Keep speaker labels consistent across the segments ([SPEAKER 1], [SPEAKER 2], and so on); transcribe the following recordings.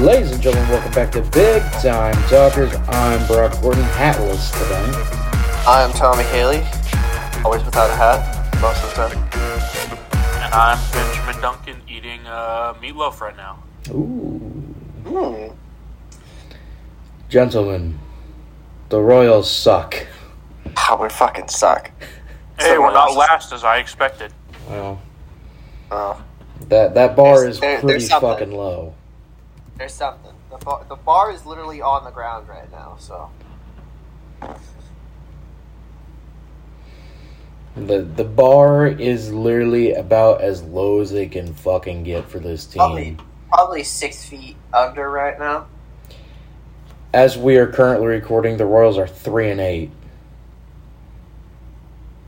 [SPEAKER 1] Ladies and gentlemen, welcome back to Big Time Talkers. I'm Brock Gordon, hatless today.
[SPEAKER 2] I'm Tommy Haley, always without a hat, most of the time.
[SPEAKER 3] And I'm Benjamin Duncan eating uh, meatloaf right now.
[SPEAKER 1] Ooh,
[SPEAKER 2] Hmm.
[SPEAKER 1] gentlemen, the Royals suck.
[SPEAKER 2] How we fucking suck.
[SPEAKER 3] Hey, we're
[SPEAKER 2] Someone
[SPEAKER 3] not
[SPEAKER 2] else.
[SPEAKER 3] last as I expected.
[SPEAKER 1] Well,
[SPEAKER 2] Oh,
[SPEAKER 1] that that bar
[SPEAKER 2] There's-
[SPEAKER 1] is
[SPEAKER 2] there-
[SPEAKER 1] pretty
[SPEAKER 2] there's something.
[SPEAKER 1] fucking low.
[SPEAKER 2] there's something. The, bar, the bar is literally on the ground right now, so.
[SPEAKER 1] The the bar is literally about as low as it can fucking get for this
[SPEAKER 2] Probably,
[SPEAKER 1] team.
[SPEAKER 2] probably six feet under right now.
[SPEAKER 1] As we are currently recording, the Royals are three and eight.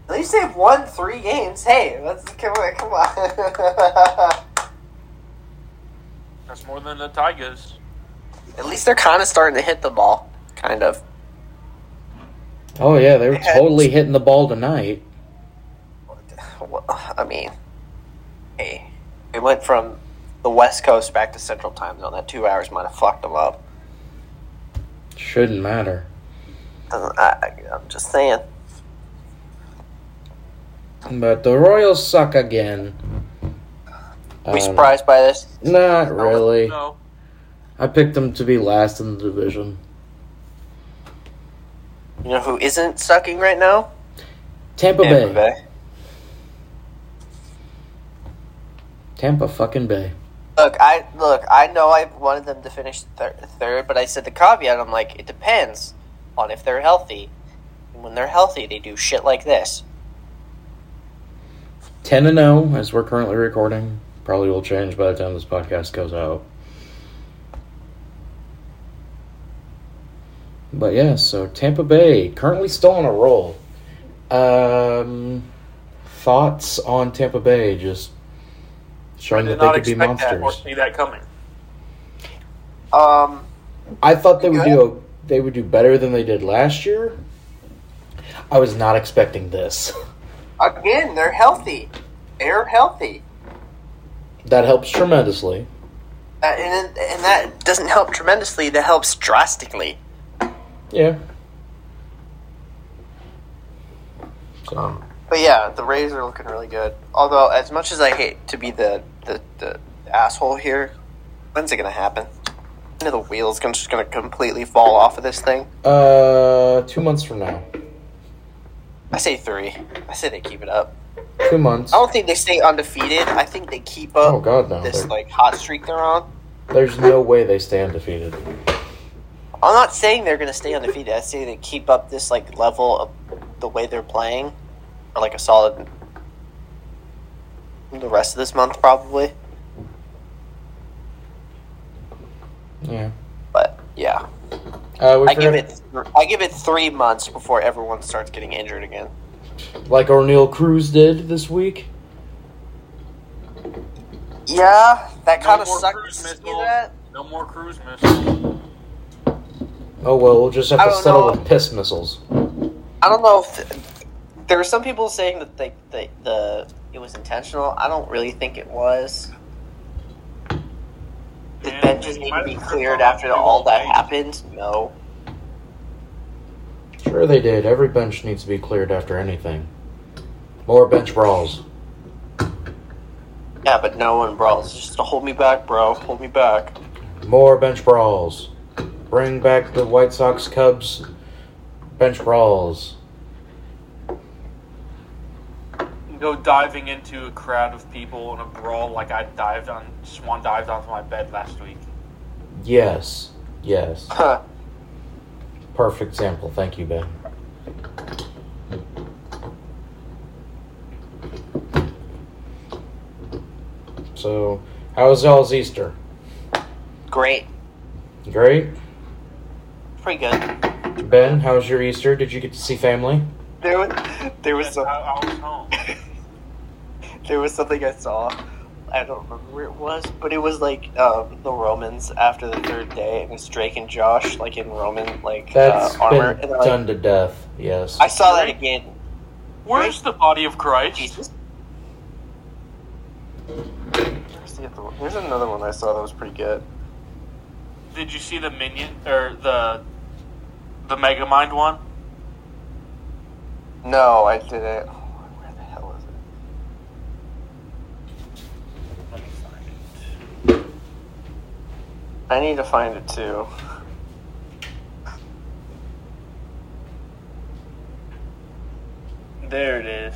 [SPEAKER 2] At least they've won three games. Hey, let's come on. Come on.
[SPEAKER 3] That's more than the Tigers.
[SPEAKER 2] At least they're kind of starting to hit the ball. Kind of.
[SPEAKER 1] Oh yeah, they were
[SPEAKER 2] Yeah.
[SPEAKER 1] totally hitting the ball tonight.
[SPEAKER 2] Well, I mean, hey, we went from the West Coast back to Central Time Zone. That two hours might have fucked them up.
[SPEAKER 1] Shouldn't matter.
[SPEAKER 2] Uh, I, I'm just saying.
[SPEAKER 1] But the Royals suck again.
[SPEAKER 2] We
[SPEAKER 1] Um,
[SPEAKER 2] surprised by this?
[SPEAKER 1] Not really.
[SPEAKER 3] No.
[SPEAKER 1] I picked them to be last in the division.
[SPEAKER 2] You know who isn't sucking right now?
[SPEAKER 1] Tampa,
[SPEAKER 2] Tampa
[SPEAKER 1] Bay.
[SPEAKER 2] Bay.
[SPEAKER 1] Tampa fucking Bay.
[SPEAKER 2] Look, I look. I know I wanted them to finish thir- third, but I said the caveat. I'm like, it depends on if they're healthy. And when they're healthy, they do shit like this.
[SPEAKER 1] Ten and zero as we're currently recording. Probably will change by the time this podcast goes out. But yeah, so Tampa Bay currently still on a roll. Um, thoughts on Tampa Bay? Just
[SPEAKER 3] I
[SPEAKER 1] showing
[SPEAKER 3] did
[SPEAKER 1] that they
[SPEAKER 3] not
[SPEAKER 1] could be
[SPEAKER 3] expect that or
[SPEAKER 1] monsters.
[SPEAKER 3] see that coming.
[SPEAKER 2] Um,
[SPEAKER 1] I thought they would
[SPEAKER 2] Good.
[SPEAKER 1] do they would do better than they did last year. I was not expecting this.
[SPEAKER 2] again, they're healthy. They're healthy,
[SPEAKER 1] That helps tremendously.
[SPEAKER 2] uh, and and that doesn't help tremendously. That helps drastically.
[SPEAKER 1] Yeah. So,
[SPEAKER 2] But yeah, the Rays are looking really good. Although, as much as I hate to be the the, the asshole here, when's it gonna happen? When are the wheels gonna just gonna completely fall off of this thing?
[SPEAKER 1] uh, two months from now,
[SPEAKER 2] I say three. I say they keep it up.
[SPEAKER 1] two months.
[SPEAKER 2] I don't think they stay undefeated. I think they keep up
[SPEAKER 1] Oh God, no!
[SPEAKER 2] this
[SPEAKER 1] There-
[SPEAKER 2] like hot streak they're on.
[SPEAKER 1] There's no way they stay undefeated.
[SPEAKER 2] I'm not saying they're gonna stay undefeated. I say they keep up this like level of the way they're playing, or like a solid the rest of this month probably.
[SPEAKER 1] Yeah.
[SPEAKER 2] But yeah.
[SPEAKER 1] Uh, we
[SPEAKER 2] I give
[SPEAKER 1] forgot-
[SPEAKER 2] it I give it three months before everyone starts getting injured again.
[SPEAKER 1] like O'Neill Cruz did this week.
[SPEAKER 2] Yeah, that
[SPEAKER 3] No
[SPEAKER 2] kind of
[SPEAKER 3] more
[SPEAKER 2] sucks.
[SPEAKER 3] cruise
[SPEAKER 2] to see
[SPEAKER 3] missiles.
[SPEAKER 2] that.
[SPEAKER 3] No more cruise missiles.
[SPEAKER 1] Oh well, we'll just have
[SPEAKER 2] I
[SPEAKER 1] to
[SPEAKER 2] don't
[SPEAKER 1] settle
[SPEAKER 2] know.
[SPEAKER 1] with piss missiles.
[SPEAKER 2] I don't know if there are some people saying that they, they, the it was intentional. I don't really think it was. Did
[SPEAKER 3] Yeah,
[SPEAKER 2] Ben just
[SPEAKER 3] it
[SPEAKER 2] need to
[SPEAKER 3] might
[SPEAKER 2] be
[SPEAKER 3] have
[SPEAKER 2] cleared
[SPEAKER 3] been
[SPEAKER 2] after
[SPEAKER 3] all
[SPEAKER 2] all that
[SPEAKER 3] night.
[SPEAKER 2] happened? No.
[SPEAKER 1] Sure, they did. Every bench needs to be cleared after anything. More bench brawls.
[SPEAKER 2] Yeah, but no one brawls. Just to hold me back, bro. Hold me back.
[SPEAKER 1] More bench brawls. Bring back the White Sox Cubs bench brawls.
[SPEAKER 3] Go diving into a crowd of people in a brawl like I dived on, swan dived onto my bed last week.
[SPEAKER 1] Yes. Yes.
[SPEAKER 2] Huh.
[SPEAKER 1] Perfect example. Thank you, Ben. So, how was y'all's Easter?
[SPEAKER 2] Great.
[SPEAKER 1] Great.
[SPEAKER 2] Pretty good.
[SPEAKER 1] Ben, how was your Easter? Did you get to see family?
[SPEAKER 2] There was there was
[SPEAKER 3] Yes, I,
[SPEAKER 2] some,
[SPEAKER 3] I was home.
[SPEAKER 2] there was something I saw. I don't remember where it was, but it was like um, the Romans after the third day, and it's Drake and Josh like in Roman like
[SPEAKER 1] That's
[SPEAKER 2] uh, armor.
[SPEAKER 1] been
[SPEAKER 2] And they're like,
[SPEAKER 1] done to death. Yes.
[SPEAKER 2] I saw that again.
[SPEAKER 3] Where's the body of Christ?
[SPEAKER 2] Jesus. Where's the other one? There's another one I saw that was pretty good.
[SPEAKER 3] Did you see the minion or the the Megamind one?
[SPEAKER 2] No, I didn't. Oh, Where the hell is it?
[SPEAKER 3] Let me find it.
[SPEAKER 2] I need to find it too.
[SPEAKER 3] There it is.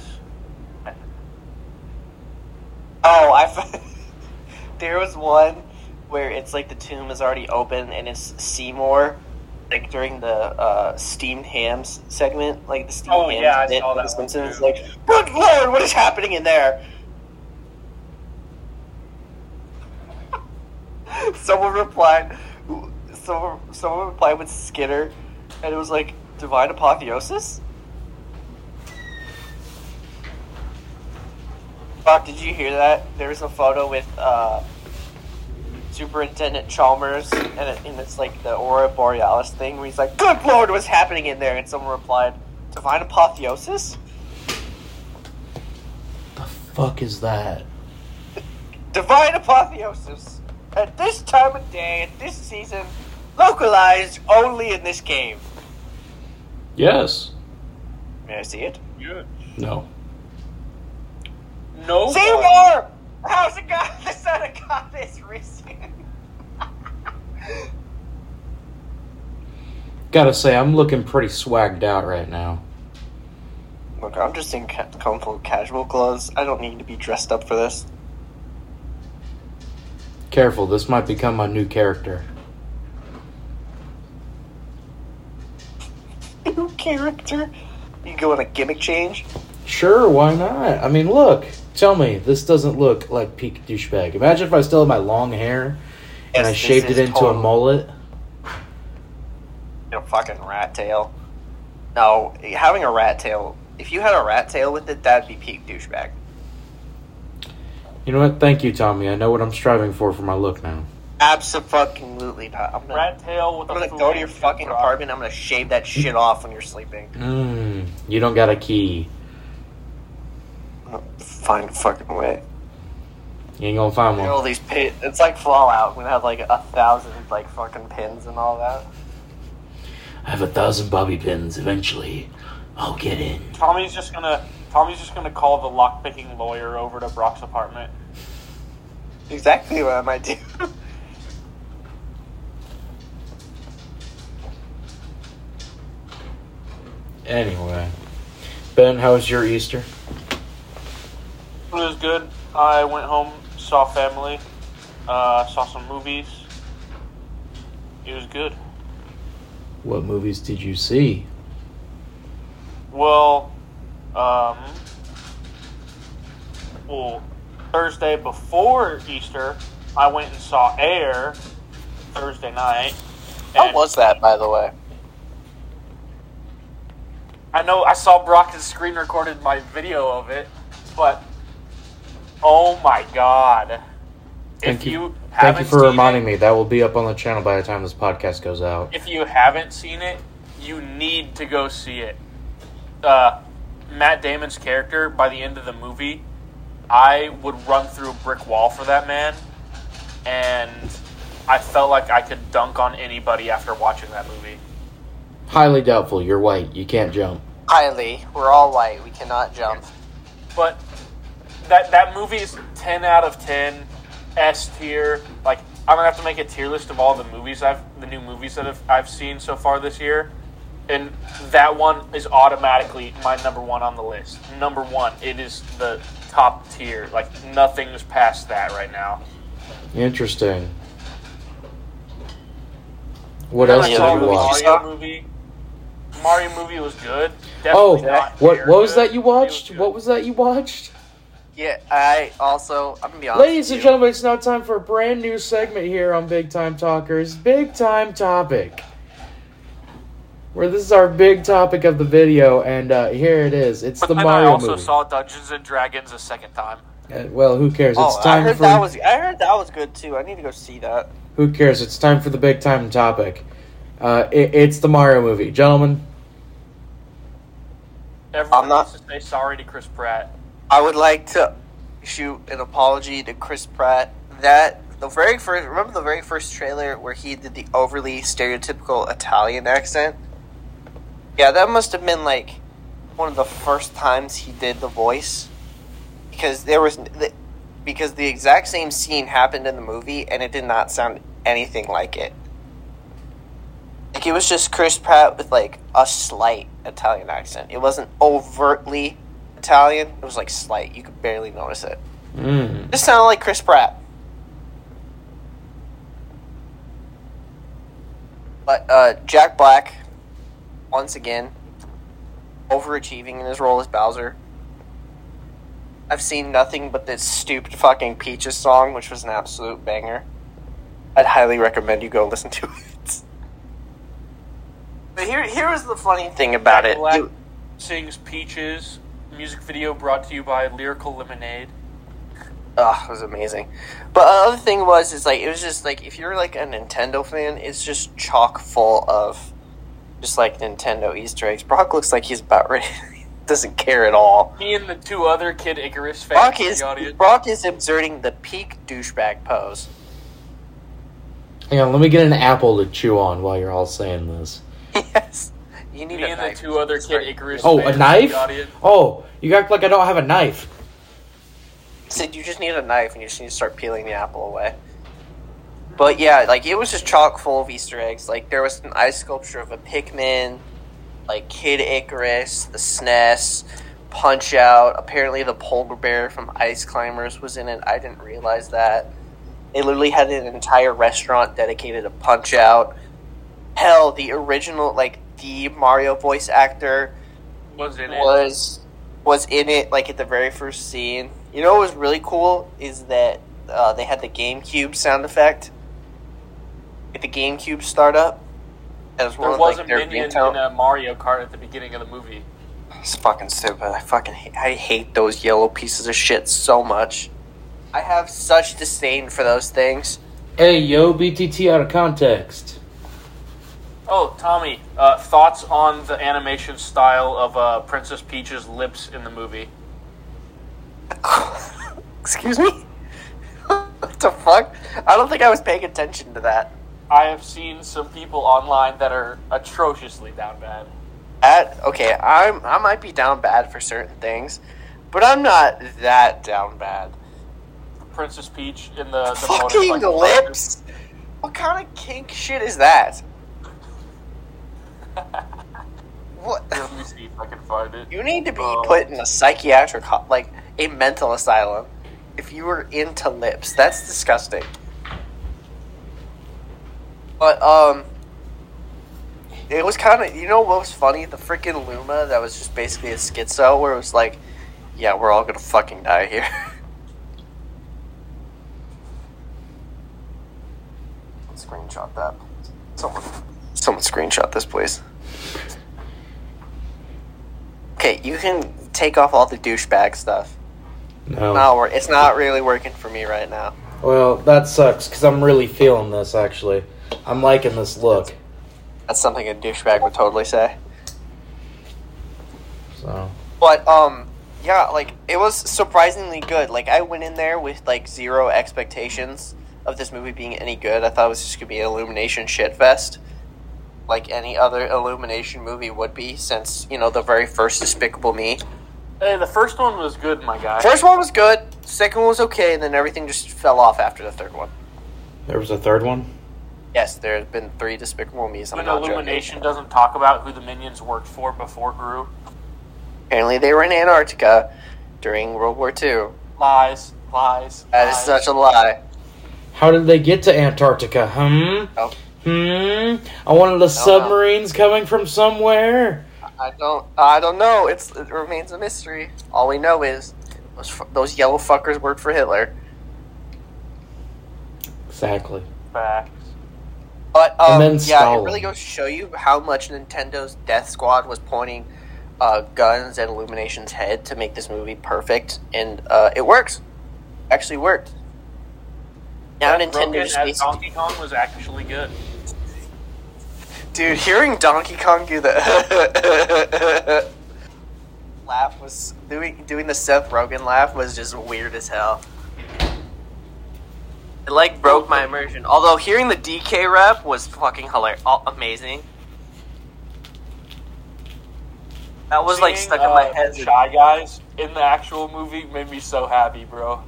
[SPEAKER 2] Oh, I. f- there was one where it's like the tomb is already open and it's Seymour, like during the uh, steamed hams segment, like the steamed
[SPEAKER 3] Oh,
[SPEAKER 2] hams.
[SPEAKER 3] yeah, I
[SPEAKER 2] bit,
[SPEAKER 3] saw that
[SPEAKER 2] the
[SPEAKER 3] one,
[SPEAKER 2] Simpsons is
[SPEAKER 3] too.
[SPEAKER 2] like, good lord, what is happening in there? someone replied. Someone, someone replied with Skinner, and it was like divine apotheosis. Fuck, did you hear that? There was a photo with uh, Superintendent Chalmers, and, it, and it's like the Aurora Borealis thing where he's like, Good lord, what's happening in there? And someone replied, Divine apotheosis?
[SPEAKER 1] The fuck is that?
[SPEAKER 2] Divine apotheosis! At this time of day, at this season, localized only in this game.
[SPEAKER 1] Yes.
[SPEAKER 2] May I see it?
[SPEAKER 3] Good.
[SPEAKER 1] No.
[SPEAKER 3] No. one-
[SPEAKER 2] Seymour! How's it got the son of God is risen?
[SPEAKER 1] Gotta say, I'm looking pretty swagged out right now.
[SPEAKER 2] Look, I'm just in ca- comfortable casual clothes. I don't need to be dressed up for this.
[SPEAKER 1] Careful, this might become my new character.
[SPEAKER 2] New character? You go on a gimmick change?
[SPEAKER 1] Sure, why not? I mean, look. Tell me, this doesn't look like peak douchebag. Imagine if I still had my long hair and I shaved it into a mullet.
[SPEAKER 2] A fucking rat tail. No, having a rat tail. If you had a rat tail with it, that'd be peak douchebag.
[SPEAKER 1] You know what? Thank you, Tommy. I know what I'm striving for for my look now.
[SPEAKER 2] Absolutely not. I'm gonna,
[SPEAKER 3] Rat tail with
[SPEAKER 2] I'm
[SPEAKER 3] a
[SPEAKER 2] gonna go to your
[SPEAKER 3] full-
[SPEAKER 2] fucking apartment. I'm gonna shave that shit off when you're sleeping.
[SPEAKER 1] Mmm, you don't got a key.
[SPEAKER 2] Find a fucking way.
[SPEAKER 1] You ain't gonna find
[SPEAKER 2] All
[SPEAKER 1] one.
[SPEAKER 2] these pin. It's like Fallout. We're gonna have like a thousand like fucking pins and all that.
[SPEAKER 1] I have a thousand bobby pins. Eventually, I'll get in.
[SPEAKER 3] Tommy's just gonna Tommy's just gonna call the lockpicking lawyer over to Brock's apartment.
[SPEAKER 2] Exactly what I might do.
[SPEAKER 1] Anyway, Ben, how was your Easter?
[SPEAKER 3] It was good. I went home, saw family, uh, saw some movies. It was good.
[SPEAKER 1] What movies did you see?
[SPEAKER 3] Well, um, well, Thursday before Easter, I went and saw Air Thursday night.
[SPEAKER 2] How
[SPEAKER 3] and
[SPEAKER 2] was that, by the way?
[SPEAKER 3] I know I saw Brock has screen recorded my video of it, but oh my god!
[SPEAKER 1] Thank
[SPEAKER 3] if you,
[SPEAKER 1] you- Thank
[SPEAKER 3] haven't
[SPEAKER 1] you for
[SPEAKER 3] seen
[SPEAKER 1] reminding
[SPEAKER 3] it,
[SPEAKER 1] me. That will be up on the channel by the time this podcast goes out.
[SPEAKER 3] If you haven't seen it, you need to go see it. Uh, Matt Damon's character by the end of the movie, I would run through a brick wall for that man, and I felt like I could dunk on anybody after watching that movie.
[SPEAKER 1] Highly doubtful. You're white. You can't jump.
[SPEAKER 2] Highly, we're all white. We cannot jump.
[SPEAKER 3] but that that movie is 10 out of 10 s tier like i'm gonna have to make a tier list of all the movies i've the new movies that I've, I've seen so far this year and that one is automatically my number one on the list number one it is the top tier like nothing's past that right now
[SPEAKER 1] Interesting. What
[SPEAKER 3] Then
[SPEAKER 1] else
[SPEAKER 3] I
[SPEAKER 1] did you
[SPEAKER 3] saw the
[SPEAKER 1] watch?
[SPEAKER 3] mario movie mario movie was good
[SPEAKER 1] Oh,
[SPEAKER 3] Definitely not
[SPEAKER 1] what
[SPEAKER 3] tier
[SPEAKER 1] what was
[SPEAKER 3] good.
[SPEAKER 1] that you
[SPEAKER 3] It was
[SPEAKER 1] watched?
[SPEAKER 3] good.
[SPEAKER 1] What was that you watched?
[SPEAKER 2] Yeah, I also. I'm gonna
[SPEAKER 3] Uh,
[SPEAKER 2] be honest.
[SPEAKER 1] Ladies and
[SPEAKER 2] with you.
[SPEAKER 1] gentlemen, it's now time for a brand new segment here on Big Time Talkers. Big Time Topic. Where this is our big topic of the video, and uh, here it is. It's
[SPEAKER 3] but
[SPEAKER 1] the
[SPEAKER 3] then
[SPEAKER 1] Mario
[SPEAKER 3] i also
[SPEAKER 1] movie.
[SPEAKER 3] saw dungeons and dragons a second time
[SPEAKER 1] Uh, well, who cares? It's
[SPEAKER 2] Oh, I
[SPEAKER 1] time
[SPEAKER 2] heard
[SPEAKER 1] for
[SPEAKER 2] that was. I heard that was good too. I need to go see that.
[SPEAKER 1] who cares? It's time for the big time topic. Uh, it, it's the Mario movie, gentlemen.
[SPEAKER 3] Everyone
[SPEAKER 2] I'm not-
[SPEAKER 3] wants to say sorry to Chris Pratt.
[SPEAKER 2] I would like to. shoot an apology to Chris Pratt. That the very first remember the very first trailer where he did the overly stereotypical Italian accent. Yeah, that must have been like one of the first times he did the voice because there was because the exact same scene happened in the movie and it did not sound anything like it. Like it was just Chris Pratt with like a slight Italian accent. It wasn't overtly Italian. It was like slight. You could barely notice it.
[SPEAKER 1] Mm.
[SPEAKER 2] Just sounded like Chris Pratt. But uh, Jack Black, once again, overachieving in his role as Bowser. I've seen nothing but this stupid fucking Peaches song, which was an absolute banger. I'd highly recommend you go listen to it. But here, here was the funny thing about it.
[SPEAKER 3] Black
[SPEAKER 2] It-
[SPEAKER 3] sings Peaches. Music video brought to you by Lyrical Lemonade.
[SPEAKER 2] Ugh, it was amazing. But the other thing was, is like it was just like if you're like a Nintendo fan, it's just chock full of just like Nintendo Easter eggs. Brock looks like he's about ready. doesn't care at all.
[SPEAKER 3] Me and the two other Kid Icarus fans
[SPEAKER 2] Brock
[SPEAKER 3] in
[SPEAKER 2] is
[SPEAKER 3] the audience.
[SPEAKER 2] Brock is exerting the peak douchebag pose.
[SPEAKER 1] Hang on, let me get an apple to chew on while you're all saying this.
[SPEAKER 2] yes, you need
[SPEAKER 3] Me
[SPEAKER 2] a
[SPEAKER 3] and the
[SPEAKER 2] knife.
[SPEAKER 3] two other Kid Icarus.
[SPEAKER 1] Oh,
[SPEAKER 3] fans
[SPEAKER 1] a
[SPEAKER 3] in the
[SPEAKER 1] knife?
[SPEAKER 3] audience.
[SPEAKER 1] Oh, you act like I don't have a knife.
[SPEAKER 2] Sid, you just need a knife and you just need to start peeling the apple away. But yeah, like it was just chock full of Easter eggs. Like there was an ice sculpture of a Pikmin, like Kid Icarus, the SNES, Punch Out. Apparently, the polar bear from Ice Climbers was in it. I didn't realize that. They literally had an entire restaurant dedicated to Punch Out. Hell, the original, like the Mario voice actor
[SPEAKER 3] Was in it.
[SPEAKER 2] was was in it like at the very first scene. You know what was really cool is that uh, they had the GameCube sound effect. Like the GameCube startup. That was one
[SPEAKER 3] There
[SPEAKER 2] of
[SPEAKER 3] was
[SPEAKER 2] like,
[SPEAKER 3] a
[SPEAKER 2] their
[SPEAKER 3] minion in
[SPEAKER 2] ringtone.
[SPEAKER 3] a Mario Kart at the beginning of the movie.
[SPEAKER 2] It's fucking stupid. I fucking hate, I hate those yellow pieces of shit so much. I have such disdain for those things.
[SPEAKER 1] Hey, yo, BTT out of context.
[SPEAKER 3] Oh, Tommy, uh, thoughts on the animation style of uh, Princess Peach's lips in the movie?
[SPEAKER 2] Excuse me. what the fuck? I don't think I was paying attention to that.
[SPEAKER 3] I have seen some people online that are atrociously down bad.
[SPEAKER 2] At, okay, I'm I might be down bad for certain things, but I'm not that down bad.
[SPEAKER 3] Princess Peach in the, the
[SPEAKER 2] Fucking
[SPEAKER 3] motorcycle.
[SPEAKER 2] lips. What kind of kink shit is that? what?
[SPEAKER 3] Let me see if I can find it.
[SPEAKER 2] You need to be
[SPEAKER 3] Um,
[SPEAKER 2] put in a psychiatric, ho- like a mental asylum, if you were into lips. That's disgusting. But um, it was kind of you know what was funny? The freaking Luma that was just basically a schizo where it was like, yeah, we're all gonna fucking die here. screenshot that. Someone, someone screenshot this, please. Okay, you can take off all the douchebag stuff.
[SPEAKER 1] No.
[SPEAKER 2] No, we're- it's not really working for me right now.
[SPEAKER 1] Well, that sucks because I'm really feeling this. Actually, I'm liking this look.
[SPEAKER 2] That's something a douchebag would totally say.
[SPEAKER 1] So
[SPEAKER 2] But um, yeah, like it was surprisingly good. Like I went in there with like zero expectations of this movie being any good. I thought it was just gonna be an Illumination shit fest, like any other Illumination movie would be, since you know the very first Despicable Me.
[SPEAKER 3] Hey, Eh, the first one was good, my guy.
[SPEAKER 2] First one was good, second one was okay, and then everything just fell off after the third one.
[SPEAKER 1] there was a third one.
[SPEAKER 2] Yes, there have been three Despicable Me's. I'm
[SPEAKER 3] when
[SPEAKER 2] not joking.
[SPEAKER 3] Illumination doesn't talk about who the minions worked for before Gru.
[SPEAKER 2] Apparently, they were in Antarctica during World War II.
[SPEAKER 3] Lies, lies.
[SPEAKER 2] That is
[SPEAKER 3] lies.
[SPEAKER 2] such a lie.
[SPEAKER 1] How did they get to Antarctica? Hmm.
[SPEAKER 2] Oh.
[SPEAKER 1] Hmm. I wanted the submarines coming from somewhere.
[SPEAKER 2] I don't. I don't know. It's it remains a mystery. All we know is those, fu- those yellow fuckers worked for Hitler.
[SPEAKER 1] Exactly.
[SPEAKER 3] Facts.
[SPEAKER 2] But um,
[SPEAKER 1] And then
[SPEAKER 2] yeah,
[SPEAKER 1] Stalin.
[SPEAKER 2] it really goes to show you how much Nintendo's Death Squad was pointing uh, guns at Illumination's head to make this movie perfect, and uh, it works. Actually worked. Now Nintendo
[SPEAKER 3] Broken
[SPEAKER 2] just
[SPEAKER 3] as
[SPEAKER 2] needs to
[SPEAKER 3] Donkey Kong was actually good.
[SPEAKER 2] Dude, hearing Donkey Kong do the laugh was doing doing the Seth Rogen laugh was just weird as hell. It like broke my immersion. Although hearing the DK rep was fucking hilarious, amazing. That was like
[SPEAKER 3] Seeing,
[SPEAKER 2] stuck in my
[SPEAKER 3] uh,
[SPEAKER 2] head.
[SPEAKER 3] Shy Guys in the actual movie made me so happy, bro.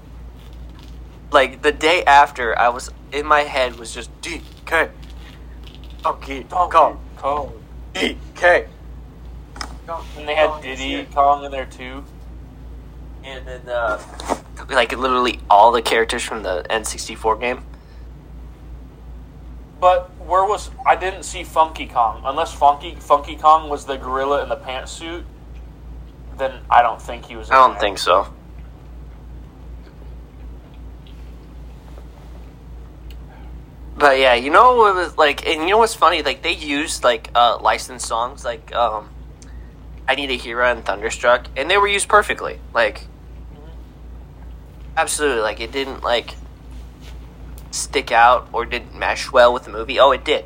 [SPEAKER 2] Like the day after, I was in my head was just DK. Okay, go
[SPEAKER 3] Kong.
[SPEAKER 2] DK.
[SPEAKER 3] And they had Diddy Kong in there too.
[SPEAKER 2] and then uh, like literally all the characters from the N64 game.
[SPEAKER 3] But where was I didn't see Funky Kong unless Funky Funky Kong was the gorilla in the pantsuit. Then I don't think he was. In
[SPEAKER 2] I don't
[SPEAKER 3] there.
[SPEAKER 2] think so. But yeah, you know what was like, and you know what's funny? Like they used like uh, licensed songs, like um, "I Need a Hero" and "Thunderstruck," and they were used perfectly. Like, absolutely, like it didn't like stick out or didn't mesh well with the movie. Oh, it did.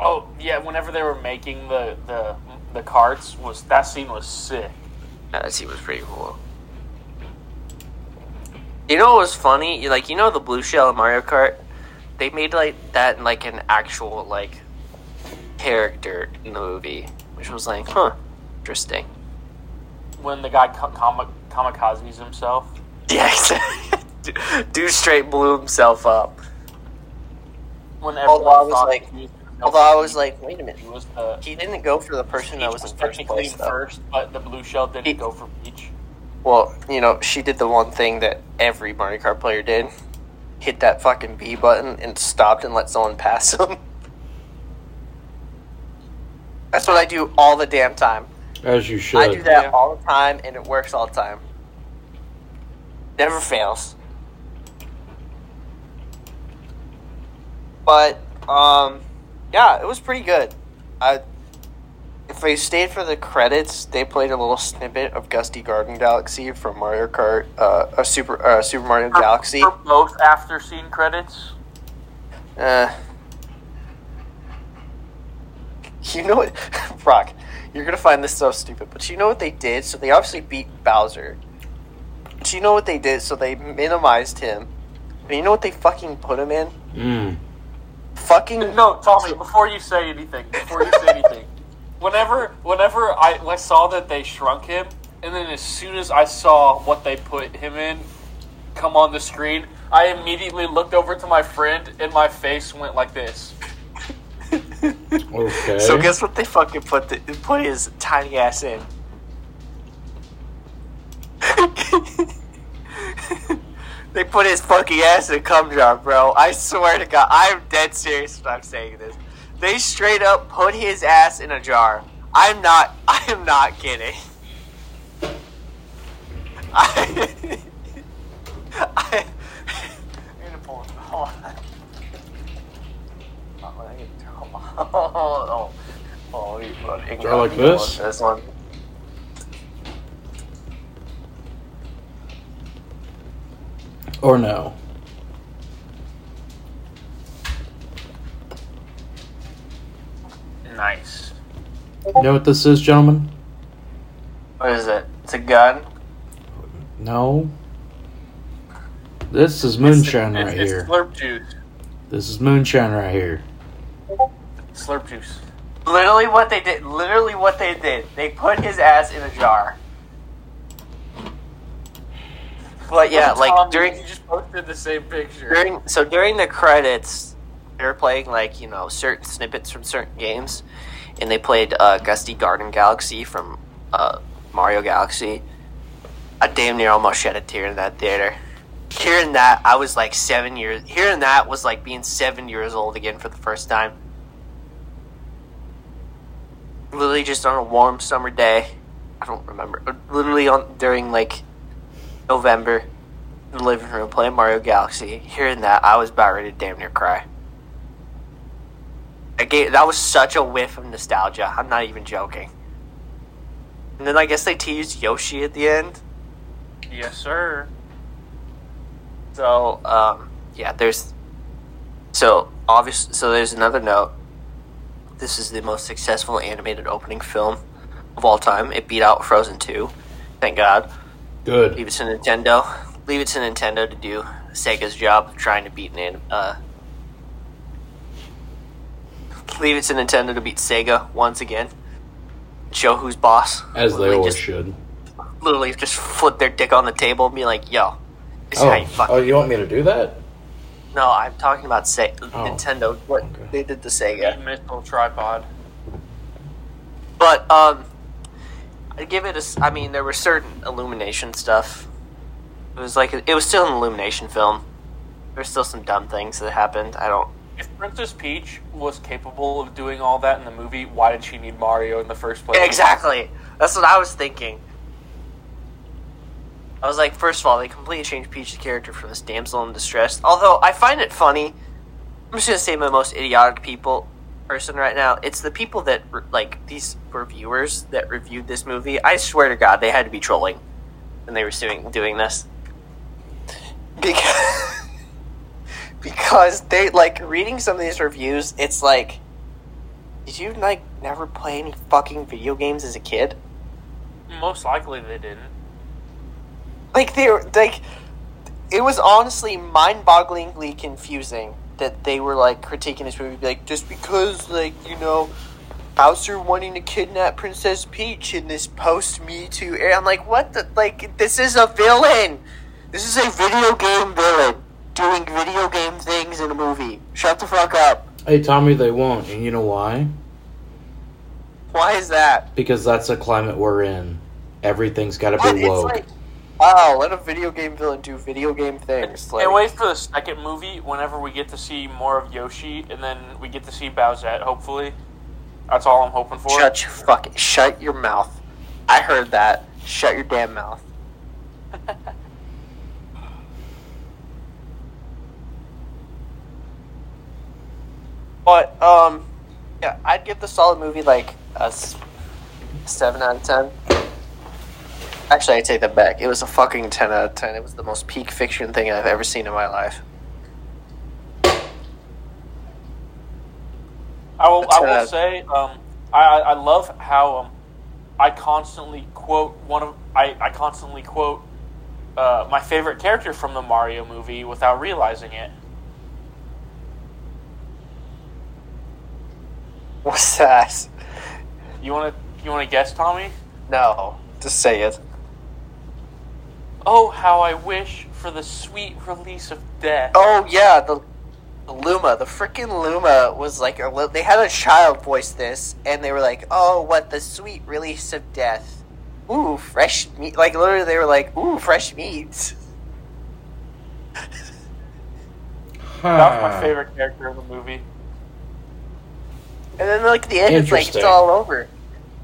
[SPEAKER 3] Oh yeah, whenever they were making the the the carts was that scene was sick.
[SPEAKER 2] Yeah, that scene was pretty cool. You know what was funny? You- Like you know the blue shell in Mario Kart, they made like that in, like an actual like character in the movie, which was like, huh, interesting.
[SPEAKER 3] when the guy ka- kamik- kamikazes himself.
[SPEAKER 2] Yeah, exactly. dude straight blew himself up.
[SPEAKER 3] When
[SPEAKER 2] Although
[SPEAKER 3] everyone
[SPEAKER 2] I was
[SPEAKER 3] thought
[SPEAKER 2] like-
[SPEAKER 3] he was-
[SPEAKER 2] Although I was like, wait a minute,
[SPEAKER 3] he was the
[SPEAKER 2] he didn't go for the person
[SPEAKER 3] he
[SPEAKER 2] that was in first
[SPEAKER 3] technically
[SPEAKER 2] place
[SPEAKER 3] in
[SPEAKER 2] though.
[SPEAKER 3] first, but the blue shell didn't
[SPEAKER 2] He-
[SPEAKER 3] go for Peach.
[SPEAKER 2] Well, you know, she did the one thing that every Mario Kart player did: hit that fucking B button and stopped and let someone pass them. That's what I do all the damn time.
[SPEAKER 1] As you should.
[SPEAKER 2] I do that
[SPEAKER 3] Yeah.
[SPEAKER 2] all the time, and it works all the time. Never fails. But um, yeah, it was pretty good. I, if I stayed for the credits, they played a little snippet of Gusty Garden Galaxy from Mario Kart, uh, a Super uh, Super Mario Galaxy.
[SPEAKER 3] For both after scene credits.
[SPEAKER 2] Uh, you know what, Brock? You're gonna find this so stupid, but you know what they did? So they obviously beat Bowser. But you know what they did? So they minimized him. But you know what they fucking put him in?
[SPEAKER 1] Mm.
[SPEAKER 2] Fucking
[SPEAKER 3] No, Tommy. Before you say anything, before you say anything, whenever whenever I, I saw that they shrunk him, and then as soon as I saw what they put him in come on the screen, I immediately looked over to my friend, and my face went like this.
[SPEAKER 1] Okay.
[SPEAKER 2] So guess what they fucking put the, put his tiny ass in? they put his fucking ass in a cum jar, bro. I swear to God, I'm dead serious when I'm saying this. They straight up put his ass in a jar. I'm not. I am not kidding. I. I. I need to pull it. Hold on. Oh, oh, oh, you fucking-
[SPEAKER 1] Jar like
[SPEAKER 2] you want
[SPEAKER 1] this?
[SPEAKER 2] This one.
[SPEAKER 1] or no.
[SPEAKER 3] Nice.
[SPEAKER 1] You know what this is, gentlemen?
[SPEAKER 2] What is it? It's a gun.
[SPEAKER 1] No. This is
[SPEAKER 3] It's-
[SPEAKER 1] moonshine
[SPEAKER 3] it's-
[SPEAKER 1] right
[SPEAKER 3] it's
[SPEAKER 1] here.
[SPEAKER 3] Slurp juice.
[SPEAKER 1] This is moonshine right here.
[SPEAKER 3] Slurp juice.
[SPEAKER 2] Literally what they did. Literally what they did. They put his ass in a jar. But yeah, like
[SPEAKER 3] Tom,
[SPEAKER 2] during
[SPEAKER 3] you just posted the same picture.
[SPEAKER 2] during so during the credits, they're playing like you know certain snippets from certain games, and they played uh, Gusty Garden Galaxy from uh, Mario Galaxy. I damn near almost shed a tear in that theater. Hearing that, I was like seven years. Hearing that was like being seven years old again for the first time. Literally, just on a warm summer day. I don't remember. Literally on during like November in the living room playing Mario Galaxy. Hearing that, I was about ready to damn near cry. Again, that was such a whiff of nostalgia. I'm not even joking. And then I guess they teased Yoshi at the end.
[SPEAKER 3] Yes, sir.
[SPEAKER 2] So um, yeah, there's so obvious. So there's another note. This is the most successful animated opening film of all time. It beat out Frozen 2. Thank God.
[SPEAKER 1] Good.
[SPEAKER 2] Leave it to Nintendo. Leave it to Nintendo to do Sega's job of trying to beat Nan. Uh, leave it to Nintendo to beat Sega once again. Show who's boss.
[SPEAKER 1] As they
[SPEAKER 2] Literally
[SPEAKER 1] always
[SPEAKER 2] just,
[SPEAKER 1] should.
[SPEAKER 2] Literally just flip their dick on the table and be like, "Yo, this is how you
[SPEAKER 1] Oh.
[SPEAKER 2] fuck."
[SPEAKER 1] oh, you want me to do that?
[SPEAKER 2] No, I'm talking about Se- Nintendo. What
[SPEAKER 1] Oh. okay.
[SPEAKER 2] they did to Sega.
[SPEAKER 3] Missile tripod.
[SPEAKER 2] But um, I give it a. s- I mean, there were certain Illumination stuff. It was like it was still an Illumination film. There's still some dumb things that happened. I don't.
[SPEAKER 3] If Princess Peach was capable of doing all that in the movie, why did she need Mario in the first place?
[SPEAKER 2] Exactly. That's what I was thinking. I was like, first of all, they completely changed Peach's character from this damsel in distress. Although I find it funny, I'm just gonna say my most idiotic people person right now. It's the people that re- like these reviewers that reviewed this movie. I swear to God, they had to be trolling when they were doing doing this because because they like reading some of these reviews. It's like. Did you like never play any fucking video games as a kid?
[SPEAKER 3] Most likely they didn't.
[SPEAKER 2] Like they were like it was honestly mind-bogglingly confusing that they were like critiquing this movie like just because like you know Bowser wanting to kidnap Princess Peach in this post Me Too era. I'm like, what the like? This is a villain. This is a video game villain doing video game things in a movie. Shut the fuck up.
[SPEAKER 1] Hey, Tommy, they won't. And you know why?
[SPEAKER 2] Why is that?
[SPEAKER 1] Because that's the climate we're in. Everything's got to
[SPEAKER 2] But
[SPEAKER 1] be
[SPEAKER 2] it's
[SPEAKER 1] woke.
[SPEAKER 2] like, wow, let a video game villain do video game things. Like,
[SPEAKER 3] and wait for the second movie whenever we get to see more of Yoshi and then we get to see Bowsette, hopefully. That's all I'm hoping for.
[SPEAKER 2] shut your fucking, shut your mouth. I heard that. Shut your damn mouth. but um, yeah, I'd give the solid movie like a s- seven out of ten. Actually, I take that back. It was a fucking ten out of ten. It was the most peak fiction thing I've ever seen in my life.
[SPEAKER 3] I will, I
[SPEAKER 2] That's, uh,
[SPEAKER 3] will say, um, I, I I love how um, I constantly quote one of I, I constantly quote uh, my favorite character from the Mario movie without realizing it.
[SPEAKER 2] What's that?
[SPEAKER 3] You want to you want to guess, Tommy?
[SPEAKER 2] No, just say it.
[SPEAKER 3] Oh, how I wish for the sweet release of death.
[SPEAKER 2] Oh yeah, the, the Luma, the freaking Luma was like a li- they had a child voice this, and they were like, "Oh, what the sweet release of death! Ooh, fresh meat!" Like literally, they were like, "Ooh, fresh meat!"
[SPEAKER 3] That was
[SPEAKER 1] Huh.
[SPEAKER 3] my favorite character of the movie.
[SPEAKER 2] And then like the end, it's like it's
[SPEAKER 1] Interesting.
[SPEAKER 2] all over.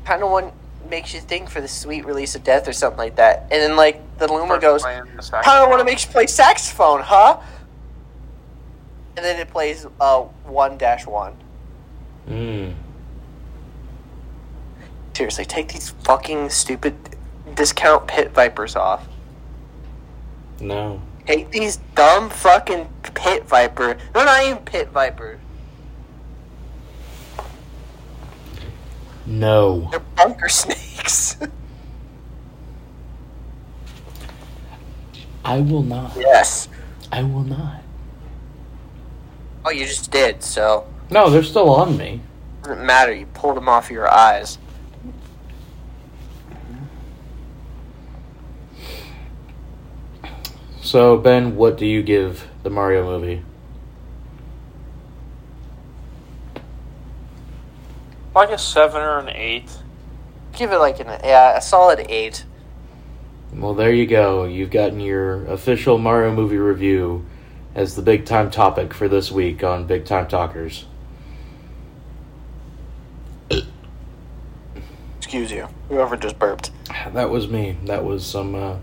[SPEAKER 2] Kind of one makes you think for the sweet release of death or something like that. And then like the Luma
[SPEAKER 3] First
[SPEAKER 2] goes,
[SPEAKER 3] plan, the second
[SPEAKER 2] kind of want to
[SPEAKER 3] plan.
[SPEAKER 2] make you play saxophone, huh?" And then it plays uh one dash one.
[SPEAKER 1] Mm.
[SPEAKER 2] Seriously, take these fucking stupid discount pit vipers off.
[SPEAKER 1] No.
[SPEAKER 2] Take these dumb fucking pit viper. They're not even pit vipers.
[SPEAKER 1] No.
[SPEAKER 2] They're bunker snakes.
[SPEAKER 1] I will not.
[SPEAKER 2] yes.
[SPEAKER 1] I will not.
[SPEAKER 2] Oh, you just did. So
[SPEAKER 1] No, they're still on me.
[SPEAKER 2] doesn't matter. You pulled them off your eyes.
[SPEAKER 1] So, Ben, what do you give the Mario movie?
[SPEAKER 3] like a seven or an eight.
[SPEAKER 2] Give it like an yeah, a solid eight.
[SPEAKER 1] Well, there you go. You've gotten your official Mario movie review as the big time topic for this week on Big Time Talkers.
[SPEAKER 2] Excuse you. Whoever just burped.
[SPEAKER 1] That was me. That was some uh,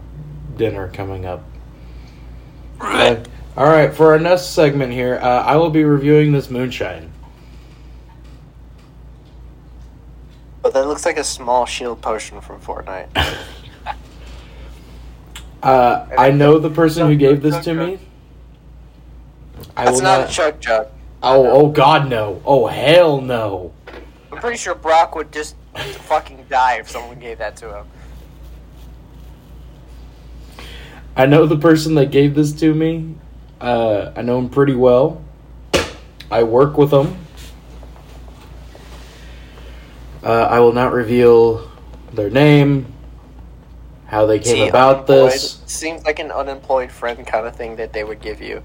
[SPEAKER 1] dinner coming up. Uh, all right, for our next segment here, uh, I will be reviewing this moonshine.
[SPEAKER 2] But that looks like a small shield potion from Fortnite.
[SPEAKER 1] Uh, I know the person who gave this to me. I
[SPEAKER 2] That's
[SPEAKER 1] will
[SPEAKER 2] not,
[SPEAKER 1] not.
[SPEAKER 2] a chug jug.
[SPEAKER 1] Oh, oh God, no! Oh hell, no!
[SPEAKER 2] I'm pretty sure Brock would just fucking die if someone gave that to him.
[SPEAKER 1] I know the person that gave this to me. Uh, I know him pretty well. I work with him. Uh, I will not reveal their name, how they came
[SPEAKER 2] See,
[SPEAKER 1] about
[SPEAKER 2] unemployed
[SPEAKER 1] this.
[SPEAKER 2] Seems like an unemployed friend kind of thing that they would give you.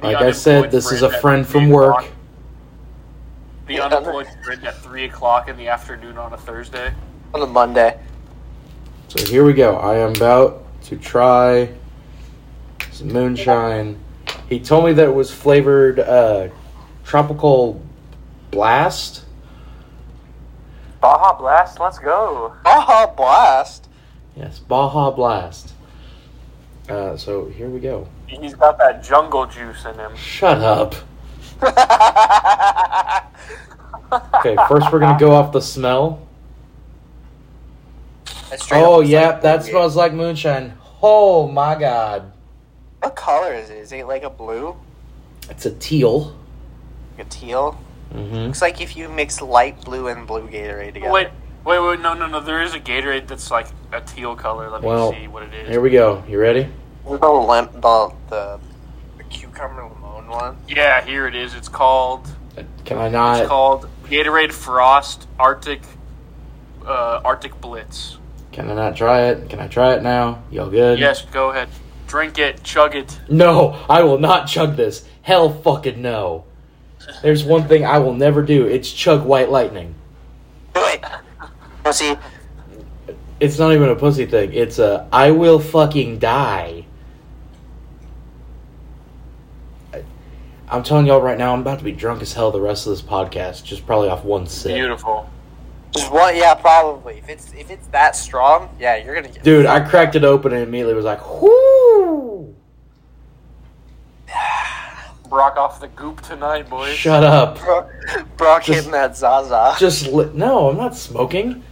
[SPEAKER 3] The
[SPEAKER 1] Like I said,
[SPEAKER 3] unemployed
[SPEAKER 1] this is a
[SPEAKER 3] that
[SPEAKER 1] friend
[SPEAKER 3] three
[SPEAKER 1] from work.
[SPEAKER 3] o'clock- The unemployed friend at three o'clock in the afternoon on a Thursday.
[SPEAKER 2] On a Monday.
[SPEAKER 1] So here we go. I am about to try some moonshine. He told me that it was flavored uh, tropical blast.
[SPEAKER 3] Baja Blast, let's go.
[SPEAKER 2] Aha, blast!
[SPEAKER 1] Yes, Baja Blast. Uh, so here we go.
[SPEAKER 3] He's got that jungle juice in him.
[SPEAKER 1] Shut up. Okay, first we're gonna go off the smell.
[SPEAKER 2] That's straight up
[SPEAKER 1] Oh
[SPEAKER 2] looks
[SPEAKER 1] yep,
[SPEAKER 2] like
[SPEAKER 1] that
[SPEAKER 2] blue.
[SPEAKER 1] smells like moonshine. Oh my god,
[SPEAKER 2] What color is it? Is it like a blue?
[SPEAKER 1] it's a teal.
[SPEAKER 2] Like a teal?
[SPEAKER 1] Mm-hmm.
[SPEAKER 2] Looks like if you mix light blue and blue Gatorade together.
[SPEAKER 3] Wait, wait, wait, no, no, no. There is a Gatorade that's like a teal color. Let me
[SPEAKER 1] Well,
[SPEAKER 3] see what it is.
[SPEAKER 1] Here we go. You ready?
[SPEAKER 2] The, lem- the, the, the cucumber lemon one.
[SPEAKER 3] yeah, here it is. It's called
[SPEAKER 1] Uh, Can I
[SPEAKER 3] it's
[SPEAKER 1] not?
[SPEAKER 3] called Gatorade Frost Arctic uh, Arctic Blitz.
[SPEAKER 1] Can I not try it? Can I try it now? Y'all good?
[SPEAKER 3] Yes, go ahead. Drink it, chug it.
[SPEAKER 1] No, I will not chug this. Hell fucking no. There's one thing I will never do. It's chug white lightning.
[SPEAKER 2] Do it! Oh, see,
[SPEAKER 1] It's not even a pussy thing. It's a I will fucking die. I- I'm telling y'all right now, I'm about to be drunk as hell the rest of this podcast, just probably off one sip.
[SPEAKER 3] Beautiful.
[SPEAKER 2] just one, yeah, probably. If it's if it's that strong, yeah, you're gonna get.
[SPEAKER 1] Dude, I cracked it open and immediately was like, whoo!
[SPEAKER 3] Brock off the goop tonight, boys.
[SPEAKER 1] Shut up.
[SPEAKER 2] Brock, Brock
[SPEAKER 1] Just-
[SPEAKER 2] hitting that Zaza.
[SPEAKER 1] Just li- no, I'm not smoking.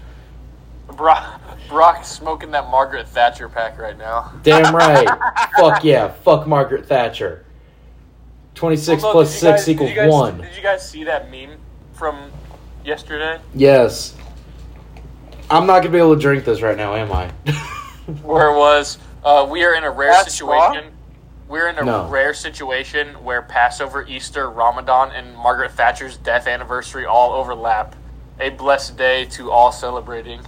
[SPEAKER 3] Brock, Brock smoking that Margaret Thatcher pack right now.
[SPEAKER 1] Damn right. fuck yeah. Fuck Margaret Thatcher. 26
[SPEAKER 3] Although,
[SPEAKER 1] plus
[SPEAKER 3] did you
[SPEAKER 1] 6
[SPEAKER 3] guys-
[SPEAKER 1] equals
[SPEAKER 3] did you guys,
[SPEAKER 1] 1.
[SPEAKER 3] Did you guys see that meme from yesterday?
[SPEAKER 1] Yes. I'm not going to be able to drink this right now, am I?
[SPEAKER 3] where it was uh, we are in a rare
[SPEAKER 2] That's
[SPEAKER 3] situation.
[SPEAKER 2] wrong.
[SPEAKER 3] We're in a
[SPEAKER 1] No.
[SPEAKER 3] rare situation where Passover, Easter, Ramadan, and Margaret Thatcher's death anniversary all overlap. A blessed day to all celebrating.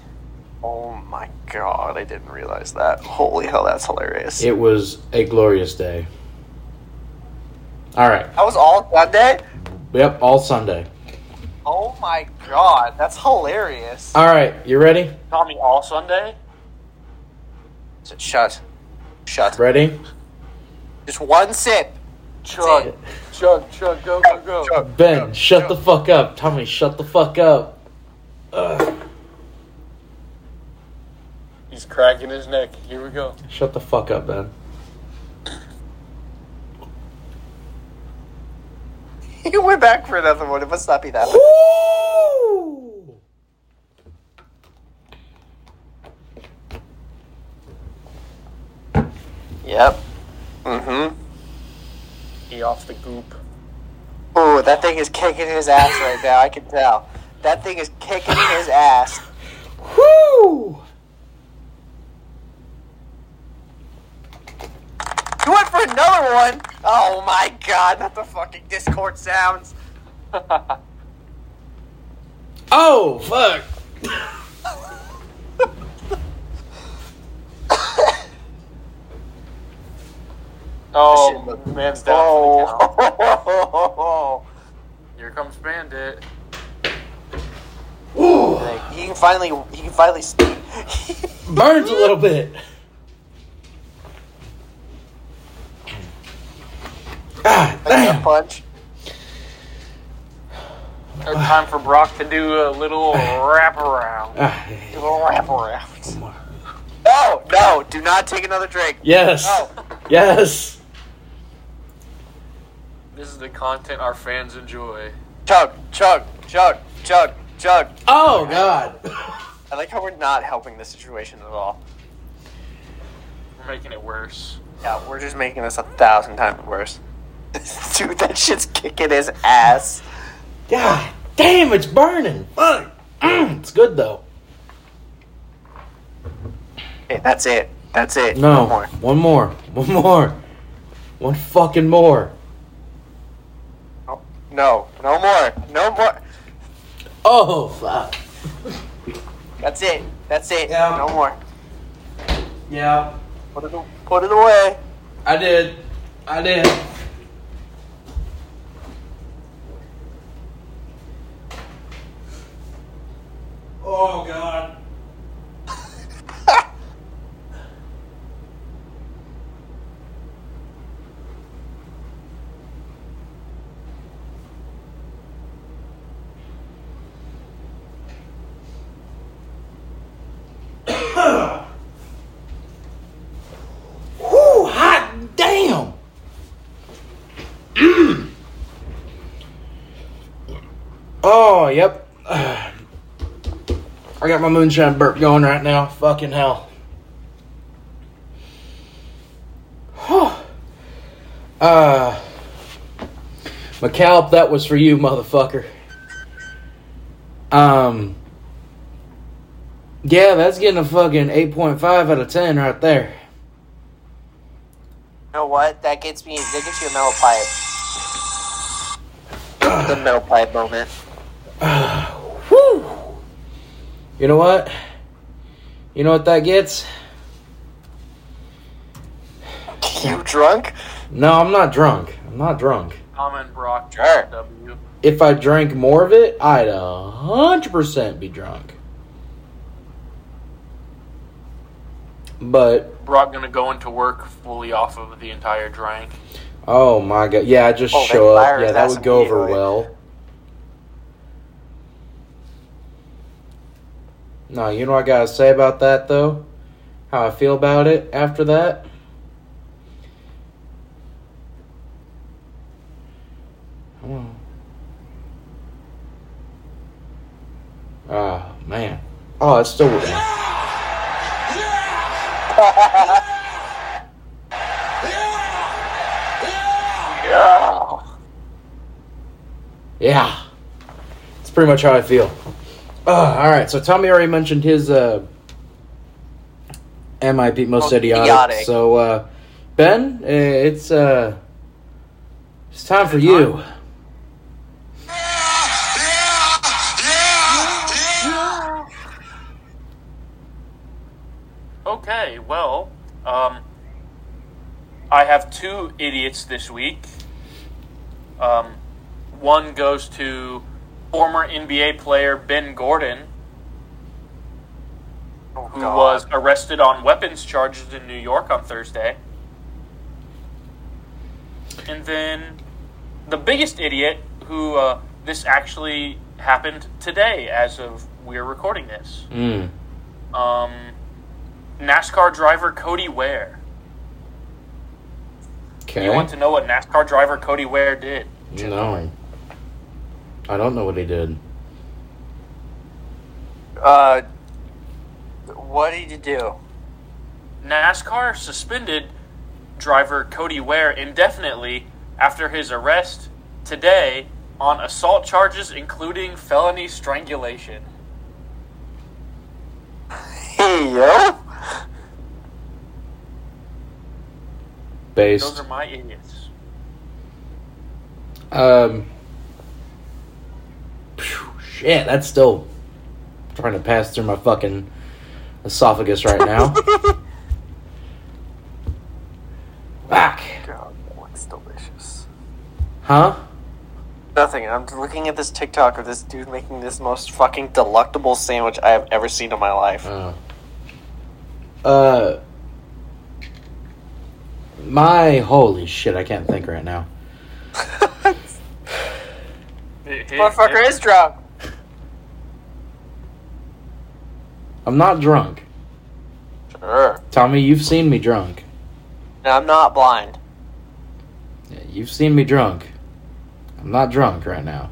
[SPEAKER 2] Oh my god, I didn't realize that. Holy hell, that's hilarious.
[SPEAKER 1] it was a glorious day. All right.
[SPEAKER 2] that was all Sunday?
[SPEAKER 1] Yep, all Sunday.
[SPEAKER 2] Oh my god, that's hilarious.
[SPEAKER 1] All right, you ready?
[SPEAKER 3] Tommy, all Sunday.
[SPEAKER 2] Shut. Shut.
[SPEAKER 1] Ready?
[SPEAKER 2] Just one sip.
[SPEAKER 3] Chug, chug, chug, go, go, go.
[SPEAKER 1] Ben, shut the fuck up. Tommy, shut the fuck up. Ugh,
[SPEAKER 3] He's cracking his neck. Here we go.
[SPEAKER 1] shut the fuck up, Ben.
[SPEAKER 2] You went back for another one. It must not be that. bad.
[SPEAKER 1] Woo!
[SPEAKER 2] Yep. Mm-hmm.
[SPEAKER 3] He off the goop.
[SPEAKER 2] Ooh, that thing is kicking his ass right now. I can tell. That thing is kicking his ass.
[SPEAKER 1] Woo!
[SPEAKER 2] You went for another one. Oh my god, not the fucking Discord sounds.
[SPEAKER 1] Oh, fuck.
[SPEAKER 3] Oh, man's down. for the count.
[SPEAKER 2] Oh.
[SPEAKER 3] Here comes Bandit.
[SPEAKER 2] He can finally. He can finally speak.
[SPEAKER 1] burns a little bit. Ah,
[SPEAKER 2] Like a
[SPEAKER 1] damn.
[SPEAKER 2] punch.
[SPEAKER 3] Uh, Time for Brock to do a little wraparound.
[SPEAKER 1] Ah,
[SPEAKER 2] Wrap around. No, no, do not take another drink.
[SPEAKER 1] yes.
[SPEAKER 2] No.
[SPEAKER 1] Yes.
[SPEAKER 3] This is the content our fans enjoy.
[SPEAKER 2] Chug, chug, chug, chug, chug.
[SPEAKER 1] Oh, God.
[SPEAKER 2] I like how we're not helping the situation at all.
[SPEAKER 3] We're making it worse.
[SPEAKER 2] Yeah, we're just making this a thousand times worse. Dude, that shit's kicking his ass.
[SPEAKER 1] God damn, it's burning. Fuck. Mm, it's good though.
[SPEAKER 2] Hey, that's it. That's it.
[SPEAKER 1] No,
[SPEAKER 2] One more.
[SPEAKER 1] one more, one more, one fucking more.
[SPEAKER 2] No, no, no more. No more.
[SPEAKER 1] Oh fuck.
[SPEAKER 2] That's it. That's it.
[SPEAKER 1] Yeah.
[SPEAKER 2] No more.
[SPEAKER 1] Yeah,
[SPEAKER 2] Put it, put it away.
[SPEAKER 1] I did. I did. Oh god. Whoo, hot damn. Mm. oh, yep. I got my moonshine burp going right now. Fucking hell. uh, McAlp, that was for you, motherfucker. Um, yeah, that's getting a fucking 8.5 out of 10 right there.
[SPEAKER 2] You know what? That gets me. That gets you a metal pipe. the metal pipe moment.
[SPEAKER 1] Whew. You know what? You know what that gets?
[SPEAKER 2] You drunk?
[SPEAKER 1] No, I'm not drunk. I'm not drunk.
[SPEAKER 3] Common Brock
[SPEAKER 2] Sure.
[SPEAKER 3] W.
[SPEAKER 1] If I drank more of it, I'd a hundred percent be drunk. But
[SPEAKER 3] Brock gonna go into work fully off of the entire drink.
[SPEAKER 1] oh my god, yeah, I just
[SPEAKER 2] Oh, they
[SPEAKER 1] show up.
[SPEAKER 2] fired
[SPEAKER 1] Yeah, that
[SPEAKER 2] us
[SPEAKER 1] would go over
[SPEAKER 2] immediately.
[SPEAKER 1] well. No, you know what I gotta say about that though? How I feel about it after that? Oh man. Oh, it's still working.
[SPEAKER 2] Yeah.
[SPEAKER 1] Yeah. It's pretty much how I feel. Uh, all right, so Tommy already mentioned his uh, MIP most
[SPEAKER 2] Oh,
[SPEAKER 1] idiotic.
[SPEAKER 2] idiotic.
[SPEAKER 1] So, uh, Ben, eh, it's uh, it's time for you.
[SPEAKER 3] Okay, well, um, I have two idiots this week. Um, one goes to former NBA player Ben Gordon,
[SPEAKER 2] Oh,
[SPEAKER 3] who
[SPEAKER 2] God.
[SPEAKER 3] was arrested on weapons charges in New York on Thursday. And then the biggest idiot, who uh, this actually happened today as of we're recording this.
[SPEAKER 1] Mm.
[SPEAKER 3] Um, NASCAR driver Cody Ware.
[SPEAKER 1] Okay.
[SPEAKER 3] You want to know what NASCAR driver Cody Ware did?
[SPEAKER 1] no. I don't know what he did.
[SPEAKER 2] Uh, what did you do?
[SPEAKER 3] NASCAR suspended driver Cody Ware indefinitely after his arrest today on assault charges, including felony strangulation.
[SPEAKER 2] Hey yo.
[SPEAKER 1] Based.
[SPEAKER 3] Those are my idiots.
[SPEAKER 1] Um, phew, shit, that's still trying to pass through my fucking esophagus right now. Fuck.
[SPEAKER 2] God, that looks delicious.
[SPEAKER 1] Huh?
[SPEAKER 2] Nothing. I'm looking at this TikTok of this dude making this most fucking delectable sandwich I have ever seen in my life.
[SPEAKER 1] Oh. Uh, my holy shit, I can't think right now.
[SPEAKER 2] Motherfucker is drunk.
[SPEAKER 1] I'm not drunk.
[SPEAKER 2] Sure.
[SPEAKER 1] Tommy, you've seen me drunk.
[SPEAKER 2] No, I'm not blind.
[SPEAKER 1] Yeah, You've seen me drunk. I'm not drunk right now.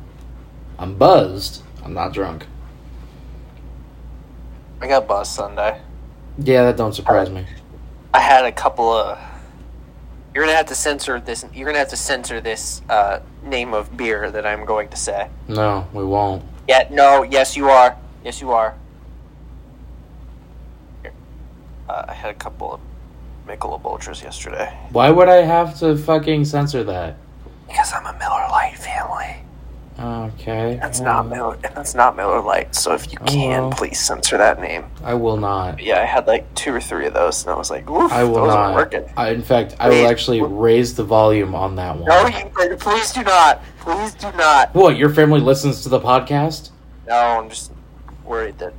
[SPEAKER 1] I'm buzzed. I'm not drunk.
[SPEAKER 2] I got buzzed Sunday.
[SPEAKER 1] Yeah, that don't surprise me.
[SPEAKER 2] I had a couple of. You're gonna have to censor this. You're gonna have to censor this uh, name of beer that I'm going to say.
[SPEAKER 1] No, we won't.
[SPEAKER 2] Yeah. No. Yes, you are. Yes, you are. Here. Uh, I had a couple of Michelob Ultras yesterday
[SPEAKER 1] Why would I have to fucking censor that?
[SPEAKER 2] because I'm a Miller Lite family.
[SPEAKER 1] Okay. uh,
[SPEAKER 2] That's
[SPEAKER 1] well,
[SPEAKER 2] not Miller. That's not Miller Lite. So if you can,
[SPEAKER 1] well.
[SPEAKER 2] please censor that name.
[SPEAKER 1] I will not.
[SPEAKER 2] But yeah, I had like two or three of those, and I was like, "Oof,
[SPEAKER 1] I will
[SPEAKER 2] those
[SPEAKER 1] not.
[SPEAKER 2] aren't working."
[SPEAKER 1] I, in fact, I will
[SPEAKER 2] Wait, Oh,
[SPEAKER 1] actually
[SPEAKER 2] wh-
[SPEAKER 1] raise the volume on that one.
[SPEAKER 2] No, you, please do not. Please do not.
[SPEAKER 1] What? Your family listens to the podcast?
[SPEAKER 2] No, I'm just worried that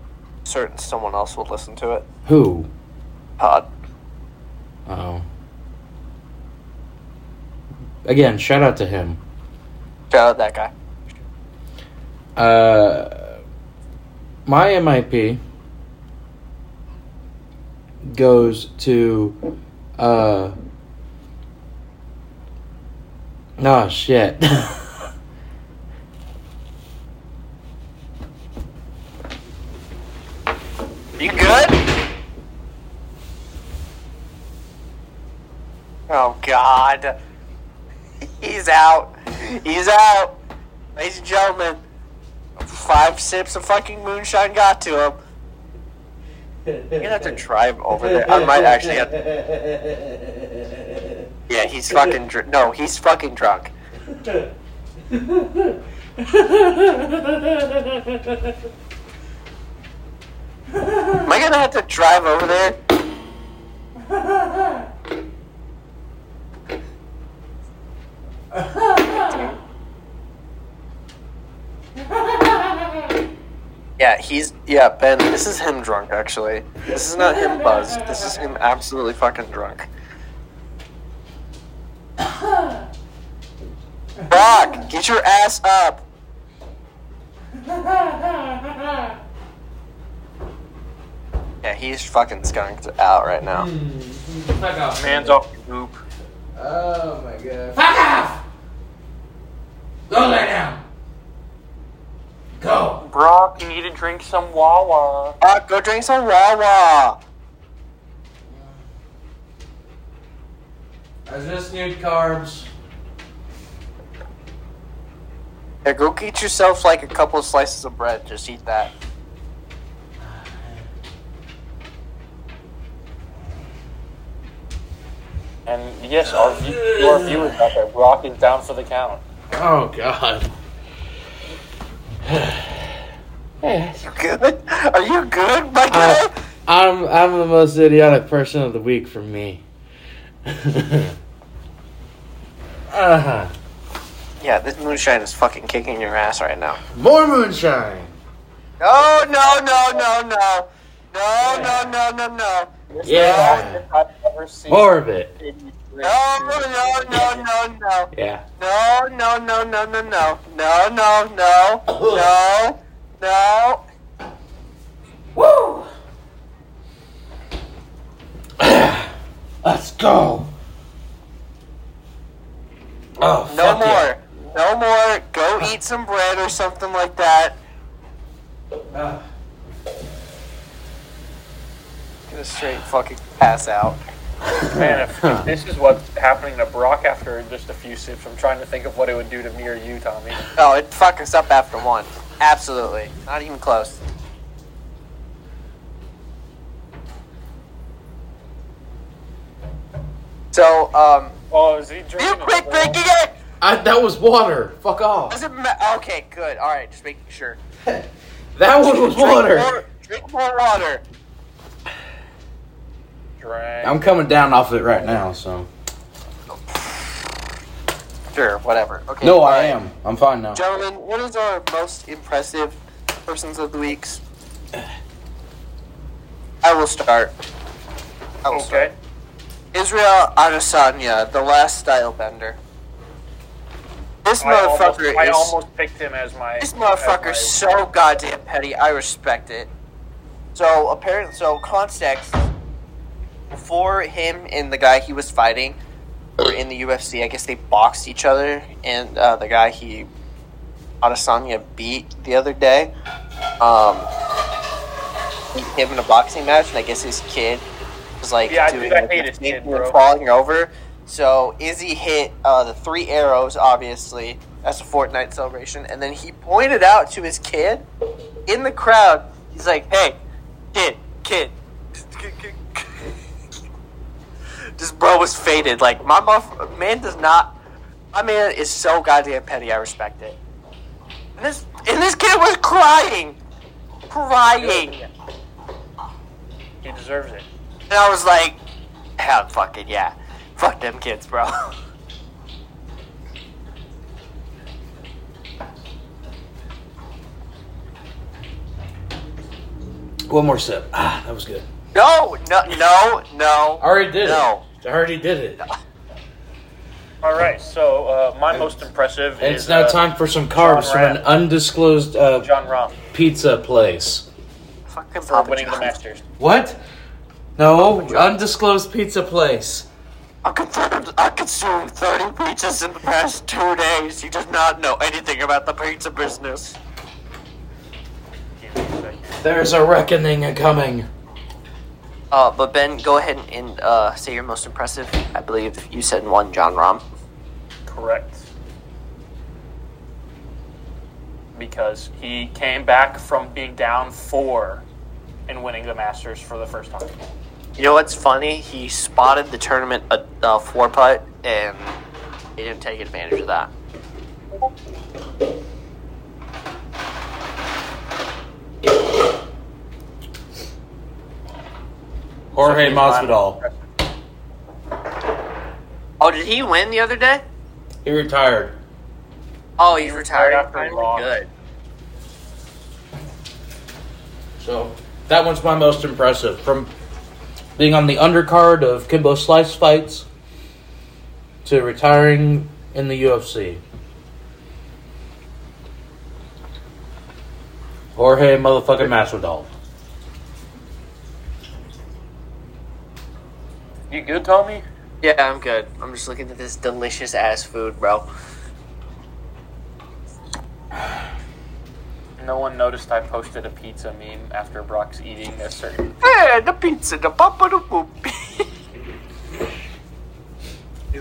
[SPEAKER 2] certain someone else will listen to it.
[SPEAKER 1] Who?
[SPEAKER 2] Pod.
[SPEAKER 1] Oh. Again, shout out to him.
[SPEAKER 2] Shout out that guy.
[SPEAKER 1] Uh, my MIP goes to uh oh shit
[SPEAKER 2] You good? Oh God. He's out. He's out. Ladies and gentlemen, five sips of fucking moonshine got to him. You're gonna have to drive over there. I might actually have. Yeah, he's fucking. Dr- no, he's fucking drunk. Am I gonna have to drive over there? Yeah, he's yeah, Ben. This is him drunk. Actually, this is not him buzzed. This is him absolutely fucking drunk. Brock, get your ass up. Yeah, he's fucking skunked out right now.
[SPEAKER 3] Man's off the hoop.
[SPEAKER 1] oh my god fuck off go lay down go
[SPEAKER 3] Brock, you need to drink some Wawa.
[SPEAKER 2] Brock, go drink some Wawa.
[SPEAKER 1] I just need carbs
[SPEAKER 2] Yeah, go get yourself like a couple slices of bread. Just eat that.
[SPEAKER 3] And yes, our, view- your viewers out there, Brock is down for the count.
[SPEAKER 1] oh god
[SPEAKER 2] You good? Are you good, my
[SPEAKER 1] I,
[SPEAKER 2] guy?
[SPEAKER 1] I'm I'm the most idiotic person of the week for me. uh-huh.
[SPEAKER 2] yeah, this moonshine is fucking kicking your ass right now.
[SPEAKER 1] More moonshine.
[SPEAKER 2] No, no, no, no, no. No, no, no, no, no.
[SPEAKER 1] Yeah.
[SPEAKER 3] I've never seen
[SPEAKER 1] More of it.
[SPEAKER 2] No, no, no, no, no.
[SPEAKER 1] Yeah.
[SPEAKER 2] No, no, no, no, no, no. No, no, no. No, no.
[SPEAKER 1] Woo. Let's go. Oh,
[SPEAKER 2] No
[SPEAKER 1] fuck yeah.
[SPEAKER 2] more. No more. Go eat some bread or something like that.
[SPEAKER 1] Ah.
[SPEAKER 2] Gonna straight fucking pass out.
[SPEAKER 3] Man, if this is what's happening to Brock after just a few sips, I'm trying to think of what it would do to me or you, Tommy.
[SPEAKER 2] No, Oh, it fuck us up after one. Absolutely. Not even close. So, um,
[SPEAKER 3] Oh, is he drinking?
[SPEAKER 2] you quit
[SPEAKER 3] another
[SPEAKER 2] drinking
[SPEAKER 3] one?
[SPEAKER 2] it?
[SPEAKER 1] I, that was water. Fuck off.
[SPEAKER 2] Doesn't ma- okay, good. All right, just making sure.
[SPEAKER 1] That one was
[SPEAKER 2] Drink
[SPEAKER 1] water.
[SPEAKER 2] Drink more water.
[SPEAKER 3] Drank.
[SPEAKER 1] I'm coming down off it right now, so.
[SPEAKER 2] Sure, whatever. Okay.
[SPEAKER 1] No,
[SPEAKER 2] all
[SPEAKER 1] I
[SPEAKER 2] right.
[SPEAKER 1] am. I'm fine now.
[SPEAKER 2] Gentlemen, what is our most impressive persons of the weeks? I will start. I will start.
[SPEAKER 3] okay.
[SPEAKER 2] Israel Adesanya, the last style bender. This
[SPEAKER 3] I almost,
[SPEAKER 2] motherfucker
[SPEAKER 3] I
[SPEAKER 2] is
[SPEAKER 3] almost picked him as my.
[SPEAKER 2] this
[SPEAKER 3] as
[SPEAKER 2] motherfucker's
[SPEAKER 3] my-
[SPEAKER 2] so goddamn petty. I respect it. So apparently, so context before him and the guy he was fighting were in the UFC. I guess they boxed each other, and uh, the guy he Adesanya beat the other day, um, beat him in a boxing match, and I guess his kid was like
[SPEAKER 3] Yeah, I
[SPEAKER 2] doing
[SPEAKER 3] dude, I
[SPEAKER 2] like,
[SPEAKER 3] hate
[SPEAKER 2] a
[SPEAKER 3] his
[SPEAKER 2] thing
[SPEAKER 3] kid,
[SPEAKER 2] and
[SPEAKER 3] bro.
[SPEAKER 2] falling over. So Izzy hit uh, the three arrows, obviously. That's a Fortnite celebration. And then he pointed out to his kid in the crowd He's like, hey, kid, kid. This bro was faded. Like my muff, man does not. My man is so goddamn petty. I respect it. And this and this kid was crying, crying.
[SPEAKER 3] He deserves it.
[SPEAKER 2] And I was like, hell, fucking yeah. Fuck them kids, bro.
[SPEAKER 1] One more sip. Ah, that was good.
[SPEAKER 2] no, no, no, no.
[SPEAKER 1] I already did
[SPEAKER 2] No.
[SPEAKER 1] it. I already did it.
[SPEAKER 3] All right, so uh, my most impressive
[SPEAKER 1] And
[SPEAKER 3] is
[SPEAKER 1] it's now
[SPEAKER 3] uh,
[SPEAKER 1] time for some carbs from
[SPEAKER 3] Rahm.
[SPEAKER 1] an undisclosed uh,
[SPEAKER 3] John Rom
[SPEAKER 1] pizza place.
[SPEAKER 2] Fucking
[SPEAKER 3] for
[SPEAKER 2] Papa
[SPEAKER 3] winning the
[SPEAKER 2] John's.
[SPEAKER 3] Masters.
[SPEAKER 1] What? No, undisclosed pizza place.
[SPEAKER 2] I consumed, I consumed 30 pizzas in the past two days. He does not know anything about the pizza business.
[SPEAKER 3] Give me a second.
[SPEAKER 1] There's a reckoning a coming.
[SPEAKER 2] Uh, but Ben, go ahead and uh, say your most impressive. I believe you said one, John Rom.
[SPEAKER 3] Correct. Because he came back from being down four and winning the Masters for the first time.
[SPEAKER 2] You know what's funny? He spotted the tournament a uh, four putt, and he didn't take advantage of that.
[SPEAKER 1] Jorge
[SPEAKER 3] So he's
[SPEAKER 1] Masvidal.
[SPEAKER 3] not-
[SPEAKER 2] Oh, did he win the other day?
[SPEAKER 1] He retired.
[SPEAKER 2] Oh, he's retired
[SPEAKER 3] after
[SPEAKER 2] after
[SPEAKER 3] he lost.
[SPEAKER 2] good.
[SPEAKER 1] So that one's my most impressive. From being on the undercard of Kimbo Slice fights to retiring in the UFC. Jorge motherfucking Masvidal.
[SPEAKER 3] You good, Tommy?
[SPEAKER 2] Yeah, I'm good. I'm just looking at this delicious ass food, bro.
[SPEAKER 3] No one noticed I posted a pizza meme after Brock's eating a certain.
[SPEAKER 2] Yeah, the pizza, the papa, the poop. He's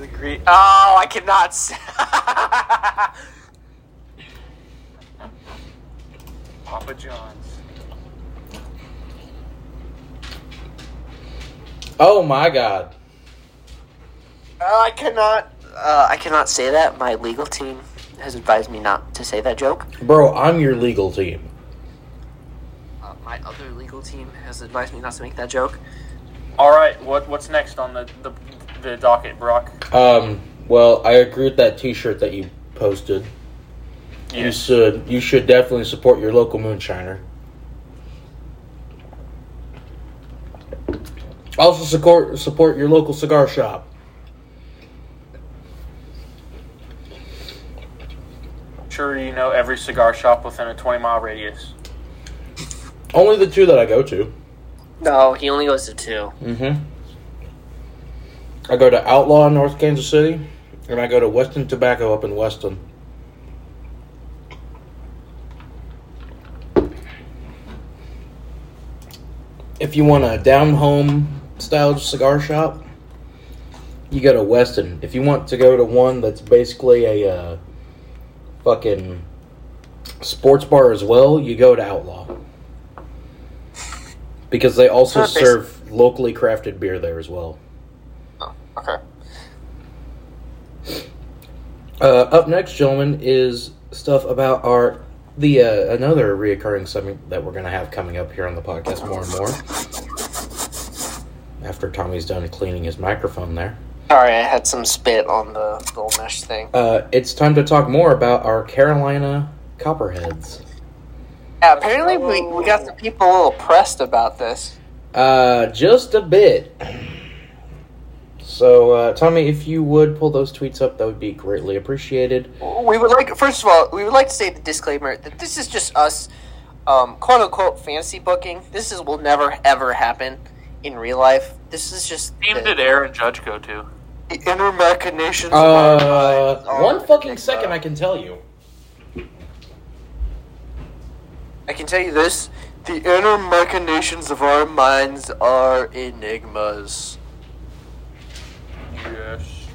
[SPEAKER 2] agree. Oh, I cannot. s-
[SPEAKER 3] Papa John's.
[SPEAKER 1] Oh my god.
[SPEAKER 2] Oh, I cannot. Uh, I cannot say that. My legal team has advised me not to say that joke.
[SPEAKER 1] Bro, I'm your legal team.
[SPEAKER 2] Uh, my other legal team has advised me not to make that joke.
[SPEAKER 3] All right, what what's next on the the, the docket, Brock?
[SPEAKER 1] Um, well, I agree with that t-shirt that you posted. You should you should definitely support your local moonshiner. Also support support your local cigar shop.
[SPEAKER 3] I'm sure you know every cigar shop within a 20 mile radius.
[SPEAKER 1] Only the two that I go to.
[SPEAKER 2] No, he only goes to two.
[SPEAKER 1] Mm-hmm. I go to Outlaw in North Kansas City, and I go to Weston Tobacco up in Weston. If you want a down home style cigar shop, you go to Weston. If you want to go to one that's basically a uh, fucking sports bar as well, you go to Outlaw. Because they also
[SPEAKER 2] Huh, basi-
[SPEAKER 1] serve locally crafted beer there as well.
[SPEAKER 2] Oh, okay.
[SPEAKER 1] Uh, up next, gentlemen, is stuff about our the uh, another reoccurring segment that we're gonna have coming up here on the podcast more and more. After Tommy's done cleaning his microphone, there,
[SPEAKER 2] Sorry, I had some spit on the gold mesh thing.
[SPEAKER 1] uh, it's time to talk more about our Carolina Copperheads.
[SPEAKER 2] Yeah, apparently we, we got the people a little pressed about this.
[SPEAKER 1] Uh, just a bit. So, uh, Tommy, if you would pull those tweets up, that would be greatly appreciated.
[SPEAKER 2] We would like, first of all, we would like to say the disclaimer that this is just us, um, quote unquote, fancy booking. This is will never ever happen in real life. This is just the,
[SPEAKER 3] Aaron Judge go to?
[SPEAKER 2] the inner machinations. of our
[SPEAKER 1] Uh,
[SPEAKER 2] minds are-
[SPEAKER 1] one fucking second, I can tell you.
[SPEAKER 2] I can tell you this: the inner machinations of our minds are enigmas.
[SPEAKER 3] Yes.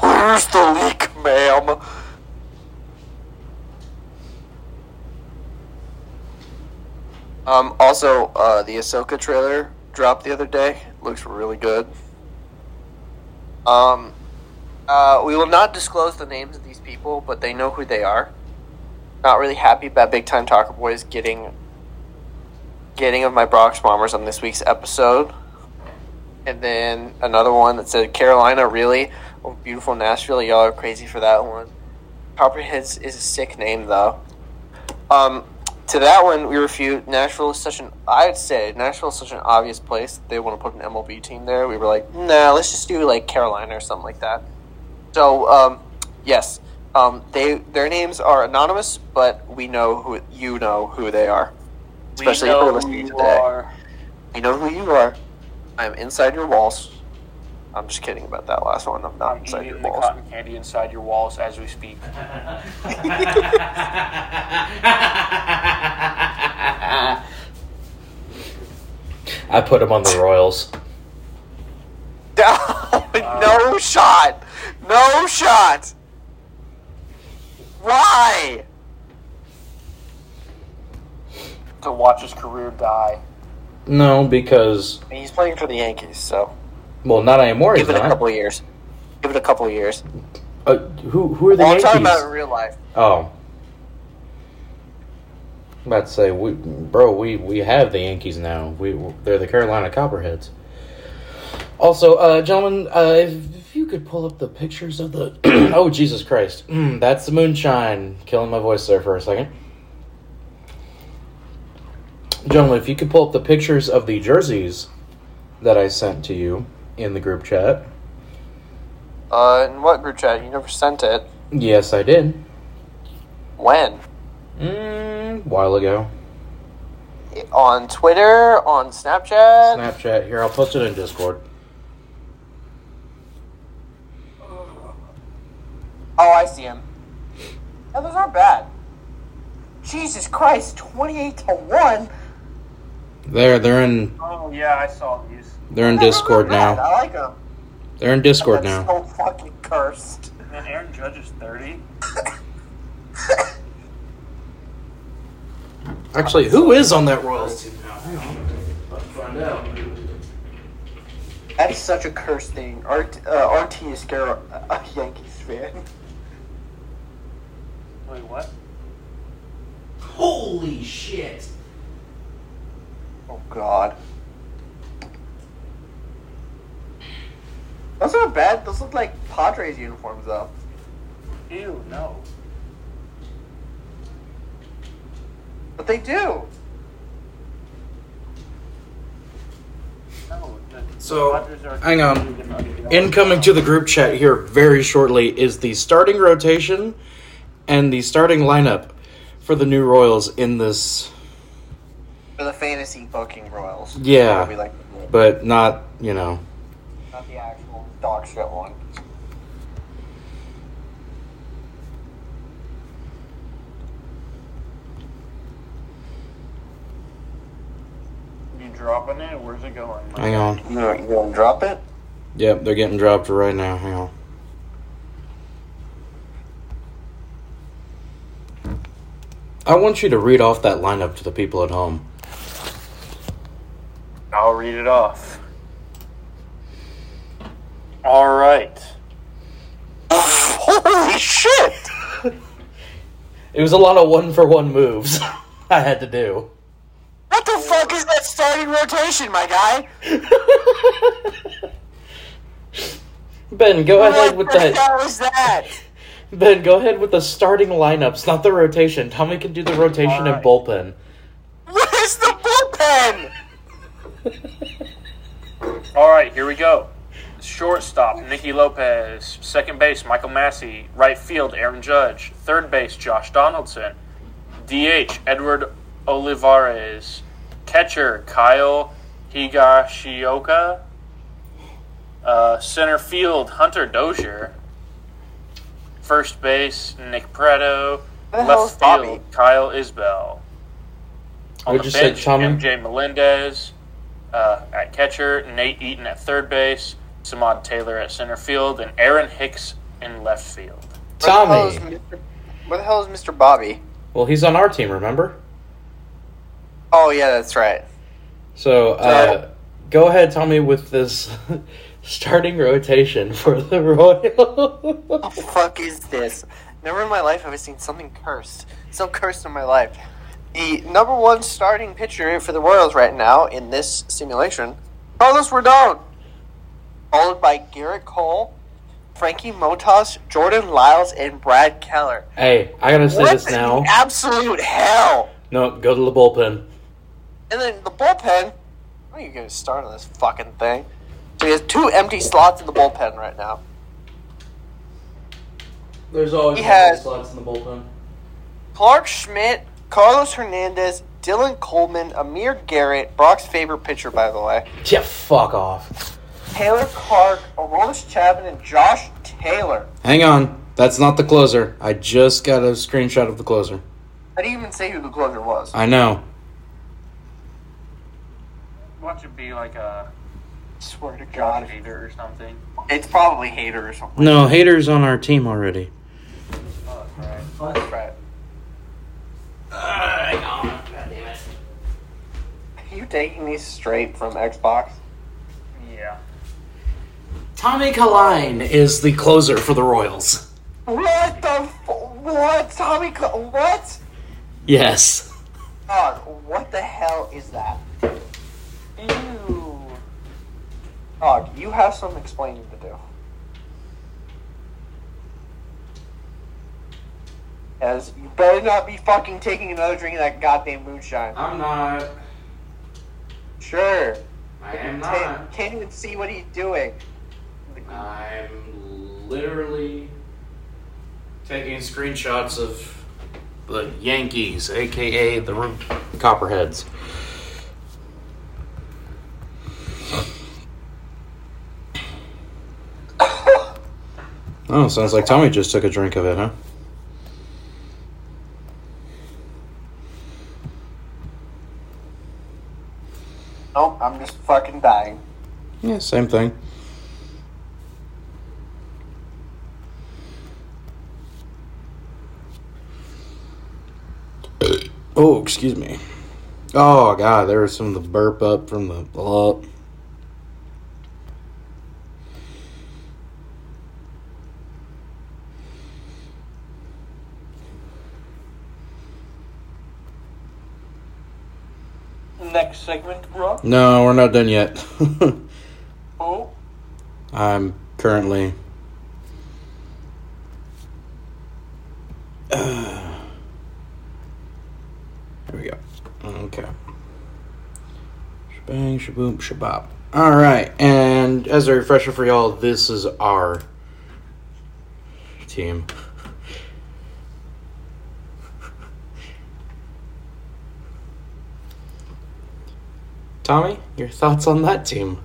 [SPEAKER 2] Where's the leak, ma'am? Um, also, uh, the Ahsoka trailer dropped the other day. Looks really good. Um, uh, we will not disclose the names of these people, but they know who they are. Not really happy about Big Time Talker Boys getting getting of my Brock Bombers on this week's episode. And then another one that said Carolina, really? Oh, beautiful Nashville. Y'all are crazy for that one. Copperheads is a sick name, though. Um, to that one, we refute Nashville is such an. I'd say Nashville is such an obvious place. They want to put an MLB team there. We were like, nah, let's just do like Carolina or something like that. So, um, yes, um, they their names are anonymous, but we know who you know who they are. Especially if
[SPEAKER 4] we
[SPEAKER 2] you're
[SPEAKER 4] know who
[SPEAKER 2] listening
[SPEAKER 4] you
[SPEAKER 2] today.
[SPEAKER 4] are.
[SPEAKER 2] You know who you are. I'm inside your walls. I'm just kidding about that last one. I'm not
[SPEAKER 3] I'm
[SPEAKER 2] inside your
[SPEAKER 3] eating the
[SPEAKER 2] walls.
[SPEAKER 3] cotton candy inside your walls as we speak.
[SPEAKER 1] I put him on the Royals.
[SPEAKER 2] no shot. No shot. Why?
[SPEAKER 3] To watch his career die.
[SPEAKER 1] No, because
[SPEAKER 2] I mean, he's playing for the Yankees, so
[SPEAKER 1] well, not anymore. He's
[SPEAKER 2] give it a
[SPEAKER 1] not.
[SPEAKER 2] couple of years. Give it a couple of years.
[SPEAKER 1] Uh, who who are the
[SPEAKER 2] Well, I'm
[SPEAKER 1] Yankees?
[SPEAKER 2] talking about in real life.
[SPEAKER 1] oh, I'm about to say, we, bro, we we have the Yankees now. We they're the Carolina Copperheads. Also, uh, gentlemen, uh, if, if you could pull up the pictures of the oh Jesus Christ, mm, that's the moonshine killing my voice there for a second. Gentlemen, if you could pull up the pictures of the jerseys that I sent to you in the group chat.
[SPEAKER 2] Uh, in what group chat? You never sent it.
[SPEAKER 1] Yes, I did.
[SPEAKER 2] When?
[SPEAKER 1] Mm, while ago.
[SPEAKER 2] On Twitter? On Snapchat?
[SPEAKER 1] Snapchat. Here, I'll post it in Discord.
[SPEAKER 2] Oh, I see him. Yeah, those aren't bad. Jesus Christ, 28 to 1?
[SPEAKER 1] There, they're in
[SPEAKER 3] Oh yeah, I saw these.
[SPEAKER 1] they're in Discord now.
[SPEAKER 2] I like him.
[SPEAKER 1] They're in Discord now.
[SPEAKER 2] That's so fucking cursed.
[SPEAKER 3] And then Aaron Judge is thirty.
[SPEAKER 1] Actually, who is on that Royals team now? Find out.
[SPEAKER 2] That is such a cursed thing. RT, uh, RT is scare a Yankees fan.
[SPEAKER 3] Wait, what?
[SPEAKER 5] Holy shit!
[SPEAKER 2] Oh God. Those aren't bad. Those look like Padres uniforms, though.
[SPEAKER 3] Ew, no.
[SPEAKER 2] But they do.
[SPEAKER 3] No. the
[SPEAKER 1] So,
[SPEAKER 3] Dodgers are-
[SPEAKER 1] hang on. Incoming to the group chat here very shortly is the starting rotation and the starting lineup for the new Royals in this,
[SPEAKER 2] For the fantasy booking Royals.
[SPEAKER 1] Yeah.
[SPEAKER 2] What we like to do.
[SPEAKER 1] but not you know.
[SPEAKER 2] Not the actual dog shit one.
[SPEAKER 3] You dropping it? Where's it going?
[SPEAKER 1] Hang on.
[SPEAKER 2] You gonna, you gonna drop it?
[SPEAKER 1] Yep, they're getting dropped right now. Hang on. I want you to read off that lineup to the people at home.
[SPEAKER 3] I'll read it off. All right.
[SPEAKER 2] Holy shit!
[SPEAKER 1] It was a lot of one for one moves I had to do.
[SPEAKER 2] What the fuck is that starting rotation, my guy?
[SPEAKER 1] Ben, go ahead with
[SPEAKER 2] what the
[SPEAKER 1] that.
[SPEAKER 2] hell is that?
[SPEAKER 1] Ben, go ahead with the starting lineups, not the rotation. Tommy can do the rotation and
[SPEAKER 3] Alright.
[SPEAKER 1] bullpen.
[SPEAKER 2] Where's the bullpen?
[SPEAKER 3] All right, here we go. Shortstop, Nicky Lopez. Second base, Michael Massey. Right field, Aaron Judge. Third base, Josh Donaldson. DH, Edward Olivares. Catcher, Kyle Higashioka. Uh, center field, Hunter Dozier. First base, Nick Preto.
[SPEAKER 2] Who the hell is
[SPEAKER 3] Left
[SPEAKER 2] Bobby?
[SPEAKER 3] field, Kyle Isbell. On
[SPEAKER 1] What'd
[SPEAKER 3] the
[SPEAKER 1] you say,
[SPEAKER 3] bench,
[SPEAKER 1] Tommy?
[SPEAKER 3] MJ Melendez uh, at catcher, Nate Eaton at third base, Samad Taylor at center field, and Aaron Hicks in left field.
[SPEAKER 1] Tommy!
[SPEAKER 2] Where the hell is Mr. Bobby?
[SPEAKER 1] Well, he's on our team, remember?
[SPEAKER 2] Oh yeah, that's right.
[SPEAKER 1] So uh, go ahead, tell me with this starting rotation for the
[SPEAKER 2] What
[SPEAKER 1] Royals.
[SPEAKER 2] the fuck is this? Never in my life have I seen something cursed. So cursed in my life. The number one starting pitcher for the Royals right now in this simulation, Carlos Rodon, followed by Garrett Cole, Frankie Motas, Jordan Lyles, and Brad Keller.
[SPEAKER 1] hey, I gotta say
[SPEAKER 2] What
[SPEAKER 1] this
[SPEAKER 2] the
[SPEAKER 1] now.
[SPEAKER 2] Absolute hell.
[SPEAKER 1] No, go to the bullpen.
[SPEAKER 2] And then the bullpen. When are you going to start on this fucking thing? So he has two empty slots in the bullpen right now.
[SPEAKER 1] There's always
[SPEAKER 2] He has-
[SPEAKER 1] slots in the bullpen.
[SPEAKER 2] Clark Schmidt, Carlos Hernandez, Dylan Coleman, Amir Garrett, Brock's favorite pitcher, by the way,
[SPEAKER 1] Yeah, fuck off.
[SPEAKER 2] Taylor Clark, Aroldis Chapman, and Josh Taylor.
[SPEAKER 1] Hang on, that's not the closer. I just got a screenshot of the closer.
[SPEAKER 2] I didn't even say who the closer was.
[SPEAKER 1] I know.
[SPEAKER 3] Watch it be like a
[SPEAKER 2] swear to
[SPEAKER 3] John
[SPEAKER 2] God,
[SPEAKER 3] Hader or something.
[SPEAKER 2] it's probably Hater or something.
[SPEAKER 1] No haters on our team already.
[SPEAKER 3] Oh, that's right.
[SPEAKER 2] That's right. Are you taking these straight from Xbox?
[SPEAKER 3] Yeah.
[SPEAKER 1] Tommy Kaline is the closer for the Royals.
[SPEAKER 2] What the? F- what, Tommy? Cl- what?
[SPEAKER 1] Yes.
[SPEAKER 2] God, what the hell is that? Ew. Dog, you have some explaining to do. As you better not be fucking taking another drink of that goddamn moonshine.
[SPEAKER 1] I'm not.
[SPEAKER 2] Sure.
[SPEAKER 1] I am
[SPEAKER 2] Can't, can't even see what he's doing.
[SPEAKER 1] I'm literally taking screenshots of the Yankees, aka the Ro- Copperheads. Oh, sounds like Tommy just took a drink of it, huh?
[SPEAKER 2] Nope, I'm just fucking dying.
[SPEAKER 1] Yeah, same thing. Oh, excuse me. Oh god, there was some of the burp up from the uh, up.
[SPEAKER 2] Next segment, bro.
[SPEAKER 1] No, we're not done yet.
[SPEAKER 2] Oh.
[SPEAKER 1] I'm currently. uh, there we go. Okay. Shebang, shaboom, shabop. All right, and as a refresher for y'all, this is our team. Tommy, your thoughts on that team?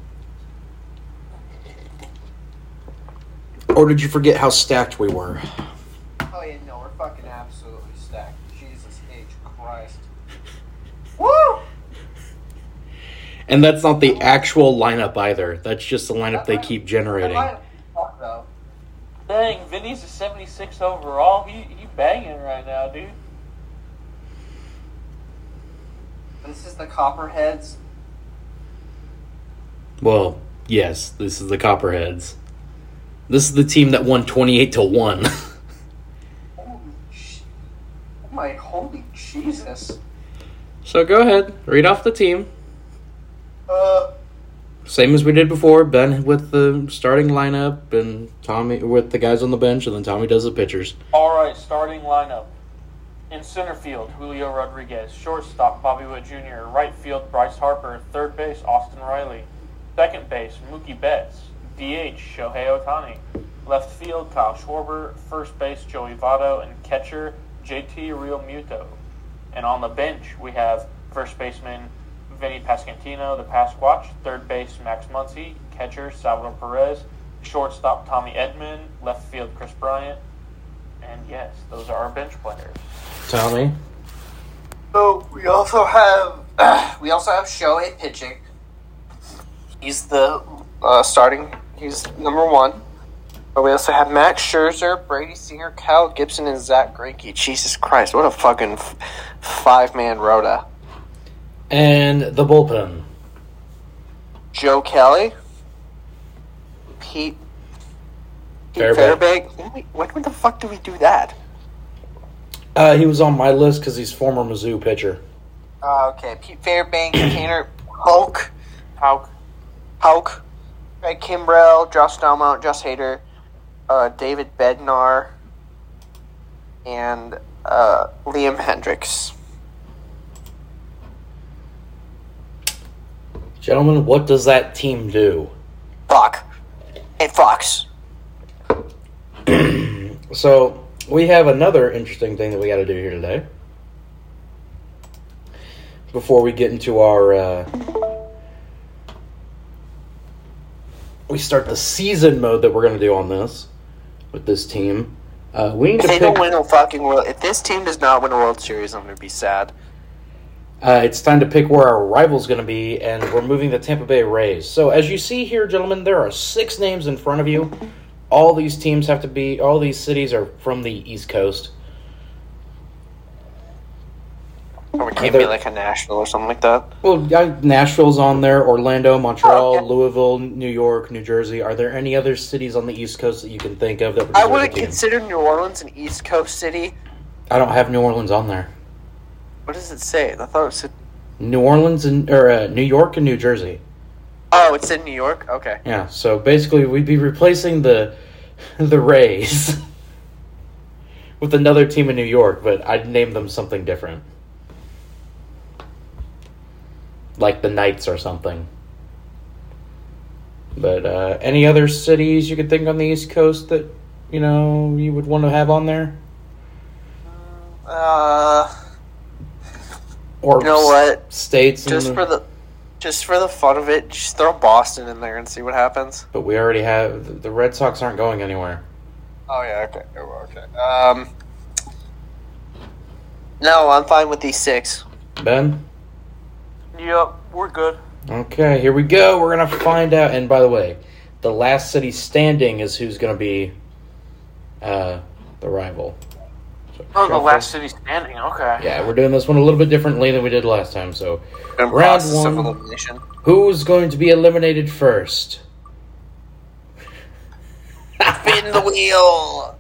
[SPEAKER 1] Or did you forget how stacked we were?
[SPEAKER 2] Oh yeah, no, we're fucking absolutely stacked. Jesus H Christ. Woo!
[SPEAKER 1] And that's not the actual lineup either. That's just the lineup they keep generating.
[SPEAKER 3] Dang, Vinny's a 76 overall. He he banging right now, dude.
[SPEAKER 2] This is the Copperheads.
[SPEAKER 1] Well, yes, this is the Copperheads. This is the team that won 28 to 1.
[SPEAKER 2] Holy sh- oh my holy Jesus.
[SPEAKER 1] so go ahead, read off the team.
[SPEAKER 2] Uh,
[SPEAKER 1] Same as we did before, Ben with the starting lineup and Tommy with the guys on the bench and then Tommy does the pitchers.
[SPEAKER 3] All right, starting lineup. In center field, Julio Rodriguez. Shortstop, Bobby Wood Jr. Right field, Bryce Harper. Third base, Austin Riley. Second base, Mookie Betts. DH, Shohei Otani. Left field, Kyle Schwarber. First base, Joey Votto. And catcher, JT Realmuto. And on the bench, we have first baseman Vinny Pascantino, the pass watch. Third base, Max Muncy. Catcher, Salvador Perez. Shortstop, Tommy Edmond. Left field, Chris Bryant. And yes, those are our bench players.
[SPEAKER 1] Tommy?
[SPEAKER 2] so we also have we also have Shohei pitching. He's the uh, starting. He's number one. But we also have Max Scherzer, Brady Singer, Kyle Gibson, and Zach Greinke. Jesus Christ, what a fucking f- five-man rota.
[SPEAKER 1] And the bullpen.
[SPEAKER 2] Joe Kelly, Pete, Pete
[SPEAKER 1] Fairbank.
[SPEAKER 2] Fairbank. When, when the fuck did we do that?
[SPEAKER 1] Uh, he was on my list because he's former Mizzou pitcher.
[SPEAKER 2] Uh, okay, Pete Fairbank, Tanner Hulk,
[SPEAKER 3] How?
[SPEAKER 2] Hulk, Greg Kimbrell, Josh Stalmount, Josh Hader, uh, David Bednar, and uh, Liam Hendricks.
[SPEAKER 1] Gentlemen, what does that team do?
[SPEAKER 2] Fuck. It fucks.
[SPEAKER 1] So we have another interesting thing that we got to do here today. Before we get into our, uh, we start the season mode that we're going to do on this with this team. Uh, we need
[SPEAKER 2] If
[SPEAKER 1] to
[SPEAKER 2] they
[SPEAKER 1] pick.
[SPEAKER 2] don't win a fucking world, if this team does not win a World Series, I'm gonna be sad.
[SPEAKER 1] Uh, it's time to pick where our rival's going to be, and we're moving the Tampa Bay Rays. So, as you see here, gentlemen, there are six names in front of you. All these teams have to be, all these cities are from the East Coast.
[SPEAKER 2] Or it can't
[SPEAKER 1] Either-
[SPEAKER 2] be like a national or something like that.
[SPEAKER 1] Well, I- Nashville's on there, Orlando, Montreal,
[SPEAKER 2] Oh, okay.
[SPEAKER 1] Louisville, New York, New Jersey. Are there any other cities on the East Coast that you can think of that would
[SPEAKER 2] I
[SPEAKER 1] deserve a
[SPEAKER 2] wouldn't
[SPEAKER 1] team?
[SPEAKER 2] consider New Orleans an East Coast city.
[SPEAKER 1] I don't have New Orleans on there.
[SPEAKER 2] What does it say? I thought it said.
[SPEAKER 1] New Orleans and or uh, New York and New Jersey.
[SPEAKER 2] Oh, it's in New York. Okay.
[SPEAKER 1] Yeah, so basically we'd be replacing the the Rays with another team in New York, but I'd name them something different. Like the Knights or something. But uh, any other cities you could think on the East Coast that you know you would want to have on there,
[SPEAKER 2] Uh,
[SPEAKER 1] or
[SPEAKER 2] you know what?
[SPEAKER 1] states? in
[SPEAKER 2] Just for the, just for the fun of it, just throw Boston in there and see what happens.
[SPEAKER 1] but we already have the Red Sox aren't going anywhere.
[SPEAKER 2] Oh yeah. Okay. oh, Okay. Um. No, I'm fine with these six.
[SPEAKER 1] Ben.
[SPEAKER 3] Yep, we're good.
[SPEAKER 1] Okay, here we go. We're gonna find out. And by the way, the last city standing is who's gonna be uh, the rival. So,
[SPEAKER 3] Oh, the
[SPEAKER 1] shuffle.
[SPEAKER 3] last city standing. Okay.
[SPEAKER 1] Yeah, we're doing this one a little bit differently than we did last time. So,
[SPEAKER 2] In
[SPEAKER 1] Round
[SPEAKER 2] process of
[SPEAKER 1] one.
[SPEAKER 2] elimination.
[SPEAKER 1] who's going to be eliminated first?
[SPEAKER 2] Spin the wheel.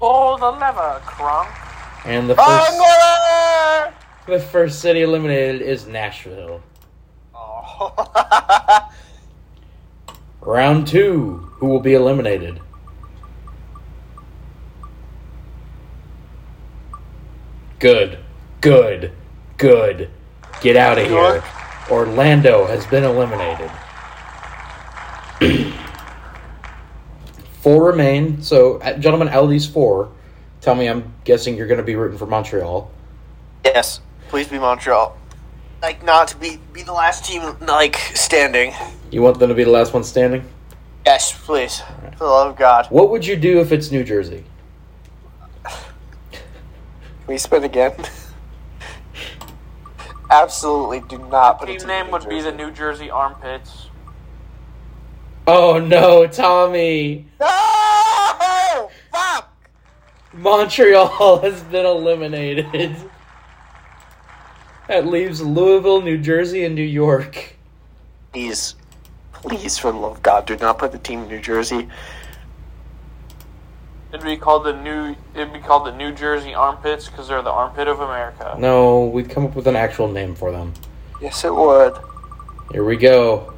[SPEAKER 3] Oh, the lever, crunk.
[SPEAKER 1] And the first,
[SPEAKER 2] Angola!
[SPEAKER 1] the first city eliminated is Nashville.
[SPEAKER 2] Oh.
[SPEAKER 1] Round two, who will be eliminated? Good, good, good. Get out of
[SPEAKER 3] New
[SPEAKER 1] here.
[SPEAKER 3] York.
[SPEAKER 1] Orlando has been eliminated. four remain. So, uh, gentlemen, out of these four, tell me I'm guessing you're going to be rooting for Montreal.
[SPEAKER 2] yes. Please be Montreal. Like not to be be the last team like standing.
[SPEAKER 1] You want them to be the last one standing?
[SPEAKER 2] Yes, please. For the love of God.
[SPEAKER 1] What would you do if it's New Jersey?
[SPEAKER 2] Can we spin again? Absolutely do not put a
[SPEAKER 3] Team name
[SPEAKER 2] in
[SPEAKER 3] would be the
[SPEAKER 2] Jersey.
[SPEAKER 3] New Jersey Armpits.
[SPEAKER 1] Oh no, Tommy!
[SPEAKER 2] No! Fuck!
[SPEAKER 1] Montreal has been eliminated. That leaves Louisville, New Jersey, and New York.
[SPEAKER 2] Please. Please, for the love of God, do not put the team in New Jersey.
[SPEAKER 3] It'd be called the New. It'd be called the New Jersey Armpits because they're the armpit of America.
[SPEAKER 1] No, we've come up with an actual name for them.
[SPEAKER 2] Yes, it would.
[SPEAKER 1] Here we go.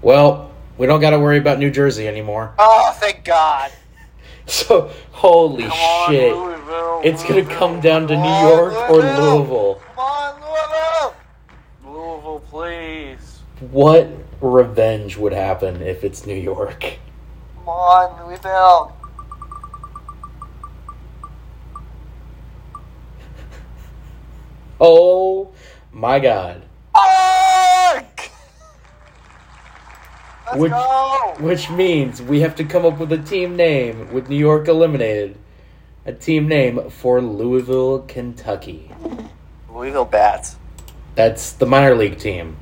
[SPEAKER 1] Well, we don't got to worry about New Jersey anymore.
[SPEAKER 2] Oh, thank God.
[SPEAKER 1] So, holy
[SPEAKER 3] Come on,
[SPEAKER 1] shit.
[SPEAKER 3] Louisville.
[SPEAKER 1] It's going to
[SPEAKER 3] Louisville.
[SPEAKER 1] come down to New
[SPEAKER 2] Oh,
[SPEAKER 1] York or
[SPEAKER 2] Louisville.
[SPEAKER 1] Louisville.
[SPEAKER 2] Come on, Louisville!
[SPEAKER 3] Louisville, please.
[SPEAKER 1] What revenge would happen if it's New York?
[SPEAKER 2] Come on, Louisville!
[SPEAKER 1] Oh my god.
[SPEAKER 2] Ark! Let's
[SPEAKER 1] Would-
[SPEAKER 2] go!
[SPEAKER 1] Which means we have to come up with a team name with New York eliminated. A team name for Louisville, Kentucky.
[SPEAKER 2] Louisville Bats.
[SPEAKER 1] That's the minor league team.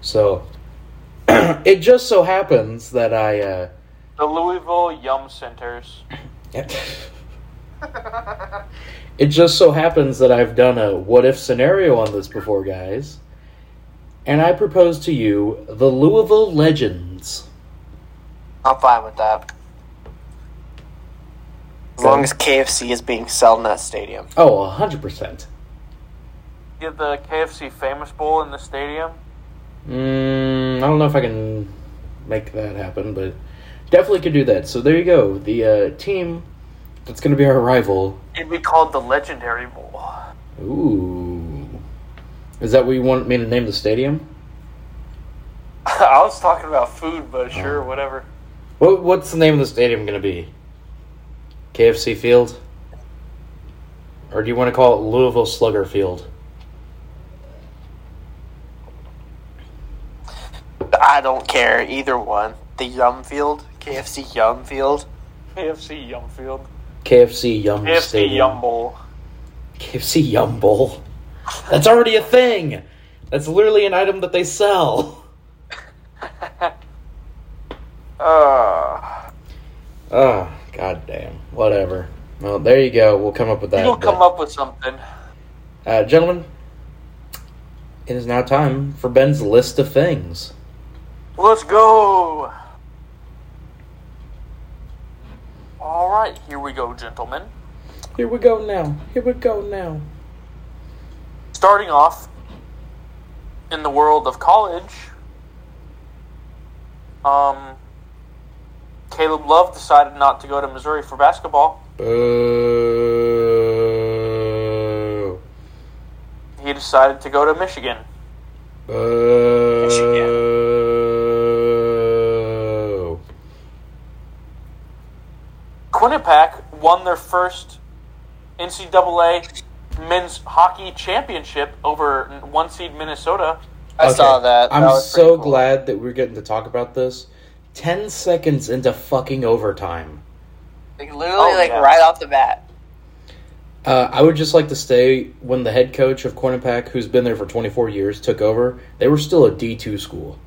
[SPEAKER 1] So it just so happens that I uh
[SPEAKER 3] The Louisville Yum Centers.
[SPEAKER 1] uh, It just so happens that I've done a what if scenario on this before, guys. And I propose to you the Louisville Legends.
[SPEAKER 2] I'm fine with that. As long as KFC is being sold in that stadium.
[SPEAKER 1] Oh, 100%.
[SPEAKER 3] Get the KFC Famous Bowl in the stadium.
[SPEAKER 1] Mm, I don't know if I can make that happen, but definitely could do that. So there you go. The uh, team that's going to be our rival.
[SPEAKER 3] It'd be called the Legendary Bowl.
[SPEAKER 1] Ooh. Is that what you want me to name the stadium?
[SPEAKER 3] I was talking about food, but sure, whatever.
[SPEAKER 1] What, what's the name of the stadium going to be? KFC Field? Or do you want to call it Louisville Slugger Field?
[SPEAKER 2] I don't care either one. The Yum Field, KFC Yum Field.
[SPEAKER 3] KFC Yumfield.
[SPEAKER 1] KFC Yum
[SPEAKER 3] KFC
[SPEAKER 1] Stadium.
[SPEAKER 3] Yum Bowl.
[SPEAKER 1] KFC Yum Bowl. That's already a thing. That's literally an item that they sell.
[SPEAKER 3] Uh,
[SPEAKER 1] Oh, god damn. Whatever. Well, there you go. We'll come up with that.
[SPEAKER 3] you'll
[SPEAKER 1] but-
[SPEAKER 3] come up with something.
[SPEAKER 1] Uh, gentlemen, it is now time for Ben's list of things.
[SPEAKER 3] Let's go. All right, here we go, gentlemen.
[SPEAKER 1] Here we go now. Here we go now.
[SPEAKER 3] Starting off in the world of college, um, Caleb Love decided not to go to Missouri for basketball.
[SPEAKER 1] Boo.
[SPEAKER 3] He decided to go to Michigan.
[SPEAKER 1] Boo.
[SPEAKER 3] Quinnipiac won their first NCAA men's hockey championship over one seed Minnesota.
[SPEAKER 2] I saw that.
[SPEAKER 1] I'm
[SPEAKER 2] That was pretty
[SPEAKER 1] so
[SPEAKER 2] cool.
[SPEAKER 1] glad that we're getting to talk about this. Ten seconds into fucking overtime.
[SPEAKER 2] Like literally,
[SPEAKER 3] Oh,
[SPEAKER 2] like
[SPEAKER 3] yeah.
[SPEAKER 2] right off the bat.
[SPEAKER 1] Uh, I would just like to say when the head coach of Quinnipiac, who's been there for 24 years, took over, they were still a D2 school.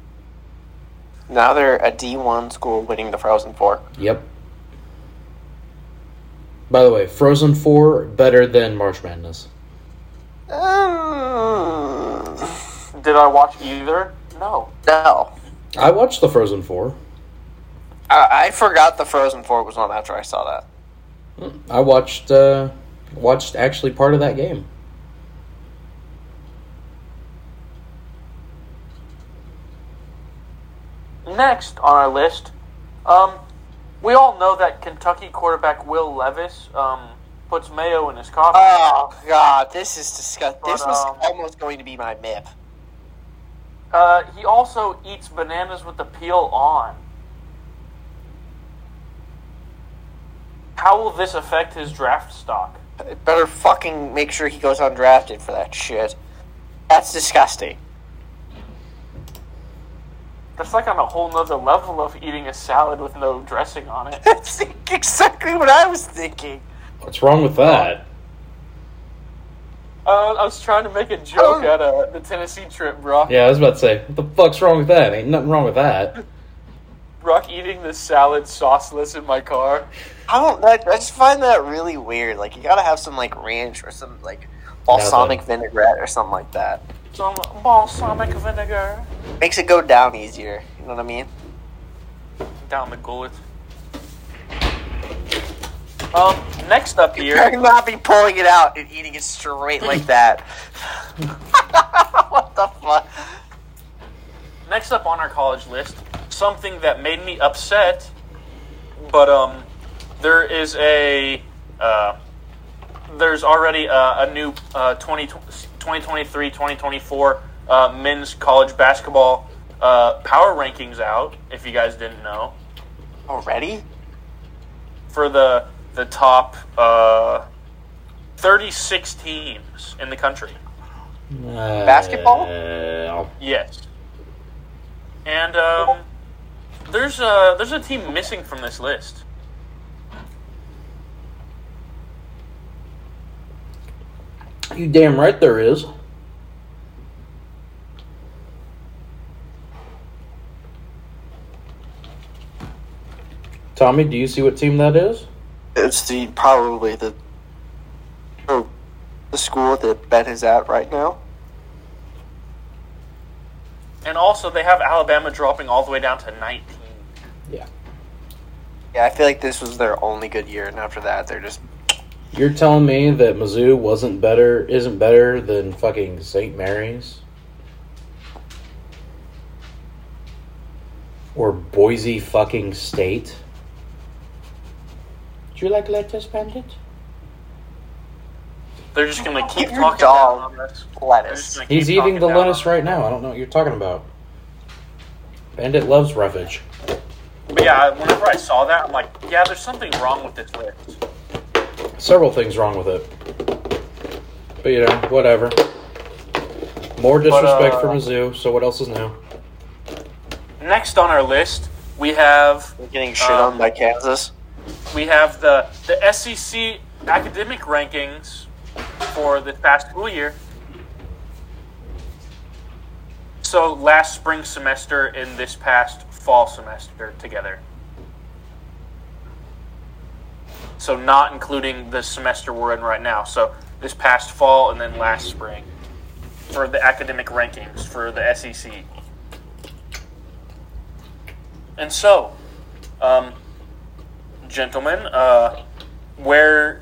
[SPEAKER 2] Now they're a D1 school winning the Frozen Four.
[SPEAKER 1] Yep. By the way, Frozen 4 better than March Madness.
[SPEAKER 3] Mm. Did I watch either? No.
[SPEAKER 2] no.
[SPEAKER 1] I watched the Frozen 4.
[SPEAKER 2] I, I forgot the Frozen Four was on after I saw that.
[SPEAKER 1] I watched uh, watched actually part of that game.
[SPEAKER 3] Next on our list, um, we all know that Kentucky quarterback Will Levis um, puts mayo in his coffee.
[SPEAKER 2] Oh god, this is disgusting. This
[SPEAKER 3] But,
[SPEAKER 2] was
[SPEAKER 3] um,
[SPEAKER 2] almost going to be my MIP.
[SPEAKER 3] Uh, he also eats bananas with the peel on. How will this affect his draft stock?
[SPEAKER 2] Better fucking make sure he goes undrafted for that shit. That's disgusting.
[SPEAKER 3] That's like on a whole nother level of eating a salad with no dressing on it. Uh,
[SPEAKER 2] That's exactly what I was thinking.
[SPEAKER 1] What's wrong with that?
[SPEAKER 3] Uh, I was trying to make a joke at uh, the Tennessee trip, Brock.
[SPEAKER 1] Yeah, I was about to say, what the fuck's wrong with that? Ain't nothing wrong with that.
[SPEAKER 3] Brock eating the salad sauceless in my car.
[SPEAKER 2] I don't. I, I just find that really weird. Like you gotta have some like ranch or some like balsamic vinaigrette or something like that.
[SPEAKER 3] Some balsamic vinegar.
[SPEAKER 2] Makes it go down easier. You know what I mean?
[SPEAKER 3] Down the gullet. Um, next up
[SPEAKER 2] You're
[SPEAKER 3] here,
[SPEAKER 2] not be pulling it out and eating it straight like that. what the fuck?
[SPEAKER 3] next up on our college list, something that made me upset, but um, there is a uh, there's already a, a new uh, 20, 2023 2024 uh, men's college basketball uh, power rankings out. If you guys didn't know,
[SPEAKER 2] Already?
[SPEAKER 3] for the the top uh, 36 teams in the country.
[SPEAKER 2] Basketball?
[SPEAKER 1] Uh,
[SPEAKER 3] Yes. And um, there's a there's a team missing from this list.
[SPEAKER 1] you damn right there is. Tommy, do you see what team that is?
[SPEAKER 2] It's the probably the or the school that Ben is at right now.
[SPEAKER 3] And also, they have Alabama dropping all the way down to 19.
[SPEAKER 1] Yeah.
[SPEAKER 2] Yeah, I feel like this was their only good year, and after that, they're just
[SPEAKER 1] You're telling me that Mizzou wasn't better, isn't better than fucking St. Mary's or Boise fucking State? Do you like lettuce, bandit?
[SPEAKER 3] They're just going to keep
[SPEAKER 2] Your
[SPEAKER 3] talking
[SPEAKER 2] dog.
[SPEAKER 3] down on us. They're just
[SPEAKER 2] lettuce.
[SPEAKER 3] gonna
[SPEAKER 1] He's
[SPEAKER 3] keep
[SPEAKER 1] eating
[SPEAKER 3] talking
[SPEAKER 1] the
[SPEAKER 3] down
[SPEAKER 1] lettuce
[SPEAKER 3] on us.
[SPEAKER 1] right now. I don't know what you're talking about. Bandit loves roughage.
[SPEAKER 3] But yeah, whenever I saw that, I'm like, yeah, there's something wrong with this list.
[SPEAKER 1] Several things wrong with it. But you know, whatever. More disrespect
[SPEAKER 3] uh,
[SPEAKER 1] for Mizzou, so what else is new?
[SPEAKER 3] Next on our list, we have
[SPEAKER 2] We're getting shit
[SPEAKER 3] Um,
[SPEAKER 2] on by Kansas.
[SPEAKER 3] we have the the SEC academic rankings for the past school year. So last spring semester and this past fall semester together. So not including the semester we're in right now. So this past fall and then last spring for the academic rankings for the E SEC. And so, um, gentlemen, uh, where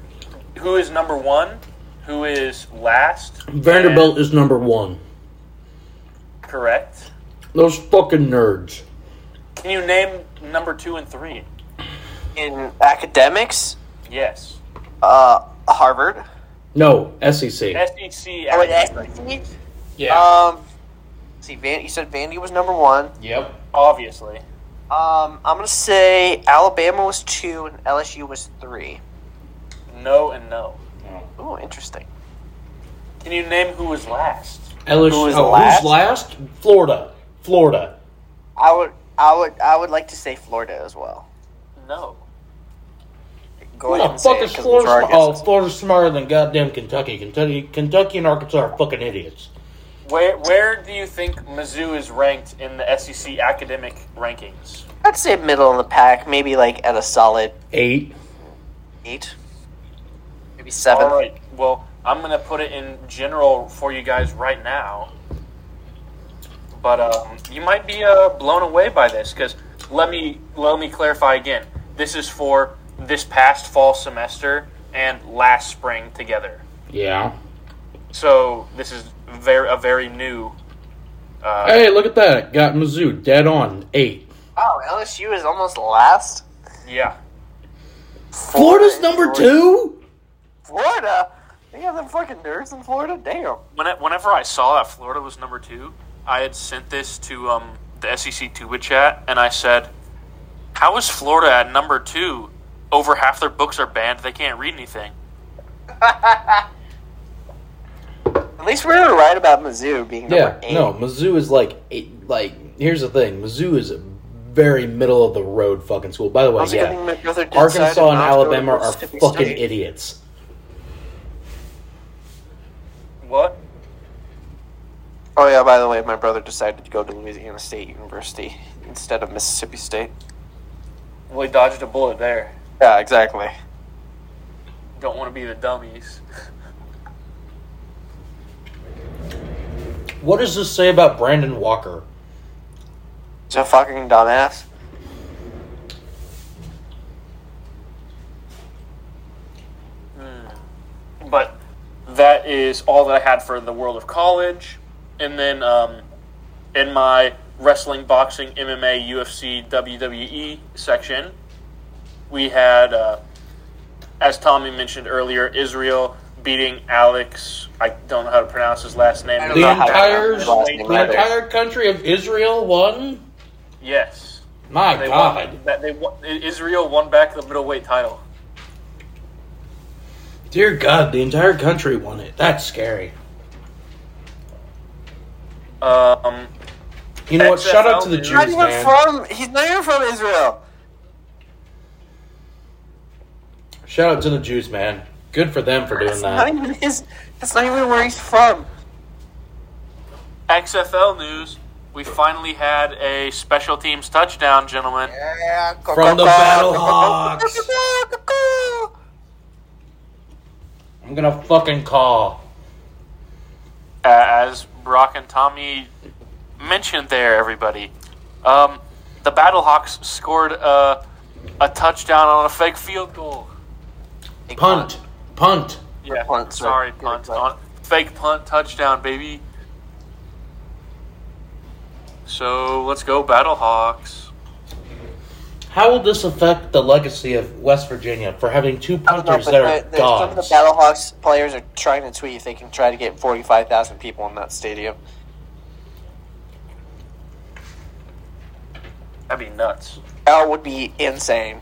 [SPEAKER 3] who is number one, who is last?
[SPEAKER 1] Vanderbilt is number one.
[SPEAKER 3] And- correct.
[SPEAKER 1] Those fucking nerds.
[SPEAKER 3] Can you name number two and three?
[SPEAKER 2] In academics,
[SPEAKER 3] Yes.
[SPEAKER 2] uh, Harvard.
[SPEAKER 1] No, E SEC.
[SPEAKER 3] SEC.
[SPEAKER 2] Oh,
[SPEAKER 3] academic
[SPEAKER 2] and
[SPEAKER 3] rankings,
[SPEAKER 2] SEC.
[SPEAKER 1] Yeah.
[SPEAKER 2] Um, see, Van, you said Vandy was number one.
[SPEAKER 1] yep.
[SPEAKER 3] obviously.
[SPEAKER 2] Um, I'm gonna say Alabama was two and LSU was three.
[SPEAKER 3] No and no.
[SPEAKER 2] Oh, interesting.
[SPEAKER 3] Can you name who was last?
[SPEAKER 1] LSU.
[SPEAKER 2] Who is
[SPEAKER 1] oh,
[SPEAKER 2] last?
[SPEAKER 1] Who's last? Florida. Florida.
[SPEAKER 2] I would, I would, I would like to say Florida as well.
[SPEAKER 3] No.
[SPEAKER 2] Go
[SPEAKER 1] Who
[SPEAKER 2] ahead
[SPEAKER 1] the
[SPEAKER 2] and say
[SPEAKER 1] fuck
[SPEAKER 2] it
[SPEAKER 1] is
[SPEAKER 2] 'cause those
[SPEAKER 1] Florida?
[SPEAKER 2] are our
[SPEAKER 1] sm- Oh,
[SPEAKER 2] guesses.
[SPEAKER 1] Florida's smarter than goddamn Kentucky. Kentucky, Kentucky, and Arkansas are fucking idiots.
[SPEAKER 3] Where where do you think Mizzou is ranked in the SEC academic rankings?
[SPEAKER 2] I'd say middle in the pack, maybe like at a solid
[SPEAKER 1] Eight.
[SPEAKER 2] eight, maybe seven.
[SPEAKER 3] All right. Well, I'm gonna put it in general for you guys right now. But um, you might be uh, blown away by this because let me let me clarify again. This is for this past fall semester and last spring together.
[SPEAKER 1] Yeah.
[SPEAKER 3] So this is very a very new. Uh,
[SPEAKER 1] Hey, look at that. Got Mizzou dead on. Eight.
[SPEAKER 2] Wow, LSU is almost last.
[SPEAKER 3] Yeah.
[SPEAKER 1] Florida's number two?
[SPEAKER 2] Florida. They have them fucking nerds in Florida. Damn.
[SPEAKER 3] When I, whenever I saw that Florida was number two, I had sent this to um, the SEC Tuba chat, and I said, "How is Florida at number two? Over half their books are banned; they can't read anything."
[SPEAKER 2] At least we were right about Mizzou being
[SPEAKER 1] Yeah.
[SPEAKER 2] number eight.
[SPEAKER 1] No, Mizzou is like eight. Like, here's the thing. Mizzou is a very middle of the road fucking school. By the way,
[SPEAKER 2] I was
[SPEAKER 1] yeah.
[SPEAKER 2] getting MacArthur decided
[SPEAKER 1] Arkansas and
[SPEAKER 2] not to go to
[SPEAKER 1] Alabama are
[SPEAKER 2] Mississippi
[SPEAKER 1] fucking
[SPEAKER 2] State.
[SPEAKER 1] idiots.
[SPEAKER 3] What?
[SPEAKER 2] Oh yeah, by the way, my brother decided to go to Louisiana State University instead of Mississippi State.
[SPEAKER 3] Well, he dodged a bullet there.
[SPEAKER 2] Yeah, exactly.
[SPEAKER 3] Don't want to be the dummies.
[SPEAKER 1] What does this say about Brandon Walker?
[SPEAKER 2] He's a fucking dumbass.
[SPEAKER 3] But that is all that I had for the world of college, and then um, in my wrestling, boxing, MMA, UFC, WWE E section, we had, uh, as Tommy mentioned earlier, Israel beating Alex. I don't know how to pronounce his last name.
[SPEAKER 2] I
[SPEAKER 1] The
[SPEAKER 2] don't know how to
[SPEAKER 1] entire
[SPEAKER 2] pronounce his last name
[SPEAKER 1] the
[SPEAKER 2] either.
[SPEAKER 1] entire country of Israel won.
[SPEAKER 3] yes,
[SPEAKER 1] My
[SPEAKER 3] they won,
[SPEAKER 1] God,
[SPEAKER 3] that they won, Israel won back the middleweight title.
[SPEAKER 1] dear God, the entire country won it. That's scary.
[SPEAKER 3] Um,
[SPEAKER 1] You know what? Shout out to the
[SPEAKER 3] XFL,
[SPEAKER 1] Jews,
[SPEAKER 3] dude.
[SPEAKER 2] He's not even
[SPEAKER 1] man.
[SPEAKER 2] from. He's not even from Israel.
[SPEAKER 1] Shout out to the Jews, man. Good for them for doing
[SPEAKER 2] That's not
[SPEAKER 1] that.
[SPEAKER 2] even his. That's not even where he's from.
[SPEAKER 3] XFL news. We finally had a special teams touchdown, gentlemen.
[SPEAKER 2] Yeah,
[SPEAKER 1] From the Battle Hawks.
[SPEAKER 4] gonna fucking call.
[SPEAKER 3] as Brock and Tommy mentioned there, everybody, um, the Battlehawks scored a, a touchdown on a fake field goal.
[SPEAKER 2] Big
[SPEAKER 4] Punt. Punt.
[SPEAKER 3] Yeah,
[SPEAKER 2] punt,
[SPEAKER 3] sorry,
[SPEAKER 2] right.
[SPEAKER 3] punt.
[SPEAKER 2] Yeah, right.
[SPEAKER 3] On, fake punt touchdown, baby. So let's go, Battlehawks.
[SPEAKER 4] How will this affect the legacy of West Virginia for having two
[SPEAKER 2] I don't know,
[SPEAKER 4] punters
[SPEAKER 2] but
[SPEAKER 4] that are
[SPEAKER 2] the, the, some of the
[SPEAKER 4] dogs?
[SPEAKER 2] Battlehawks players are trying to tweet if they can try to get 45,000 people in that stadium.
[SPEAKER 3] That'd be nuts.
[SPEAKER 2] That would be insane.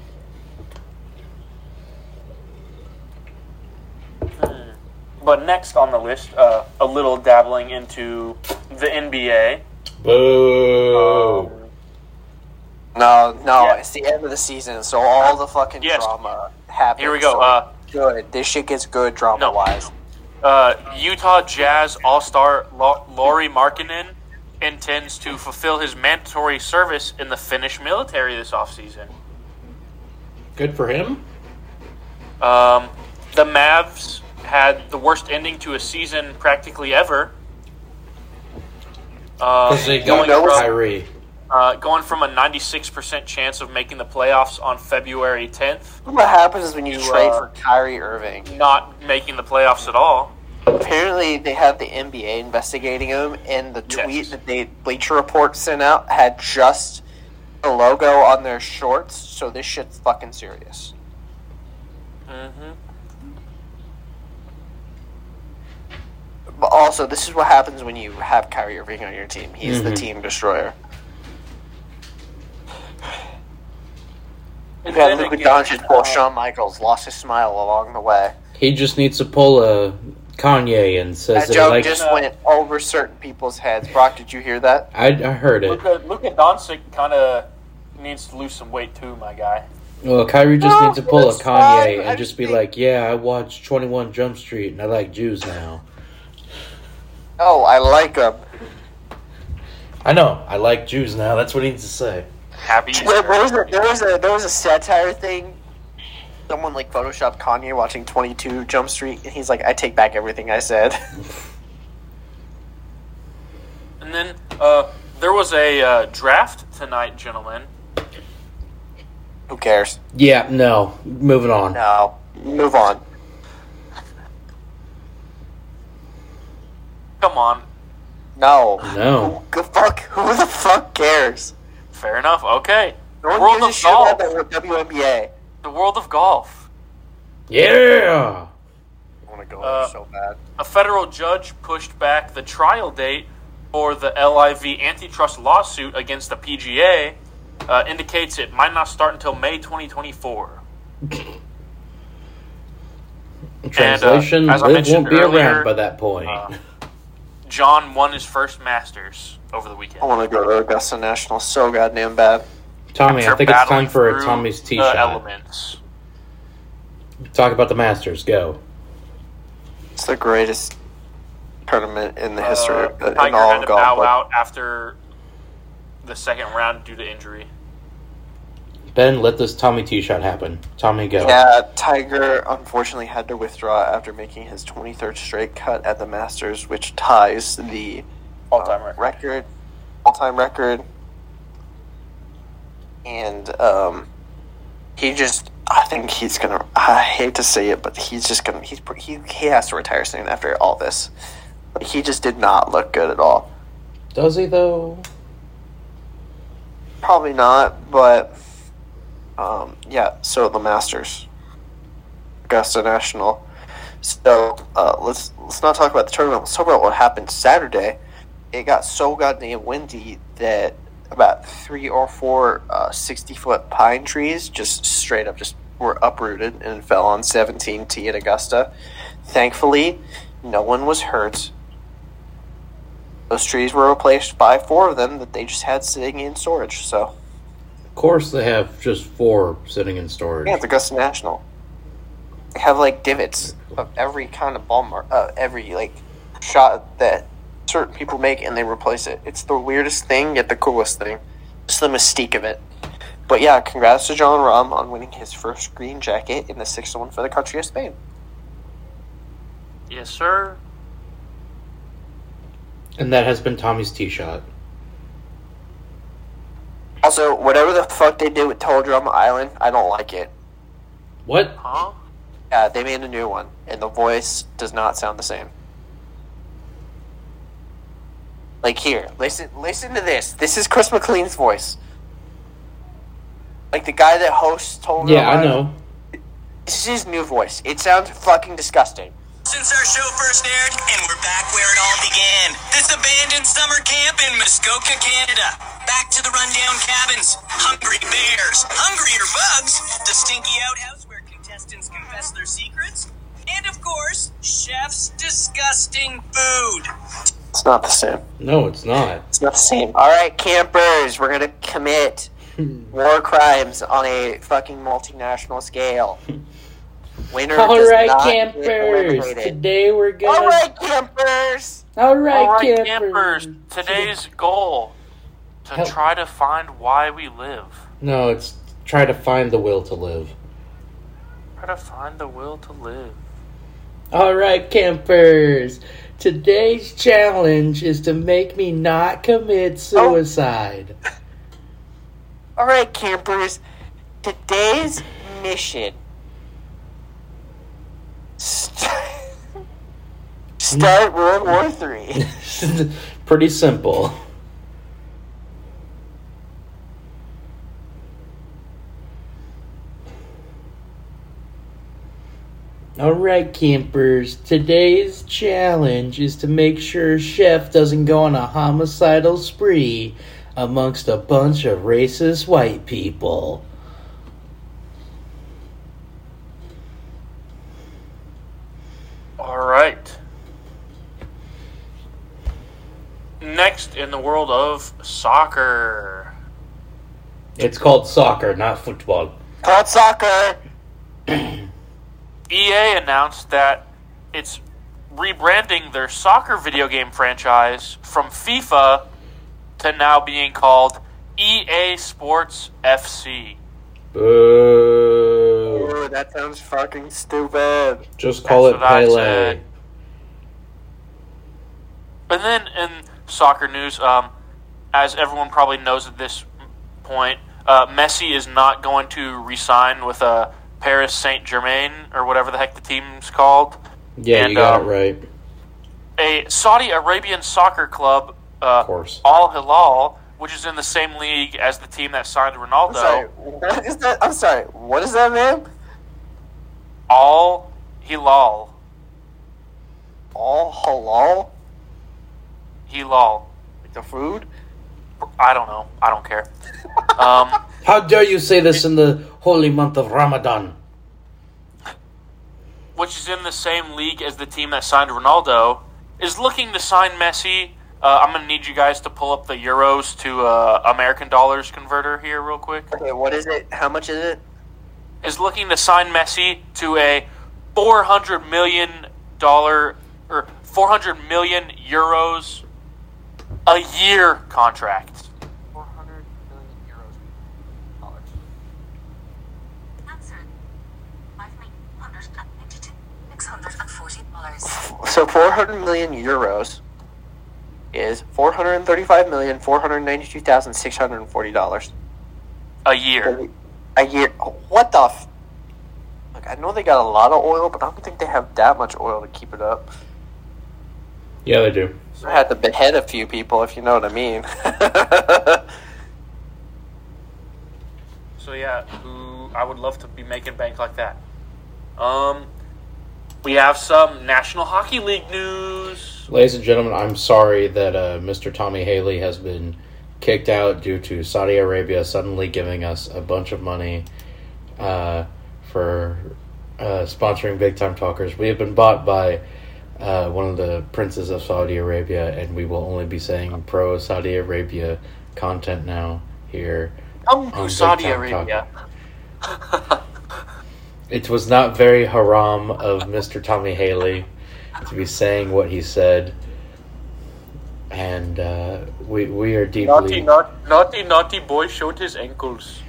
[SPEAKER 3] But next on the list, uh, a little dabbling into the NBA.
[SPEAKER 1] Boo.
[SPEAKER 3] Um,
[SPEAKER 2] No, no,
[SPEAKER 3] Yeah.
[SPEAKER 2] it's the end of the season, so all the fucking
[SPEAKER 3] Yes.
[SPEAKER 2] drama happens.
[SPEAKER 3] Here we go.
[SPEAKER 2] so
[SPEAKER 3] Uh,
[SPEAKER 2] good. This shit gets good drama wise.
[SPEAKER 3] uh, Utah Jazz All Star Laurie Markkinen intends to fulfill his mandatory service in the Finnish military this offseason.
[SPEAKER 4] Good for him.
[SPEAKER 3] Um, the Mavs had the worst ending to a season practically ever. Um,
[SPEAKER 4] Because they
[SPEAKER 2] Oh, You
[SPEAKER 4] going
[SPEAKER 2] know what's-
[SPEAKER 4] Kyrie.
[SPEAKER 3] uh, going from a 96% chance of making the playoffs on February 10th,
[SPEAKER 2] What happens is when you,
[SPEAKER 3] You,
[SPEAKER 2] trade
[SPEAKER 3] uh,
[SPEAKER 2] for Kyrie Irving.
[SPEAKER 3] not making the playoffs at all.
[SPEAKER 2] Apparently, they have the NBA investigating him, and the
[SPEAKER 3] Yes.
[SPEAKER 2] tweet that they Bleacher Report sent out had just a logo on their shorts. So this shit's fucking serious.
[SPEAKER 3] Mm-hmm.
[SPEAKER 2] But also, this is what happens when you have Kyrie Irving on your team. He's the
[SPEAKER 1] Mhm.
[SPEAKER 2] team destroyer. You had Luka Doncic
[SPEAKER 3] uh,
[SPEAKER 2] while Shawn Michaels lost his smile along the way.
[SPEAKER 1] He just needs to pull a Kanye and says that
[SPEAKER 2] That
[SPEAKER 1] he
[SPEAKER 2] joke
[SPEAKER 1] likes.
[SPEAKER 2] just went over certain people's heads. Brock, did you hear that?
[SPEAKER 1] I, I heard it.
[SPEAKER 3] Luka, Luka Doncic kind of needs to lose some weight too, my guy.
[SPEAKER 1] Well, Kyrie just
[SPEAKER 2] No,
[SPEAKER 1] needs to pull a
[SPEAKER 2] it's fine.
[SPEAKER 1] Kanye
[SPEAKER 2] I
[SPEAKER 1] and just be
[SPEAKER 2] think-
[SPEAKER 1] like, "Yeah, I watched Twenty One Jump Street and I like Jews now."
[SPEAKER 2] Oh, I like him.
[SPEAKER 1] I know, I like Jews now. That's what he needs to say.
[SPEAKER 3] Happy.
[SPEAKER 2] There, there was a, there was a there was a satire thing. Someone like photoshopped Kanye watching Twenty Two Jump Street, and he's like, "I take back everything I said."
[SPEAKER 3] And then uh, there was a uh, draft tonight, gentlemen.
[SPEAKER 2] Who cares?
[SPEAKER 1] Yeah, no. Moving on.
[SPEAKER 2] No, move on.
[SPEAKER 3] Come on.
[SPEAKER 2] No,
[SPEAKER 1] No.
[SPEAKER 2] Who, the fuck? Who the fuck cares?
[SPEAKER 3] Fair enough. Okay. The
[SPEAKER 2] No
[SPEAKER 3] world
[SPEAKER 2] one
[SPEAKER 3] of
[SPEAKER 2] gives a shit about
[SPEAKER 3] golf.
[SPEAKER 2] the WNBA.
[SPEAKER 3] The world of golf.
[SPEAKER 1] Yeah.
[SPEAKER 2] I want to go
[SPEAKER 3] Uh,
[SPEAKER 2] so bad.
[SPEAKER 3] A federal judge pushed back the trial date for the LIV antitrust lawsuit against the PGA. Uh, indicates it might not start until May 2024.
[SPEAKER 1] Translation:
[SPEAKER 3] uh, as I
[SPEAKER 1] Liv
[SPEAKER 3] mentioned
[SPEAKER 1] won't be
[SPEAKER 3] earlier,
[SPEAKER 1] around by that point.
[SPEAKER 3] uh, John won his first Masters over the weekend.
[SPEAKER 1] Oh,
[SPEAKER 2] I want to go to Augusta National so goddamn bad.
[SPEAKER 1] Tommy, I
[SPEAKER 3] After
[SPEAKER 1] think it's
[SPEAKER 3] battling
[SPEAKER 1] time for a
[SPEAKER 3] through
[SPEAKER 1] Tommy's
[SPEAKER 3] the
[SPEAKER 1] tea shot.
[SPEAKER 3] Elements.
[SPEAKER 1] Talk about the Masters. Go.
[SPEAKER 2] It's the greatest tournament in the history
[SPEAKER 3] Uh,
[SPEAKER 2] of in
[SPEAKER 3] Tiger
[SPEAKER 2] all
[SPEAKER 3] had
[SPEAKER 2] of
[SPEAKER 3] to
[SPEAKER 2] golf.
[SPEAKER 3] bow
[SPEAKER 2] Like,
[SPEAKER 3] out after the second round due to injury.
[SPEAKER 1] Ben, let this Tommy tea shot happen. Tommy, go.
[SPEAKER 2] Yeah, Tiger unfortunately had to withdraw after making his 23rd straight cut at the Masters, which ties the
[SPEAKER 3] All-time
[SPEAKER 2] uh,
[SPEAKER 3] record.
[SPEAKER 2] record, all-time record. And um, he just, I think he's gonna. I hate to say it, but he's just gonna. He's pr- he he has to retire soon after all this. Like, he just did not look good at all.
[SPEAKER 1] Does he though?
[SPEAKER 2] Probably not, but um, yeah. So the Masters, Augusta National. So uh, let's let's not talk about the tournament. Let's talk about what happened Saturday. It got so goddamn windy that about three or four uh, sixty foot pine trees just straight up just were uprooted and fell on seventeen T at Augusta. Thankfully, no one was hurt. Those trees were replaced by four of them that they just had sitting in storage. So.
[SPEAKER 1] Of course, they have just four sitting in storage.
[SPEAKER 2] Yeah, it's Augusta National. They have like divots of every kind of ball mark, uh, every like shot that certain people make, and they replace it. It's the weirdest thing, yet the coolest thing. Just the mystique of it. But yeah, congrats to John Rahm on winning his first green jacket in the sixth one for the country of Spain.
[SPEAKER 3] Yes, sir.
[SPEAKER 1] And that has been Tommy's tee shot.
[SPEAKER 2] Also, whatever the fuck they did with Toll Drum Island, I don't like it.
[SPEAKER 1] What?
[SPEAKER 3] Huh?
[SPEAKER 2] Yeah, Uh, they made a new one, and the voice does not sound the same. Like here, listen, listen to this. This is Chris McLean's voice. Like the guy that hosts Toll Drum
[SPEAKER 1] Yeah, I
[SPEAKER 2] Island.
[SPEAKER 1] know.
[SPEAKER 2] This is his new voice. It sounds fucking disgusting.
[SPEAKER 5] Since our show first aired, and we're back where it all began. This abandoned summer camp in Muskoka, Canada. Back to the rundown cabins, hungry bears, hungrier bugs, the stinky outhouse where contestants confess their secrets, and of course, chef's disgusting food.
[SPEAKER 2] It's not the same.
[SPEAKER 1] No, it's not.
[SPEAKER 2] It's not the same. All right, campers, we're gonna commit war crimes on a fucking multinational scale. Winner
[SPEAKER 1] All
[SPEAKER 2] does
[SPEAKER 1] right,
[SPEAKER 2] not get
[SPEAKER 1] campers.
[SPEAKER 2] eliminated.
[SPEAKER 1] Today we're gonna.
[SPEAKER 2] All right, campers.
[SPEAKER 1] All right,
[SPEAKER 3] All right,
[SPEAKER 1] campers.
[SPEAKER 3] campers. Today's goal to
[SPEAKER 1] Help.
[SPEAKER 3] try to find why we live.
[SPEAKER 1] No, it's try to find the will to live.
[SPEAKER 3] Try to find the will to live.
[SPEAKER 1] All right, campers. Today's challenge is to make me not
[SPEAKER 2] Oh.
[SPEAKER 1] commit suicide.
[SPEAKER 2] All right, campers. Today's mission. St- Start World War Three.
[SPEAKER 1] Pretty simple. All right, campers. Today's challenge is to make sure Chef doesn't go on a homicidal spree amongst a bunch of racist white people.
[SPEAKER 3] All right. Next in the world of soccer.
[SPEAKER 1] It's called soccer, not football.
[SPEAKER 2] Called soccer.
[SPEAKER 3] EA E announced that it's rebranding their soccer video game franchise from FIFA to now being called EA Sports FC.
[SPEAKER 1] Boo.
[SPEAKER 2] Ooh, that sounds fucking stupid.
[SPEAKER 1] Just call
[SPEAKER 3] That's
[SPEAKER 1] it
[SPEAKER 3] what I
[SPEAKER 1] Pele.
[SPEAKER 3] said. And then in soccer news, um, as everyone probably knows at this point, uh, Messi is not going to resign with uh, Paris Saint Germain or whatever the heck the team's called.
[SPEAKER 1] Yeah,
[SPEAKER 3] And,
[SPEAKER 1] you got
[SPEAKER 3] uh,
[SPEAKER 1] it right.
[SPEAKER 3] a Saudi Arabian soccer club,
[SPEAKER 1] Of
[SPEAKER 3] uh,
[SPEAKER 1] course.
[SPEAKER 3] Al Hilal, which is in the same league as the team that signed
[SPEAKER 2] I'm sorry.
[SPEAKER 3] Ronaldo.
[SPEAKER 2] What is that? I'm sorry. What is that, man?
[SPEAKER 3] Al Hilal,
[SPEAKER 2] All halal?
[SPEAKER 3] Hilal.
[SPEAKER 2] Like the food?
[SPEAKER 3] I don't know. I don't care. um,
[SPEAKER 1] How dare you say this in the holy month of Ramadan?
[SPEAKER 3] which is in the same league as the team that signed Ronaldo, is looking to sign Messi. Uh, I'm gonna need you guys to pull up the euros to uh, American dollars converter here real quick.
[SPEAKER 2] Okay, what is it? How much is it?
[SPEAKER 3] Is looking to sign Messi to a 400 million dollar or 400 million euros a year contract.
[SPEAKER 2] 400 million euros.
[SPEAKER 6] $640.
[SPEAKER 2] So 400 million euros is 435,492,640 dollars
[SPEAKER 3] A year.
[SPEAKER 2] a year. What the? F- Look, I know they got a lot of oil, but I don't think they have that much oil to keep it up.
[SPEAKER 1] Yeah, they do.
[SPEAKER 2] I had to behead a few people, if you know what I mean.
[SPEAKER 3] So yeah, who I would love to be making bank like that. Um, we have some National Hockey League news.
[SPEAKER 1] Ladies and gentlemen, I'm sorry that uh, Mr. Tommy Haley has been kicked out due to Saudi Arabia suddenly giving us a bunch of money uh, for uh, sponsoring Big Time Talkers. We have been bought by uh, one of the princes of Saudi Arabia, and we will only be saying pro Saudi Arabia content now here.
[SPEAKER 3] Come to
[SPEAKER 1] on Big
[SPEAKER 3] Oh, Saudi
[SPEAKER 1] Time
[SPEAKER 3] Arabia.
[SPEAKER 1] Talkers. it was not very haram of Mr. Tommy Haley to be saying what he said. And uh, we we are
[SPEAKER 3] Naughty,
[SPEAKER 1] deeply
[SPEAKER 3] naughty, naughty, naughty boy showed his ankles.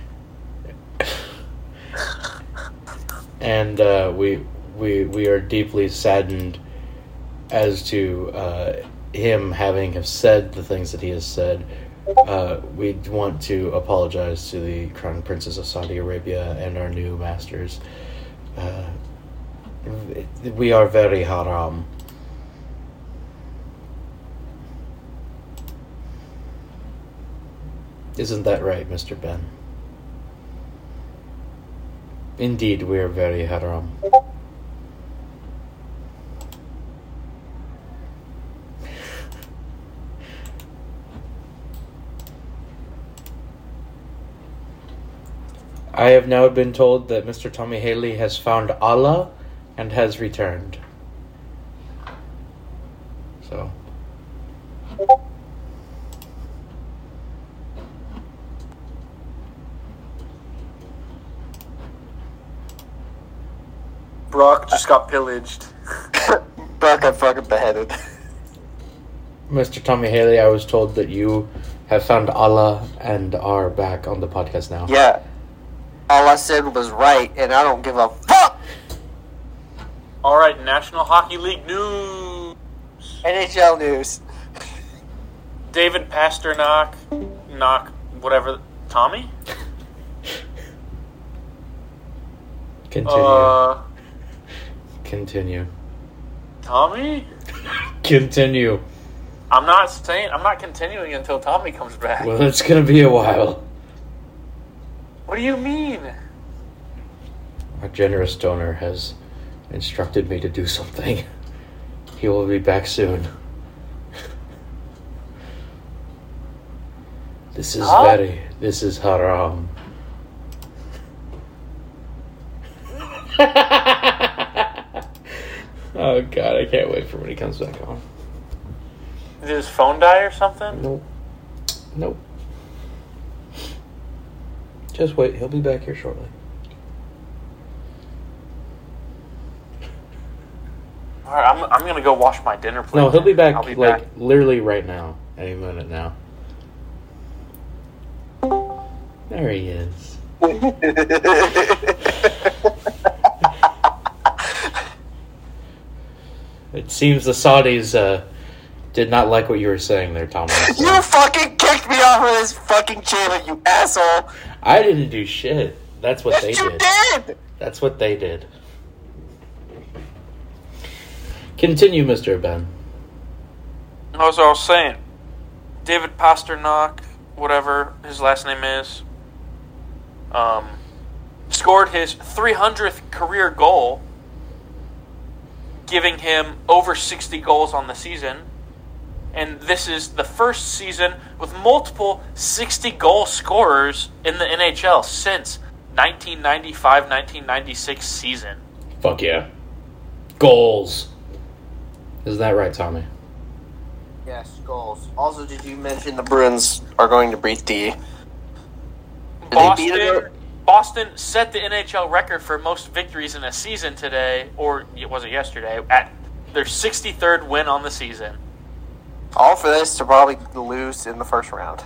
[SPEAKER 1] and uh, we we we are deeply saddened as to uh, him having have said the things that he has said. Uh, we want to apologize to the crown princes of Saudi Arabia and our new masters. Uh, we are very haram. Isn't that right, Mr. Ben? Indeed, we are very haram. I have now been told that Mr. Tommy Haley has found Allah and has returned. So,
[SPEAKER 3] Brock just got pillaged.
[SPEAKER 2] Brock got fucking beheaded.
[SPEAKER 1] Mr. Tommy Haley, I was told that you have found Allah and are back on the podcast now.
[SPEAKER 2] Yeah. All I said was right, and I don't give a fuck.
[SPEAKER 3] All right, National Hockey League news.
[SPEAKER 2] NHL news.
[SPEAKER 3] David Pasternak, knock whatever. Tommy.
[SPEAKER 1] Continue.
[SPEAKER 3] Uh,
[SPEAKER 1] Continue.
[SPEAKER 3] Tommy.
[SPEAKER 1] Continue.
[SPEAKER 3] I'm not saying. I'm not continuing until Tommy comes back.
[SPEAKER 1] Well, it's going to be a while.
[SPEAKER 3] What do you mean?
[SPEAKER 1] Our generous donor has instructed me to do something. He will be back soon. This is
[SPEAKER 3] Huh?
[SPEAKER 1] very. This is haram. oh god, I can't wait for when he comes back on.
[SPEAKER 3] Did his phone die or something?
[SPEAKER 1] Nope. Nope. Just wait, he'll be back here shortly.
[SPEAKER 3] All right, I'm, I'm gonna go wash my dinner plate.
[SPEAKER 1] No, he'll be back
[SPEAKER 3] I'll be
[SPEAKER 1] like
[SPEAKER 3] back.
[SPEAKER 1] literally right now. Any minute now. There he is. It seems the Saudis uh, did not like what you were saying there, Thomas.
[SPEAKER 2] You fucking kicked me off of this fucking channel, you asshole.
[SPEAKER 1] I didn't do shit. That's what they
[SPEAKER 2] Yes, you
[SPEAKER 1] did.
[SPEAKER 2] did.
[SPEAKER 1] That's what they did. Continue, Mr. Ben.
[SPEAKER 3] That's what I was saying. David Pasternak, whatever his last name is, um, scored his 300th career goal, giving him over 60 goals on the season. And this is the first season with multiple 60 goal scorers in the NHL since 1995 1996 season.
[SPEAKER 1] Fuck yeah. Goals. Is that right, Tommy?
[SPEAKER 2] Yes, goals. Also, did you mention the Bruins are going to beat the? Did they beat
[SPEAKER 3] Boston,
[SPEAKER 2] another-
[SPEAKER 3] Boston set the NHL record for most victories in a season today, or it was it yesterday, at their 63rd win on the season.
[SPEAKER 2] All for this to probably lose in the first round.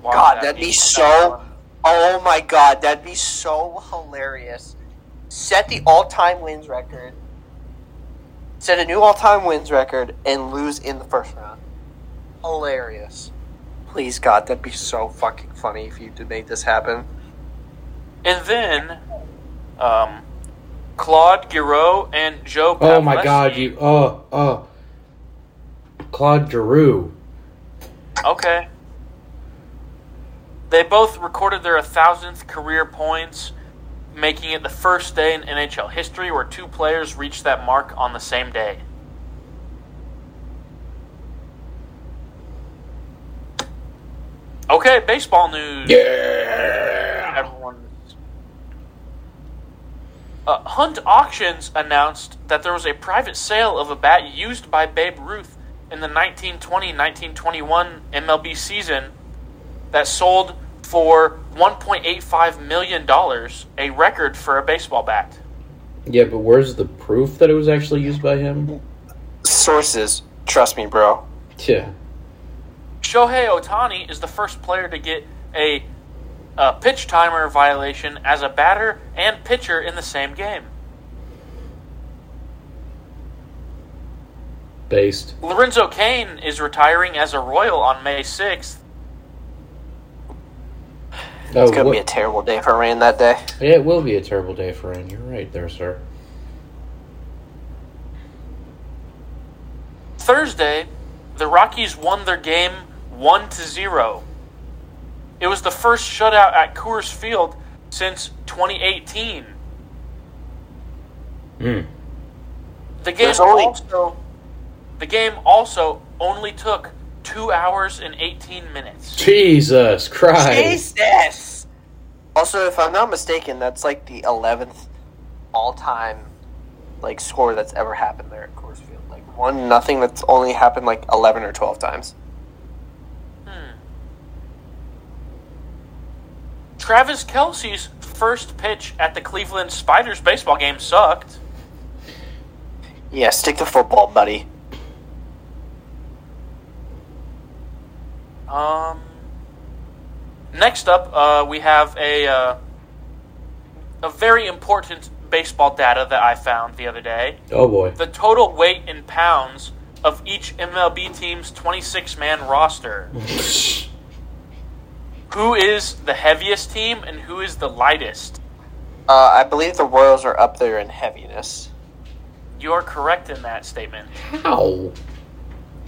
[SPEAKER 3] Why would
[SPEAKER 2] God,
[SPEAKER 3] that
[SPEAKER 2] that'd be
[SPEAKER 3] That
[SPEAKER 2] so. Oh my God, that'd be so hilarious. Set the all-time wins record. Set a new all-time wins record and lose in the first round. Hilarious. Please God, that'd be so fucking funny if you did make this happen.
[SPEAKER 3] And then, um, Claude Giroux and Joe.
[SPEAKER 1] Oh my
[SPEAKER 3] Pavlesky-
[SPEAKER 1] god, you. Oh, oh. Claude Giroux.
[SPEAKER 3] Okay. They both recorded their 1,000th career points, making it the first day in NHL history where two players reached that mark on the same day. Okay, baseball news.
[SPEAKER 1] Yeah!
[SPEAKER 3] Everyone. Uh, Hunt Auctions announced that there was a private sale of a bat used by Babe Ruth in the 1920-1921 MLB season that sold for 1.85 million dollars, a record for a baseball bat.
[SPEAKER 1] Yeah, but where's the proof that it was actually used by him?
[SPEAKER 2] Sources, trust me, bro.
[SPEAKER 1] Yeah.
[SPEAKER 3] Shohei Otani is the first player to get a, a pitch timer violation as a batter and pitcher in the same game.
[SPEAKER 1] based.
[SPEAKER 3] Lorenzo Kane is retiring as a Royal on May 6th.
[SPEAKER 2] It's gonna be a terrible day for rain that day.
[SPEAKER 1] yeah, Oh, it will be a terrible day for rain. You're right there, sir.
[SPEAKER 3] Thursday, the Rockies won their game 1 to 0. It was the first shutout at Coors Field since 2018.
[SPEAKER 2] Hmm.
[SPEAKER 1] Mm.
[SPEAKER 3] The game
[SPEAKER 2] There's only-
[SPEAKER 3] also the game also only took 2 hours and 18 minutes.
[SPEAKER 1] Jesus Christ.
[SPEAKER 2] Jesus. Also, if I'm not mistaken, that's like the eleventh all-time like score that's ever happened there at Coors Field. Like one nothing that's only happened like eleven or twelve times.
[SPEAKER 3] Travis Kelsey's first pitch at the Cleveland Spiders baseball game sucked.
[SPEAKER 2] Yeah, stick to football, buddy.
[SPEAKER 3] Um, next up, uh, we have a uh, a very important baseball data that I found the other day.
[SPEAKER 1] Oh boy.
[SPEAKER 3] The total weight in pounds of each MLB team's 26-man roster. who is the heaviest team and who is the lightest?
[SPEAKER 2] Uh, I believe the Royals are up there in heaviness.
[SPEAKER 3] You are correct in that statement.
[SPEAKER 1] How?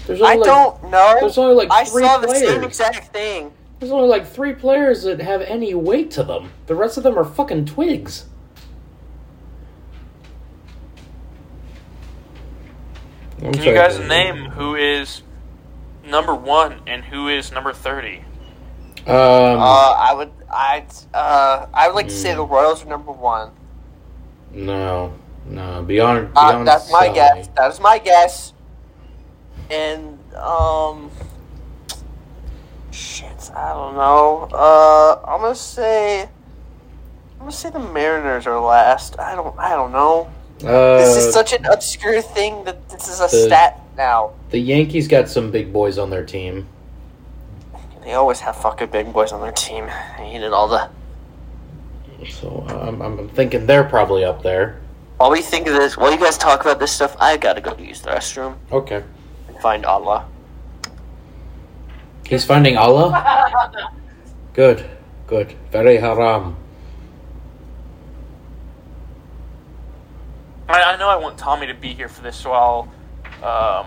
[SPEAKER 1] There's
[SPEAKER 2] I
[SPEAKER 1] only, like-
[SPEAKER 2] don't know.
[SPEAKER 1] there's only, like,
[SPEAKER 2] I
[SPEAKER 1] three
[SPEAKER 2] saw the same
[SPEAKER 1] players.
[SPEAKER 2] exact thing.
[SPEAKER 1] There's only like three players that have any weight to them. The rest of them are fucking twigs.
[SPEAKER 3] Can you guys name who is number one and who is number thirty?
[SPEAKER 1] Um,
[SPEAKER 2] Uh, I would, I'd, uh, I would like to say the Royals are number one.
[SPEAKER 1] no, no. Beyond,
[SPEAKER 2] Uh,
[SPEAKER 1] beyond
[SPEAKER 2] that's my
[SPEAKER 1] Sally.
[SPEAKER 2] guess. That is my guess. And um, shit, I don't know. Uh, I'm gonna say, I'm gonna say the Mariners are last. I don't, I don't know.
[SPEAKER 1] Uh,
[SPEAKER 2] This is such an obscure thing that this is a
[SPEAKER 1] the-
[SPEAKER 2] stat now.
[SPEAKER 1] the Yankees got some big boys on their team.
[SPEAKER 2] They always have fucking big boys on their team. I hated all the.
[SPEAKER 1] So I'm, I'm thinking they're probably up there.
[SPEAKER 2] While we think of this, while you guys talk about this stuff, I gotta go use the restroom
[SPEAKER 1] Okay.
[SPEAKER 2] and find Allah.
[SPEAKER 1] He's finding Allah? Good, good. Very haram.
[SPEAKER 3] I, I know I want Tommy to be here for this, so I'll. Um,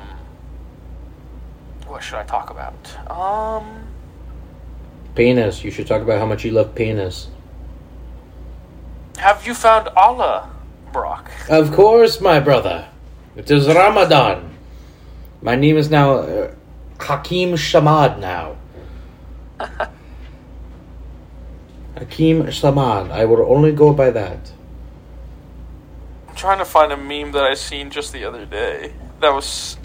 [SPEAKER 3] what should I talk about? Um,
[SPEAKER 1] Penis. You should talk about how much you love penis.
[SPEAKER 3] have you found Allah, Brock?
[SPEAKER 1] Of course, my brother. It is Ramadan. My name is now uh, Hakim Shamad now. Hakim Shamad. I will only go by that.
[SPEAKER 3] I'm trying to find a meme that I seen just the other day that was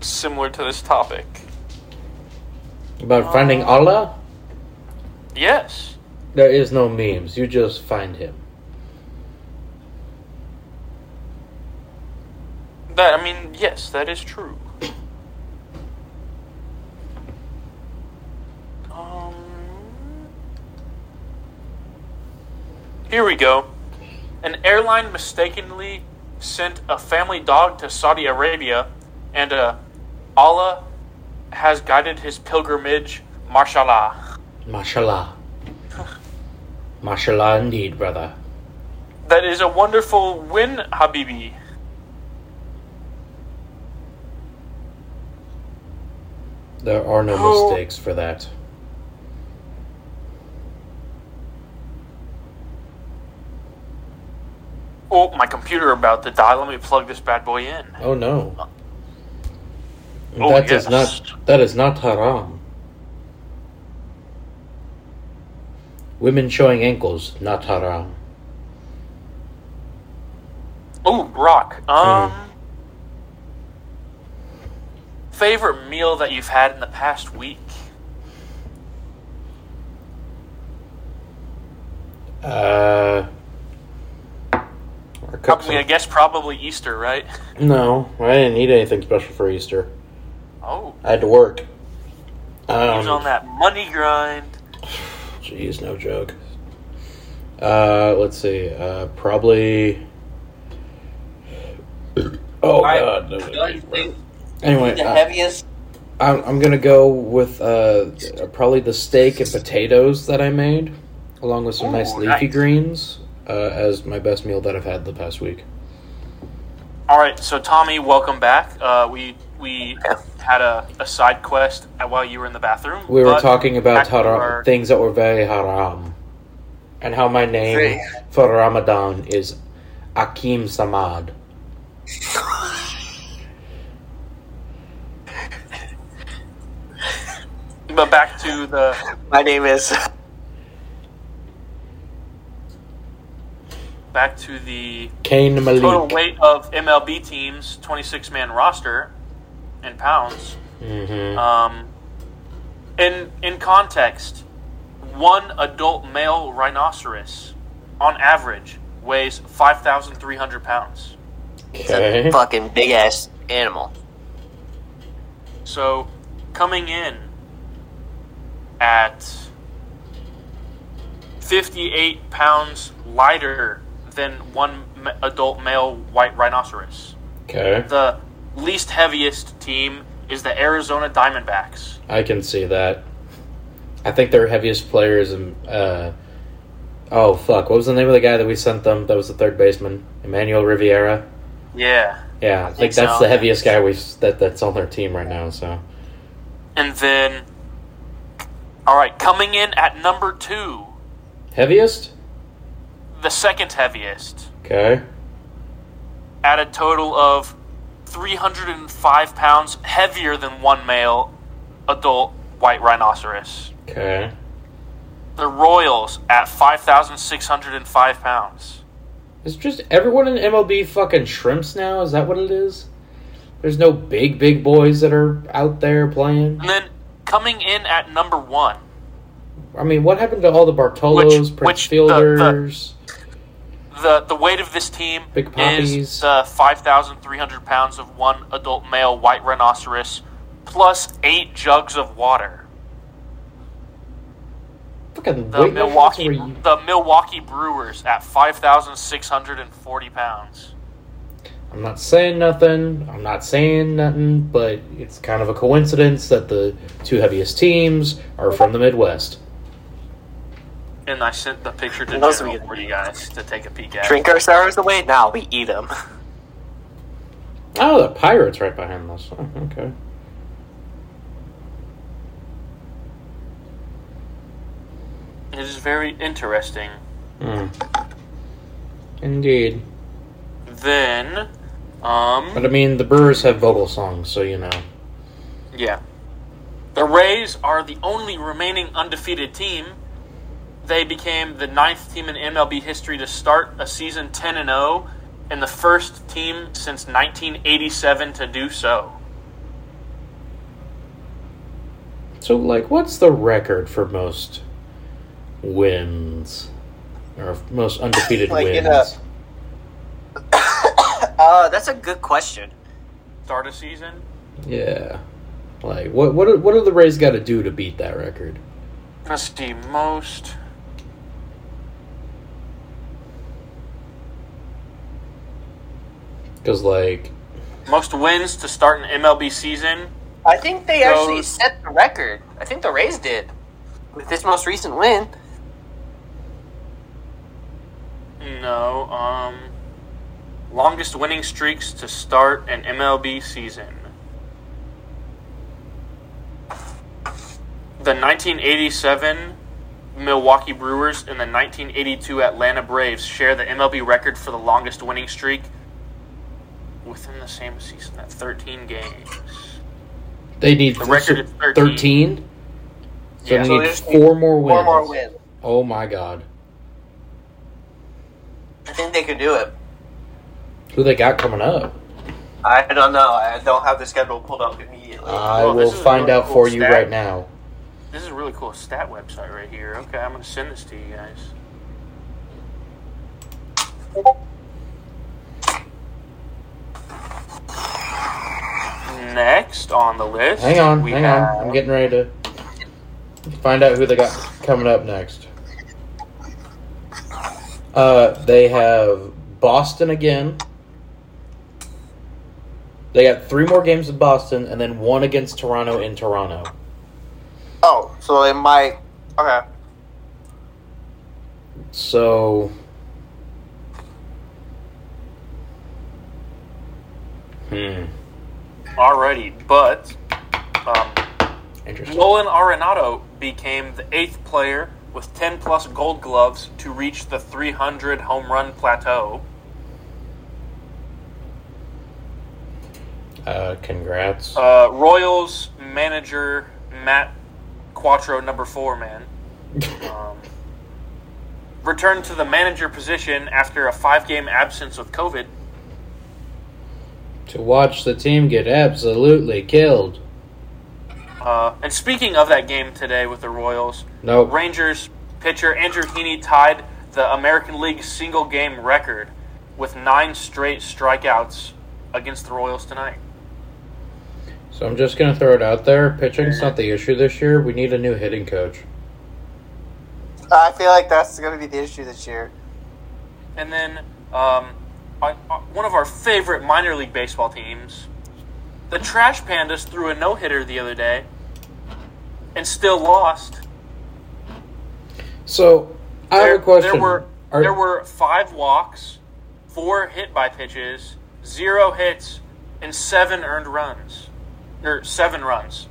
[SPEAKER 3] similar to this topic.
[SPEAKER 1] About finding Allah,
[SPEAKER 3] Yes.
[SPEAKER 1] there is no memes. You just find him.
[SPEAKER 3] That I mean, yes, that is true. Um, here we go. An airline mistakenly sent a family dog to Saudi Arabia, and uh, Allah has guided his pilgrimage. Mashallah.
[SPEAKER 1] Mashallah. Mashallah indeed, brother.
[SPEAKER 3] That is a wonderful win, Habibi.
[SPEAKER 1] There are no
[SPEAKER 3] Oh.
[SPEAKER 1] mistakes for that.
[SPEAKER 3] Oh, my computer about to die. Let me plug this bad boy in.
[SPEAKER 1] Oh no.
[SPEAKER 3] Oh,
[SPEAKER 1] That is
[SPEAKER 3] yes.
[SPEAKER 1] not that is not haram. Women showing ankles, not haram.
[SPEAKER 3] Oh, rock. Um.
[SPEAKER 1] Hmm.
[SPEAKER 3] Favorite meal that you've had in the past week?
[SPEAKER 1] Uh I
[SPEAKER 3] I
[SPEAKER 1] cooked
[SPEAKER 3] mean, I guess probably Easter, right?
[SPEAKER 1] some- no, I didn't eat anything special for Easter.
[SPEAKER 3] Oh,
[SPEAKER 1] I had to work.
[SPEAKER 3] he was on
[SPEAKER 1] Um,
[SPEAKER 3] that money grind.
[SPEAKER 1] jeez, no joke. Uh, let's see. Uh, probably. Oh
[SPEAKER 2] I-
[SPEAKER 1] God! no,
[SPEAKER 2] The only thing,
[SPEAKER 1] Anyway, uh,
[SPEAKER 2] The
[SPEAKER 1] I,
[SPEAKER 2] heaviest.
[SPEAKER 1] I'm, I'm gonna go with uh, probably the steak and potatoes that I made, along with some
[SPEAKER 3] Ooh,
[SPEAKER 1] nice leafy
[SPEAKER 3] nice.
[SPEAKER 1] greens, uh, as my best meal that I've had the past week.
[SPEAKER 3] All right, so Tommy, welcome back. Uh, we we had a, a side quest while you were in the bathroom.
[SPEAKER 1] We were
[SPEAKER 3] but
[SPEAKER 1] talking about
[SPEAKER 3] back to
[SPEAKER 1] haram,
[SPEAKER 3] our-
[SPEAKER 1] things that were very haram, and how my name
[SPEAKER 2] Very-
[SPEAKER 1] for Ramadan is Akim Samad.
[SPEAKER 3] But back to the
[SPEAKER 2] My name is.
[SPEAKER 3] back to the
[SPEAKER 1] Kane Malik.
[SPEAKER 3] total weight of MLB teams, 26 man roster in pounds.
[SPEAKER 1] Mhm.
[SPEAKER 3] Um, in in context, one adult male rhinoceros, on average, weighs 5,300 pounds.
[SPEAKER 1] Okay.
[SPEAKER 2] a fucking big ass animal.
[SPEAKER 3] So, coming in at 58 pounds lighter than one ma- adult male white rhinoceros.
[SPEAKER 1] Okay.
[SPEAKER 3] The least heaviest team is the Arizona Diamondbacks.
[SPEAKER 1] I can see that. I think their heaviest player is um, uh oh fuck, what was the name of the guy that we sent them that was the third baseman? Emmanuel Riviera.
[SPEAKER 3] Yeah.
[SPEAKER 1] Yeah, I think,
[SPEAKER 2] think
[SPEAKER 1] that's
[SPEAKER 2] so.
[SPEAKER 1] the heaviest guy we that that's on their team right now, so.
[SPEAKER 3] And then, all right, coming in at number two,
[SPEAKER 1] Heaviest?
[SPEAKER 3] the second heaviest,
[SPEAKER 1] Okay.
[SPEAKER 3] at a total of 305 pounds heavier than one male adult white rhinoceros.
[SPEAKER 1] Okay.
[SPEAKER 3] The Royals at 5,605 pounds.
[SPEAKER 1] It's just everyone in MLB fucking shrimps now, is that what it is? There's no big big boys that are out there playing.
[SPEAKER 3] And then coming in at number one,
[SPEAKER 1] I mean, what happened to all the Bartolos,
[SPEAKER 3] Which-
[SPEAKER 1] Prince
[SPEAKER 3] which- the- the-
[SPEAKER 1] Fielders?
[SPEAKER 3] the, the weight of this team
[SPEAKER 1] Big
[SPEAKER 3] is
[SPEAKER 1] poppies.
[SPEAKER 3] the 5,300 pounds of one adult male white rhinoceros plus eight jugs of water.
[SPEAKER 1] fucking
[SPEAKER 3] The
[SPEAKER 1] weight measurements
[SPEAKER 3] Milwaukee,
[SPEAKER 1] were-
[SPEAKER 3] the Milwaukee Brewers at 5,640 pounds.
[SPEAKER 1] I'm not saying nothing. I'm not saying nothing, but it's kind of a coincidence that the two heaviest teams are from the Midwest.
[SPEAKER 3] And I sent the picture to
[SPEAKER 2] Those
[SPEAKER 3] General
[SPEAKER 2] are-
[SPEAKER 3] for you guys to take a peek at.
[SPEAKER 2] Drink our sorrows away? Now we eat them.
[SPEAKER 1] Oh, the Pirates right behind us. Oh, okay.
[SPEAKER 3] It is very interesting.
[SPEAKER 1] Hmm. Indeed.
[SPEAKER 3] Then,
[SPEAKER 1] But
[SPEAKER 3] um,
[SPEAKER 1] I mean, the Brewers have vocal songs, so you know.
[SPEAKER 3] yeah. The Rays are the only remaining undefeated team. They became the ninth team in MLB history to start a season 10 and 0 and the first team since 1987 to do so.
[SPEAKER 1] So, like, what's the record for most wins? Or most undefeated
[SPEAKER 2] Like,
[SPEAKER 1] wins?
[SPEAKER 2] in a- Uh, that's a good question.
[SPEAKER 3] Start a season?
[SPEAKER 1] Yeah. Like, what, what, do- what do the Rays got to do to beat that record?
[SPEAKER 3] Let's see, most.
[SPEAKER 1] Because, like,
[SPEAKER 3] Most wins to start an MLB season.
[SPEAKER 2] I think they actually
[SPEAKER 3] Those-
[SPEAKER 2] set the record. I think the Rays did with this most recent win.
[SPEAKER 3] No, um, longest winning streaks to start an MLB season. The 1987 Milwaukee Brewers and the 1982 Atlanta Braves share the MLB record for the longest winning streak within the same season at 13 games.
[SPEAKER 1] They need
[SPEAKER 3] The record is 13.
[SPEAKER 1] 13? So
[SPEAKER 3] Yeah.
[SPEAKER 1] they
[SPEAKER 2] So
[SPEAKER 1] need
[SPEAKER 2] they just
[SPEAKER 1] four more wins.
[SPEAKER 2] One more win.
[SPEAKER 1] Oh my god.
[SPEAKER 2] I think they could do it.
[SPEAKER 1] Who they got coming up?
[SPEAKER 2] I don't know. I don't have the schedule pulled up immediately.
[SPEAKER 1] I
[SPEAKER 3] Well, this
[SPEAKER 1] will
[SPEAKER 3] is a
[SPEAKER 1] find
[SPEAKER 3] really
[SPEAKER 1] out
[SPEAKER 3] cool
[SPEAKER 1] for you
[SPEAKER 3] stat.
[SPEAKER 1] right now.
[SPEAKER 3] This is a really cool stat website right here. Okay, I'm going to send this to you guys. Next on the list,
[SPEAKER 1] Hang on,
[SPEAKER 3] we
[SPEAKER 1] hang
[SPEAKER 3] have
[SPEAKER 1] on. I'm getting ready to find out who they got coming up next. Uh, they have Boston again. They got three more games in Boston and then one against Toronto in Toronto.
[SPEAKER 2] Oh, so they might. Okay.
[SPEAKER 1] So. Hmm.
[SPEAKER 3] Already, but um,
[SPEAKER 1] Interesting.
[SPEAKER 3] Nolan Arenado became the eighth player with 10 plus gold gloves to reach the 300 home run plateau.
[SPEAKER 1] Uh, congrats.
[SPEAKER 3] Uh, Royals manager Matt Quattro, number four man, um, returned to the manager position after a five game absence with COVID.
[SPEAKER 1] to watch the team get absolutely killed.
[SPEAKER 3] Uh, and speaking of that game today with the Royals,
[SPEAKER 1] No.
[SPEAKER 3] Rangers pitcher Andrew Heaney tied the American League single game record with nine straight strikeouts against the Royals tonight.
[SPEAKER 1] So I'm just gonna throw it out there. Pitching's not the issue this year. We need a new hitting coach.
[SPEAKER 2] Uh, I feel like that's going to be the issue this year.
[SPEAKER 3] And then um, on, on one of our favorite minor league baseball teams, the Trash Pandas threw a no hitter the other day and still lost.
[SPEAKER 1] So I
[SPEAKER 3] there,
[SPEAKER 1] have a question.
[SPEAKER 3] There were
[SPEAKER 1] Are-
[SPEAKER 3] there were five walks, four hit by pitches, zero hits, and seven earned runs, or seven runs.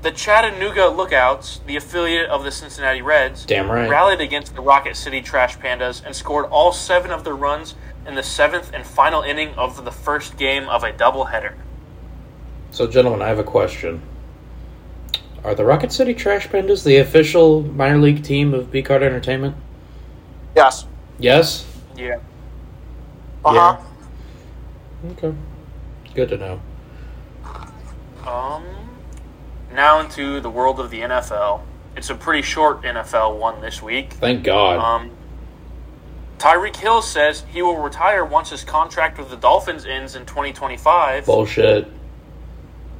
[SPEAKER 3] The Chattanooga Lookouts, the affiliate of the Cincinnati Reds,
[SPEAKER 1] Damn right.
[SPEAKER 3] rallied against the Rocket City Trash Pandas and scored all seven of their runs in the seventh and final inning of the first game of a doubleheader.
[SPEAKER 1] So, gentlemen, I have a question. Are the Rocket City Trash Pandas the official minor league team of B Card Entertainment?
[SPEAKER 2] Yes.
[SPEAKER 1] Yes.
[SPEAKER 3] Yeah.
[SPEAKER 2] Uh huh.
[SPEAKER 1] Okay. Uh-huh. Good to know.
[SPEAKER 3] Um, now into the world of the NFL. It's a pretty short NFL one this week.
[SPEAKER 1] Thank God.
[SPEAKER 3] Um, Tyreek Hill says he will retire once his contract with the Dolphins ends in 2025,
[SPEAKER 1] Bullshit.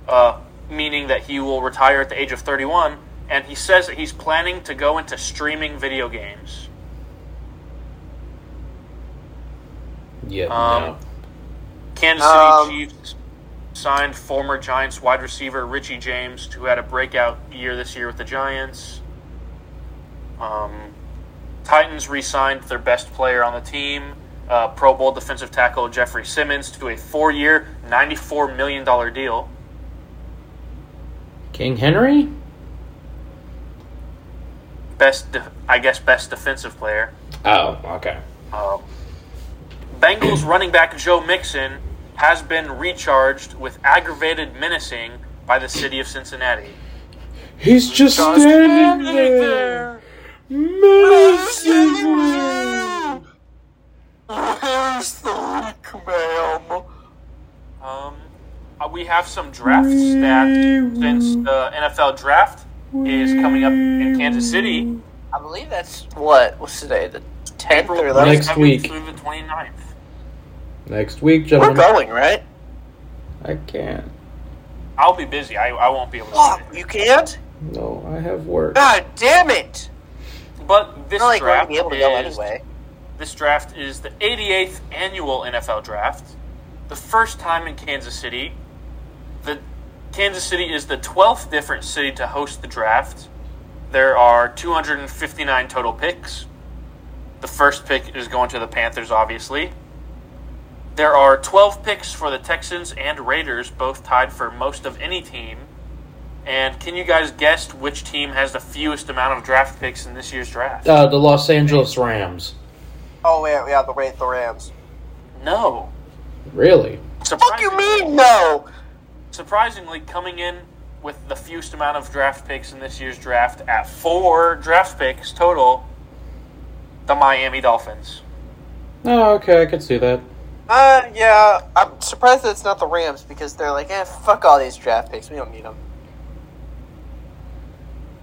[SPEAKER 3] uh, meaning that he will retire at the age of 31. And he says that he's planning to go into streaming video games.
[SPEAKER 1] Yeah.
[SPEAKER 3] Um,
[SPEAKER 1] no.
[SPEAKER 3] Kansas City
[SPEAKER 2] Um,
[SPEAKER 3] Chiefs signed former Giants wide receiver Richie James, who had a breakout year this year with the Giants. Um, Titans re signed their best player on the team, uh, Pro Bowl defensive tackle Jeffrey Simmons, to a four year, $94 million deal.
[SPEAKER 1] King Henry.
[SPEAKER 3] Best, de- I guess, best defensive player.
[SPEAKER 1] Oh, okay.
[SPEAKER 3] Um, Bengals running back Joe Mixon has been recharged with aggravated menacing by the city of Cincinnati.
[SPEAKER 1] He's just, standing, there. Massive.
[SPEAKER 3] Um, uh, we have some draft stats since the NFL draft is coming up in Kansas City.
[SPEAKER 2] I believe that's what was today, the 10th
[SPEAKER 3] April
[SPEAKER 2] or 11th?
[SPEAKER 1] Next
[SPEAKER 3] 27th
[SPEAKER 1] week.
[SPEAKER 3] through the 29th.
[SPEAKER 1] Next week,
[SPEAKER 2] We're
[SPEAKER 1] gentlemen.
[SPEAKER 2] going, right?
[SPEAKER 1] I can't.
[SPEAKER 3] I'll be busy. I, I won't be able to.
[SPEAKER 2] Oh,
[SPEAKER 3] do it.
[SPEAKER 2] you can't?
[SPEAKER 1] No, I have work.
[SPEAKER 2] God damn it!
[SPEAKER 3] But this
[SPEAKER 2] It's not like we're going to
[SPEAKER 3] draft
[SPEAKER 2] be able to
[SPEAKER 3] is
[SPEAKER 2] go anyway.
[SPEAKER 3] this draft is the 88th annual NFL draft, the first time in Kansas City. The Kansas City is the 12th different city to host the draft. There are 259 total picks. The first pick is going to the Panthers, obviously. There are 12 picks for the Texans and Raiders, both tied for most of any team. And can you guys guess which team has the fewest amount of draft picks in this year's draft?
[SPEAKER 1] Uh, the Los Angeles Rams.
[SPEAKER 2] Oh, yeah, yeah, the Ra- the Rams.
[SPEAKER 3] No.
[SPEAKER 1] Really?
[SPEAKER 2] Fuck you mean no?
[SPEAKER 3] surprisingly coming in with the fewest amount of draft picks in this year's draft at four draft picks total, the Miami Dolphins.
[SPEAKER 1] Oh, okay. I could see that.
[SPEAKER 2] Uh, yeah, I'm surprised that it's not the Rams because they're like, eh, fuck all these draft picks. We don't need them.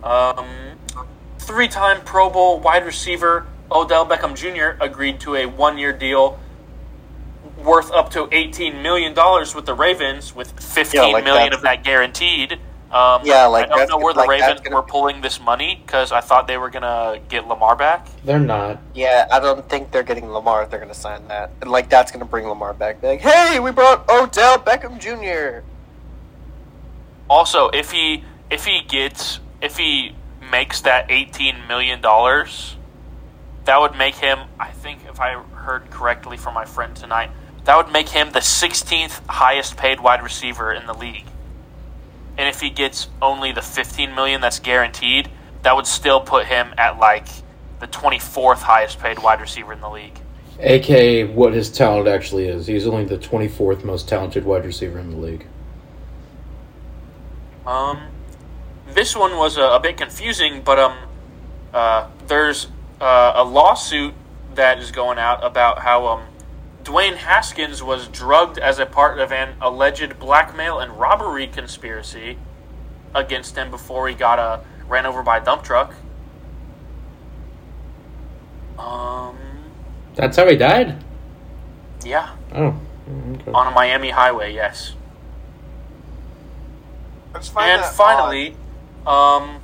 [SPEAKER 3] Um, three-time Pro Bowl wide receiver Odell Beckham Jr. agreed to a one-year deal worth up to eighteen million dollars with the Ravens, with fifteen
[SPEAKER 2] Yeah,
[SPEAKER 3] million
[SPEAKER 2] like that.
[SPEAKER 3] of that guaranteed. Um,
[SPEAKER 2] Yeah, like,
[SPEAKER 3] I don't
[SPEAKER 2] that's-
[SPEAKER 3] know where the
[SPEAKER 2] like, that's
[SPEAKER 3] Ravens
[SPEAKER 2] gonna-
[SPEAKER 3] were pulling this money because I thought they were gonna get Lamar back.
[SPEAKER 1] They're not.
[SPEAKER 2] Yeah, I don't think they're getting Lamar if they're going to sign that. And, like, that's going to bring Lamar back. Be like, hey, we brought Odell Beckham Jr.
[SPEAKER 3] Also, if he if he gets if he makes that eighteen million dollars, that would make him. I think if I heard correctly from my friend tonight, that would make him the sixteenth highest paid wide receiver in the league. And if he gets only the fifteen million that's guaranteed, that would still put him at like the twenty fourth highest paid wide receiver in the league.
[SPEAKER 1] AKA what his talent actually is. He's only the 24th most talented wide receiver in the league.
[SPEAKER 3] Um, this one was a, a bit confusing, but um, uh, there's uh, a lawsuit that is going out about how um, Dwayne Haskins was drugged as a part of an alleged blackmail and robbery conspiracy against him before he got uh, ran over by a dump truck. Um,
[SPEAKER 1] That's how he died?
[SPEAKER 3] yeah,
[SPEAKER 1] Oh. okay.
[SPEAKER 3] on a Miami highway, yes.
[SPEAKER 7] Let's find
[SPEAKER 3] And
[SPEAKER 7] that odd.
[SPEAKER 3] finally, um,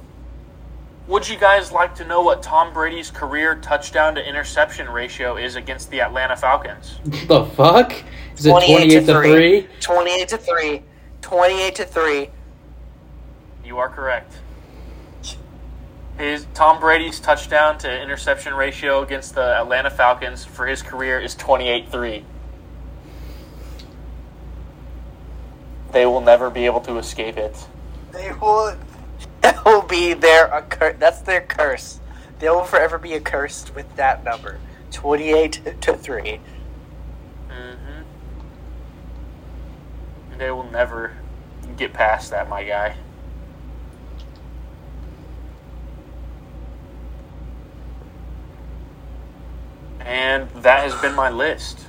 [SPEAKER 3] would you guys like to know what Tom Brady's career touchdown to interception ratio is against the Atlanta Falcons?
[SPEAKER 1] The fuck? Is it 28, to 3?
[SPEAKER 2] 28 to 3. 28 to 3.
[SPEAKER 3] You are correct. His Tom Brady's touchdown to interception ratio against the Atlanta Falcons for his career is 28-3. They will never be able to escape it.
[SPEAKER 7] they will.
[SPEAKER 2] That will be their a cur- that's their curse. They will forever be accursed with that number. 28 to 3.
[SPEAKER 3] Mm-hmm. They will never get past that, my guy. And that has been my list.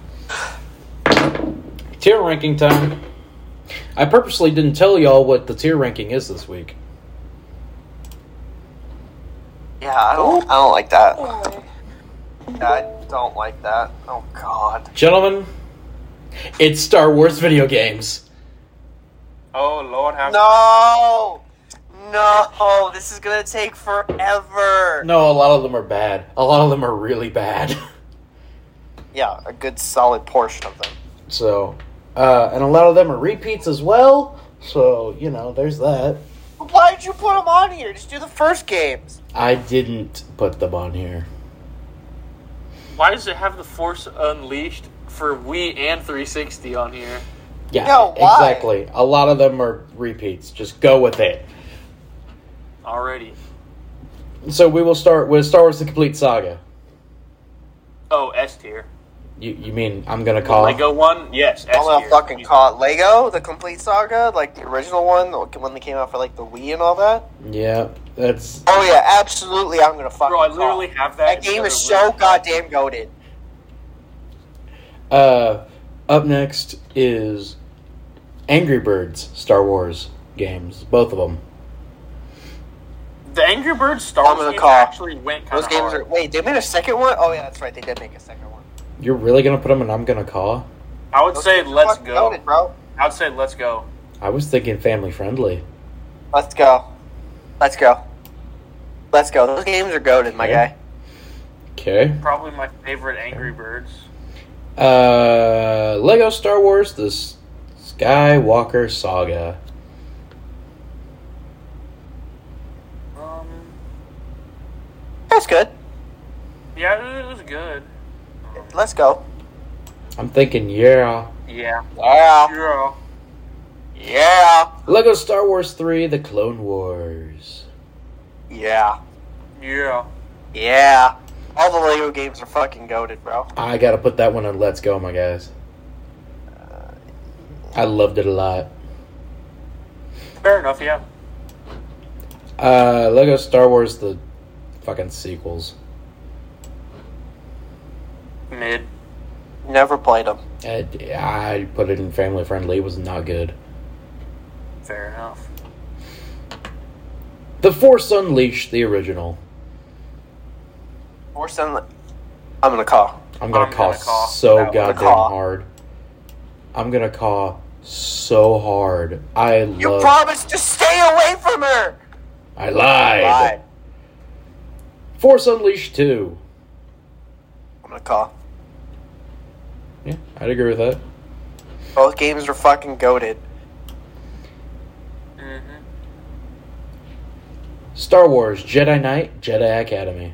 [SPEAKER 1] Tier ranking time. I purposely didn't tell y'all what the tier ranking is this week.
[SPEAKER 2] Yeah, I don't I don't like that. I don't like that. Oh god.
[SPEAKER 1] Gentlemen, it's Star Wars video games.
[SPEAKER 3] Oh Lord, have
[SPEAKER 2] No. No, this is going to take forever.
[SPEAKER 1] No, a lot of them are bad. A lot of them are really bad.
[SPEAKER 2] Yeah, a good solid portion of them.
[SPEAKER 1] So, uh, and a lot of them are repeats as well. So, you know, there's that.
[SPEAKER 2] Why'd you put them on here? Just do the first games.
[SPEAKER 1] I didn't put them on here.
[SPEAKER 3] Why does it have the Force Unleashed for Wii and 360 on here?
[SPEAKER 1] Yeah,
[SPEAKER 2] No, why?
[SPEAKER 1] exactly. A lot of them are repeats. Just go with it.
[SPEAKER 3] Already.
[SPEAKER 1] So we will start with Star Wars: The Complete Saga.
[SPEAKER 3] Oh, S tier.
[SPEAKER 1] You, you mean I'm gonna call?
[SPEAKER 3] Lego one, yes. S
[SPEAKER 2] Uh-huh. I'm gonna
[SPEAKER 3] tier.
[SPEAKER 2] fucking call it Lego, the complete saga, like the original one, the one that came out for like the Wii and all that.
[SPEAKER 1] Yeah, that's
[SPEAKER 2] Oh yeah, absolutely. I'm gonna fucking.
[SPEAKER 3] Bro, I
[SPEAKER 2] call it.
[SPEAKER 3] literally have that.
[SPEAKER 2] That game is so goddamn goaded.
[SPEAKER 1] uh. Up next is Angry Birds Star Wars games. Both of them.
[SPEAKER 3] The Angry Birds Star
[SPEAKER 2] I'm
[SPEAKER 3] Wars
[SPEAKER 2] gonna
[SPEAKER 3] games
[SPEAKER 2] call.
[SPEAKER 3] actually went kind
[SPEAKER 2] Those
[SPEAKER 3] of
[SPEAKER 2] games
[SPEAKER 3] hard.
[SPEAKER 2] are. Wait, they made a second one? Oh yeah, that's right. They did make a second one.
[SPEAKER 1] You're really gonna put them in? I'm gonna call.
[SPEAKER 3] I would
[SPEAKER 2] Those
[SPEAKER 3] say
[SPEAKER 2] games are
[SPEAKER 3] let's
[SPEAKER 2] fucking
[SPEAKER 3] go.
[SPEAKER 2] goated, bro.
[SPEAKER 3] I would say let's go.
[SPEAKER 1] I was thinking family friendly.
[SPEAKER 2] Let's go. Let's go. Let's go. Those games are goaded, my
[SPEAKER 1] Yeah.
[SPEAKER 2] guy.
[SPEAKER 1] Okay.
[SPEAKER 3] Probably my favorite Angry Birds.
[SPEAKER 1] Uh, Lego Star Wars: The S- Skywalker Saga.
[SPEAKER 3] Um,
[SPEAKER 2] That's good.
[SPEAKER 3] yeah, it was good.
[SPEAKER 2] Let's go.
[SPEAKER 1] I'm thinking, yeah.
[SPEAKER 3] Yeah.
[SPEAKER 2] Yeah.
[SPEAKER 3] Yeah.
[SPEAKER 2] Yeah.
[SPEAKER 1] Lego Star Wars 3: The Clone Wars.
[SPEAKER 2] Yeah.
[SPEAKER 3] Yeah.
[SPEAKER 2] Yeah. All the Lego games are fucking goaded, bro.
[SPEAKER 1] I gotta put that one on Let's Go, my guys. I loved it a lot.
[SPEAKER 3] Fair enough. Yeah.
[SPEAKER 1] Uh, Lego Star Wars: The fucking sequels.
[SPEAKER 3] Mid.
[SPEAKER 2] Never played them.
[SPEAKER 1] I, I put it in family friendly. It was not good.
[SPEAKER 3] Fair enough.
[SPEAKER 1] The Force Unleashed, the original.
[SPEAKER 2] Force Unleashed. I'm gonna call.
[SPEAKER 1] I'm gonna,
[SPEAKER 3] I'm
[SPEAKER 1] call,
[SPEAKER 3] gonna call.
[SPEAKER 1] so
[SPEAKER 3] That was a
[SPEAKER 1] goddamn
[SPEAKER 2] call.
[SPEAKER 1] hard. I'm gonna call so hard. I
[SPEAKER 2] You
[SPEAKER 1] love.
[SPEAKER 2] promised to stay away from her.
[SPEAKER 1] I lied.
[SPEAKER 2] Bye.
[SPEAKER 1] Force Unleashed two.
[SPEAKER 2] I'm gonna call.
[SPEAKER 1] Yeah, I'd agree with that.
[SPEAKER 2] Both games were fucking goaded.
[SPEAKER 1] Star Wars Jedi Knight Jedi Academy.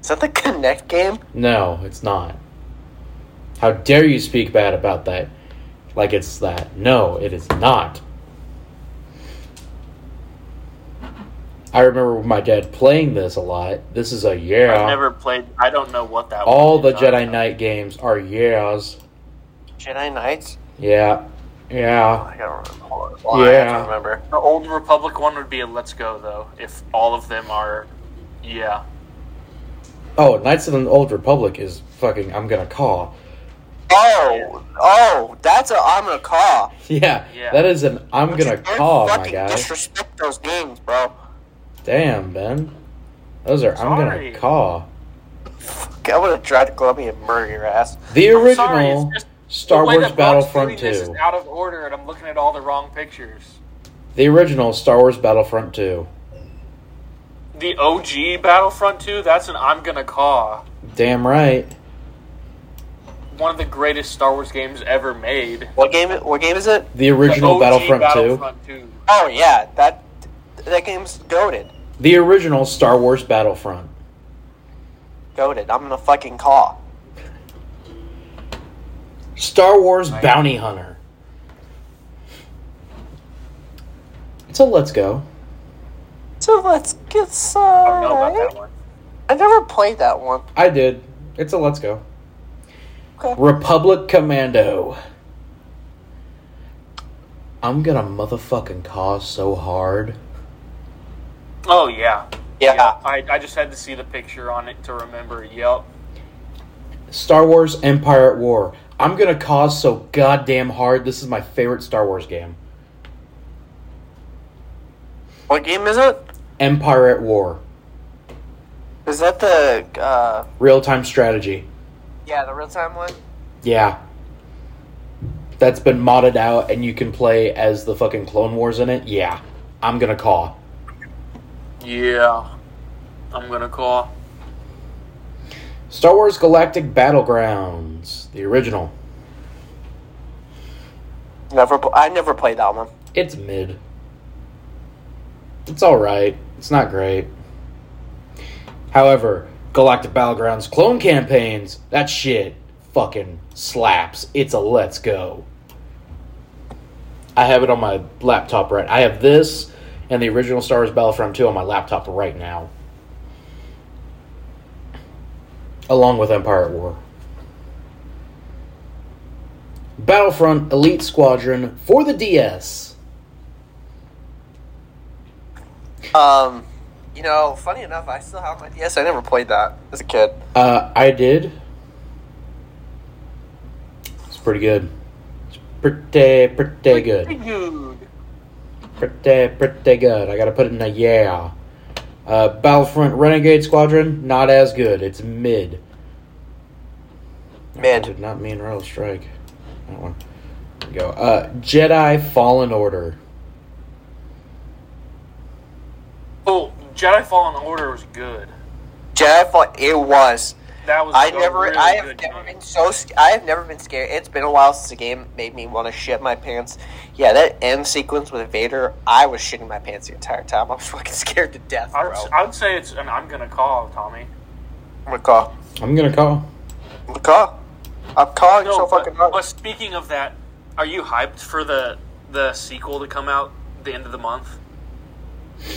[SPEAKER 2] Is that the Connect game?
[SPEAKER 1] No, it's not. How dare you speak bad about that? Like it's that. No, it is not. I remember my dad playing this a lot. This is a yeah.
[SPEAKER 3] I've never played. I don't know what that.
[SPEAKER 1] All
[SPEAKER 3] one
[SPEAKER 1] the
[SPEAKER 3] is. I don't
[SPEAKER 1] Jedi
[SPEAKER 3] know.
[SPEAKER 1] Knight games are yeahs.
[SPEAKER 2] Jedi Knights?
[SPEAKER 1] Yeah. Yeah.
[SPEAKER 2] I don't remember. Well, I
[SPEAKER 1] Yeah.
[SPEAKER 2] have to remember.
[SPEAKER 3] The old Republic one would be a Let's Go though. If all of them are, yeah.
[SPEAKER 1] Oh, Knights of the Old Republic is fucking I'm gonna call.
[SPEAKER 2] Oh, oh, that's a I'm gonna call.
[SPEAKER 1] Yeah.
[SPEAKER 3] Yeah.
[SPEAKER 1] That is an I'm gonna
[SPEAKER 2] Don't
[SPEAKER 1] call, my
[SPEAKER 2] fucking
[SPEAKER 1] guy.
[SPEAKER 2] Disrespect those games, bro.
[SPEAKER 1] Damn, Ben. Those are I'm
[SPEAKER 3] Sorry.
[SPEAKER 1] gonna call.
[SPEAKER 2] I would have tried to go up and murder your ass.
[SPEAKER 1] The
[SPEAKER 3] I'm
[SPEAKER 1] original
[SPEAKER 3] sorry, it's just
[SPEAKER 1] Star
[SPEAKER 3] the way
[SPEAKER 1] Wars
[SPEAKER 3] that Bob's
[SPEAKER 1] Battlefront
[SPEAKER 3] doing this is
[SPEAKER 1] 2.
[SPEAKER 3] out of order, and I'm looking at all the wrong pictures.
[SPEAKER 1] The original Star Wars Battlefront 2.
[SPEAKER 3] The OG Battlefront 2, that's an I'm gonna call.
[SPEAKER 1] Damn right.
[SPEAKER 3] One of the greatest Star Wars games ever made.
[SPEAKER 2] What game? What game is it?
[SPEAKER 1] The
[SPEAKER 3] The
[SPEAKER 1] original
[SPEAKER 3] OG
[SPEAKER 1] Battlefront,
[SPEAKER 3] 2.
[SPEAKER 2] Oh yeah, that that game's goaded.
[SPEAKER 1] 2. The original Star Wars Battlefront.
[SPEAKER 2] Goaded. I'm gonna fucking call.
[SPEAKER 1] Star Wars Bounty Hunter. So let's go.
[SPEAKER 2] So let's get some.
[SPEAKER 3] I don't know about that one.
[SPEAKER 2] I never played that one.
[SPEAKER 1] I did. It's a let's go.
[SPEAKER 2] Okay.
[SPEAKER 1] Republic Commando. I'm gonna motherfucking cause so hard.
[SPEAKER 3] Oh, yeah.
[SPEAKER 2] Yeah.
[SPEAKER 3] I, I just had to see the picture on it to remember. Yep.
[SPEAKER 1] Star Wars Empire at War. I'm gonna cause so goddamn hard. This is my favorite Star Wars game.
[SPEAKER 2] What game is it?
[SPEAKER 1] Empire at War.
[SPEAKER 2] Is that the uh?
[SPEAKER 1] Real time strategy.
[SPEAKER 2] Yeah, the real time one.
[SPEAKER 1] Yeah. That's been modded out and you can play as the fucking Clone Wars in it? Yeah. I'm gonna call.
[SPEAKER 3] Yeah. I'm gonna call.
[SPEAKER 1] Star Wars Galactic Battlegrounds. The original.
[SPEAKER 2] Never. pl- I never played that one.
[SPEAKER 1] It's mid. It's alright. It's not great. However, Galactic Battlegrounds clone campaigns, that shit fucking slaps. It's a let's go. I have it on my laptop right. I have this and the original Star Wars Battlefront 2 on my laptop right now. Along with Empire at War. Battlefront Elite Squadron for the DS.
[SPEAKER 2] Um, you know, funny enough, I still have my DS. I never played that as a kid.
[SPEAKER 1] Uh, I did. It's pretty good. It's pretty, pretty good.
[SPEAKER 3] Dude.
[SPEAKER 1] Pretty, pretty good. I gotta put it in a yeah. Uh, Battlefront Renegade Squadron, not as good. It's mid. I
[SPEAKER 2] Mid.
[SPEAKER 1] did not mean Royal Strike. That one. There we go. Uh, Jedi Fallen Order.
[SPEAKER 3] Oh, Jedi Fallen Order was good.
[SPEAKER 2] Jedi Fall. It was.
[SPEAKER 3] That was
[SPEAKER 2] I
[SPEAKER 3] a
[SPEAKER 2] never.
[SPEAKER 3] really
[SPEAKER 2] I have
[SPEAKER 3] good
[SPEAKER 2] never
[SPEAKER 3] game.
[SPEAKER 2] been so. sc- I have never been scared. It's been a while since a game made me want to shit my pants. Yeah, that end sequence with Vader. I was shitting my pants the entire time. I was fucking scared to death,
[SPEAKER 3] I
[SPEAKER 2] bro.
[SPEAKER 3] would, I would say it's an I'm gonna call, Tommy.
[SPEAKER 2] I'm gonna call.
[SPEAKER 1] I'm gonna call.
[SPEAKER 2] I'm gonna call. I'm calling so fucking
[SPEAKER 3] but,
[SPEAKER 2] hard.
[SPEAKER 3] but speaking of that, are you hyped for the the sequel to come out the end of the month?
[SPEAKER 1] Yeah.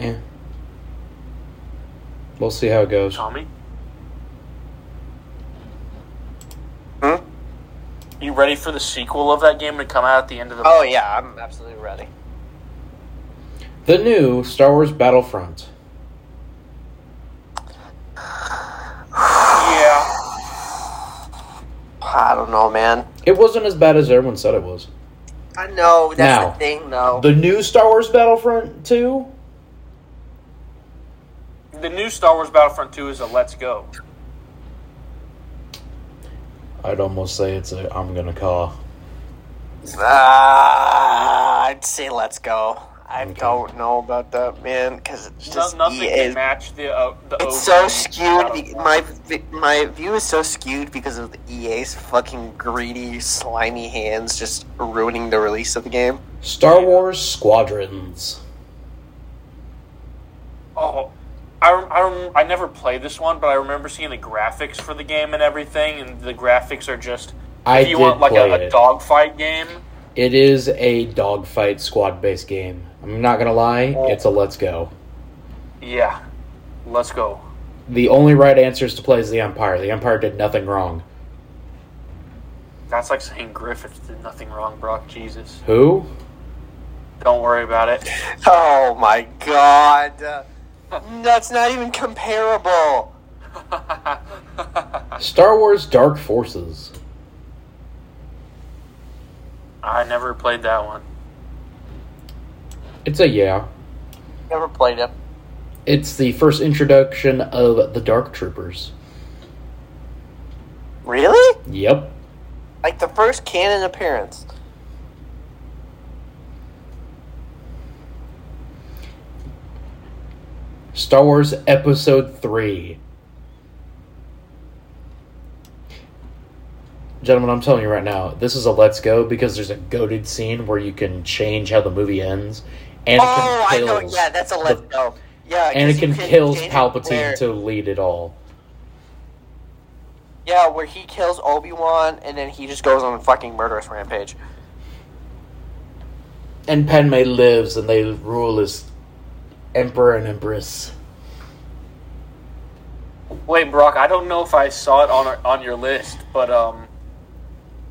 [SPEAKER 1] eh. We'll see how it goes.
[SPEAKER 3] Tommy,
[SPEAKER 2] Hmm?
[SPEAKER 3] you ready for the sequel of that game to come out at the end of the
[SPEAKER 2] Oh yeah, I'm absolutely ready.
[SPEAKER 1] The new Star Wars Battlefront.
[SPEAKER 3] Yeah.
[SPEAKER 2] I don't know, man.
[SPEAKER 1] It wasn't as bad as everyone said it was.
[SPEAKER 2] I know that's
[SPEAKER 1] Now,
[SPEAKER 2] the thing, though.
[SPEAKER 1] The new Star Wars Battlefront 2?
[SPEAKER 3] The new Star Wars Battlefront 2 is a let's go.
[SPEAKER 1] I'd almost say it's a I'm gonna call.
[SPEAKER 2] Ah, I'd say let's go. I don't know about that, man, because it's just E
[SPEAKER 3] No, nothing
[SPEAKER 2] EA
[SPEAKER 3] can match the uh, the.
[SPEAKER 2] It's so
[SPEAKER 3] OG
[SPEAKER 2] skewed.
[SPEAKER 3] out
[SPEAKER 2] be-
[SPEAKER 3] of-
[SPEAKER 2] My vi- my view is so skewed because of the EA's fucking greedy, slimy hands just ruining the release of the game.
[SPEAKER 1] Star Wars Squadrons.
[SPEAKER 3] Oh, I, rem- I, rem- I never played this one, but I remember seeing the graphics for the game and everything, and the graphics are just.
[SPEAKER 1] I
[SPEAKER 3] if you
[SPEAKER 1] did
[SPEAKER 3] want like
[SPEAKER 1] play
[SPEAKER 3] a, a
[SPEAKER 1] it.
[SPEAKER 3] dogfight game,
[SPEAKER 1] It is a dogfight squad based game. I'm not gonna lie,
[SPEAKER 3] Oh.
[SPEAKER 1] it's a let's go.
[SPEAKER 3] yeah, let's go.
[SPEAKER 1] The only right answer is to play as the Empire. The Empire did nothing wrong.
[SPEAKER 3] That's like saying Griffith did nothing wrong, Brock. Jesus,
[SPEAKER 1] Who?
[SPEAKER 3] don't worry about it.
[SPEAKER 2] Oh my god, that's not even comparable.
[SPEAKER 1] Star Wars Dark Forces.
[SPEAKER 3] I never played that one.
[SPEAKER 1] It's a yeah.
[SPEAKER 2] Never played it.
[SPEAKER 1] It's the first introduction of the Dark Troopers.
[SPEAKER 2] Really?
[SPEAKER 1] Yep.
[SPEAKER 2] Like the first canon appearance.
[SPEAKER 1] Star Wars Episode 3. Gentlemen, I'm telling you right now, this is a let's go because there's a goaded scene where you can change how the movie ends. Anakin
[SPEAKER 2] oh, I know.
[SPEAKER 1] kills
[SPEAKER 2] Yeah, that's a let's
[SPEAKER 1] the-
[SPEAKER 2] go. Yeah, 'cause you
[SPEAKER 1] Anakin
[SPEAKER 2] can
[SPEAKER 1] kills
[SPEAKER 2] change it
[SPEAKER 1] Palpatine
[SPEAKER 2] where-
[SPEAKER 1] to lead it all.
[SPEAKER 2] Yeah, where he kills Obi Wan and then he just goes on a fucking murderous rampage.
[SPEAKER 1] And Padme lives and they rule as Emperor and Empress.
[SPEAKER 3] Wait, Brock, I don't know if I saw it on our, on your list, but um,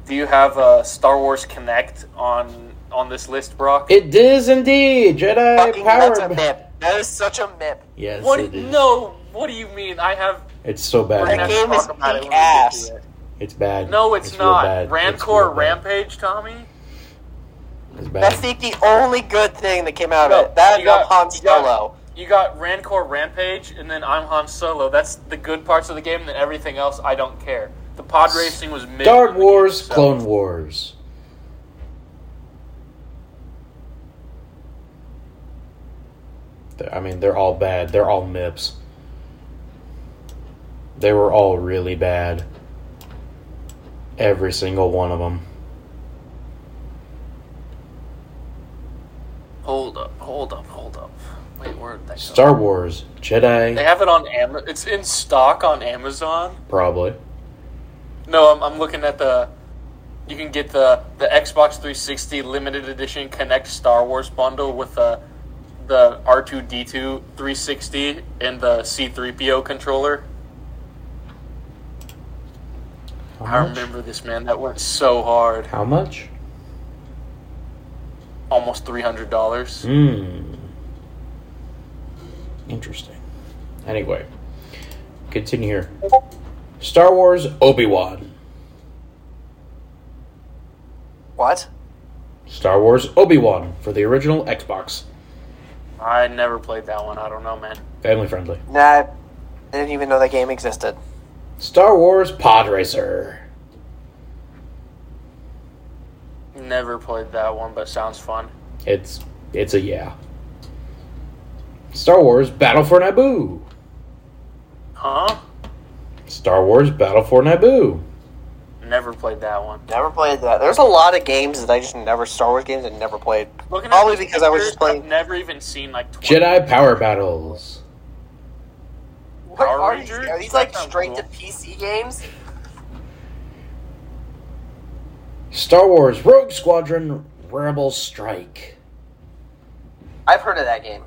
[SPEAKER 3] do you have uh, Star Wars Connect on on this list, Brock?
[SPEAKER 1] It is indeed Jedi
[SPEAKER 2] Fucking, that's a
[SPEAKER 1] power. ba-
[SPEAKER 2] mip. That is such a mip.
[SPEAKER 1] Yes,
[SPEAKER 3] what?
[SPEAKER 1] it is.
[SPEAKER 3] No. What do you mean? I have.
[SPEAKER 1] It's so bad.
[SPEAKER 3] we're gonna
[SPEAKER 2] That
[SPEAKER 3] have
[SPEAKER 1] man.
[SPEAKER 2] game
[SPEAKER 3] to talk
[SPEAKER 2] is
[SPEAKER 3] about
[SPEAKER 2] pink
[SPEAKER 3] it when we get to
[SPEAKER 2] ass.
[SPEAKER 3] it.
[SPEAKER 1] It's bad.
[SPEAKER 3] No, it's,
[SPEAKER 1] real
[SPEAKER 3] not.
[SPEAKER 1] bad. It's real
[SPEAKER 3] Rancor
[SPEAKER 1] bad.
[SPEAKER 3] Rampage, Tommy?
[SPEAKER 1] It's bad.
[SPEAKER 2] That's like the only good thing that came out
[SPEAKER 3] No,
[SPEAKER 2] of it. That
[SPEAKER 3] you
[SPEAKER 2] and I'm Han
[SPEAKER 3] got- you got-
[SPEAKER 2] Solo.
[SPEAKER 3] You got Rancor Rampage, and then I'm Han Solo. That's the good parts of the game, and then everything else, I don't care. The pod racing was mid.
[SPEAKER 1] Star Wars, Clone Wars. They're- I mean, they're all bad. They're all MIPS. They were all really bad. Every single one of them.
[SPEAKER 3] Hold up, hold up, hold up. Wait, where did that go?
[SPEAKER 1] Star Wars,
[SPEAKER 3] They
[SPEAKER 1] Jedi,
[SPEAKER 3] have it on Amazon. It's in stock on Amazon.
[SPEAKER 1] probably.
[SPEAKER 3] No, I'm, I'm looking at the. You can get the the Xbox 360 limited edition Connect Star Wars bundle with the the R2D2 360 and the C3PO controller.
[SPEAKER 1] How
[SPEAKER 3] I
[SPEAKER 1] much?
[SPEAKER 3] remember this man. That went so hard.
[SPEAKER 1] How much?
[SPEAKER 3] Almost three hundred dollars.
[SPEAKER 1] Hmm. Interesting. Anyway, continue here. Star Wars Obi Wan.
[SPEAKER 2] What?
[SPEAKER 1] Star Wars Obi Wan for the original Xbox.
[SPEAKER 3] I never played that one. I don't know, man.
[SPEAKER 1] Family friendly.
[SPEAKER 2] Nah, I didn't even know that game existed.
[SPEAKER 1] Star Wars Pod Racer.
[SPEAKER 3] Never played that one, but sounds fun.
[SPEAKER 1] It's it's a yeah. Star Wars Battle for Naboo.
[SPEAKER 3] Huh?
[SPEAKER 1] Star Wars Battle for Naboo.
[SPEAKER 3] Never played that one.
[SPEAKER 2] Never played that. There's a lot of games that I just never Star Wars games that I never played.
[SPEAKER 3] Looking at
[SPEAKER 2] Probably
[SPEAKER 3] these
[SPEAKER 2] because I was
[SPEAKER 3] pictures,
[SPEAKER 2] just playing.
[SPEAKER 3] I've never even seen like 20
[SPEAKER 1] Jedi Power Battles.
[SPEAKER 2] What
[SPEAKER 3] Power
[SPEAKER 2] are these?
[SPEAKER 3] Rangers?
[SPEAKER 2] Are these like
[SPEAKER 3] That sounds
[SPEAKER 2] straight
[SPEAKER 3] cool.
[SPEAKER 2] to PC games?
[SPEAKER 1] Star Wars Rogue Squadron Rebel Strike.
[SPEAKER 2] I've heard of that game.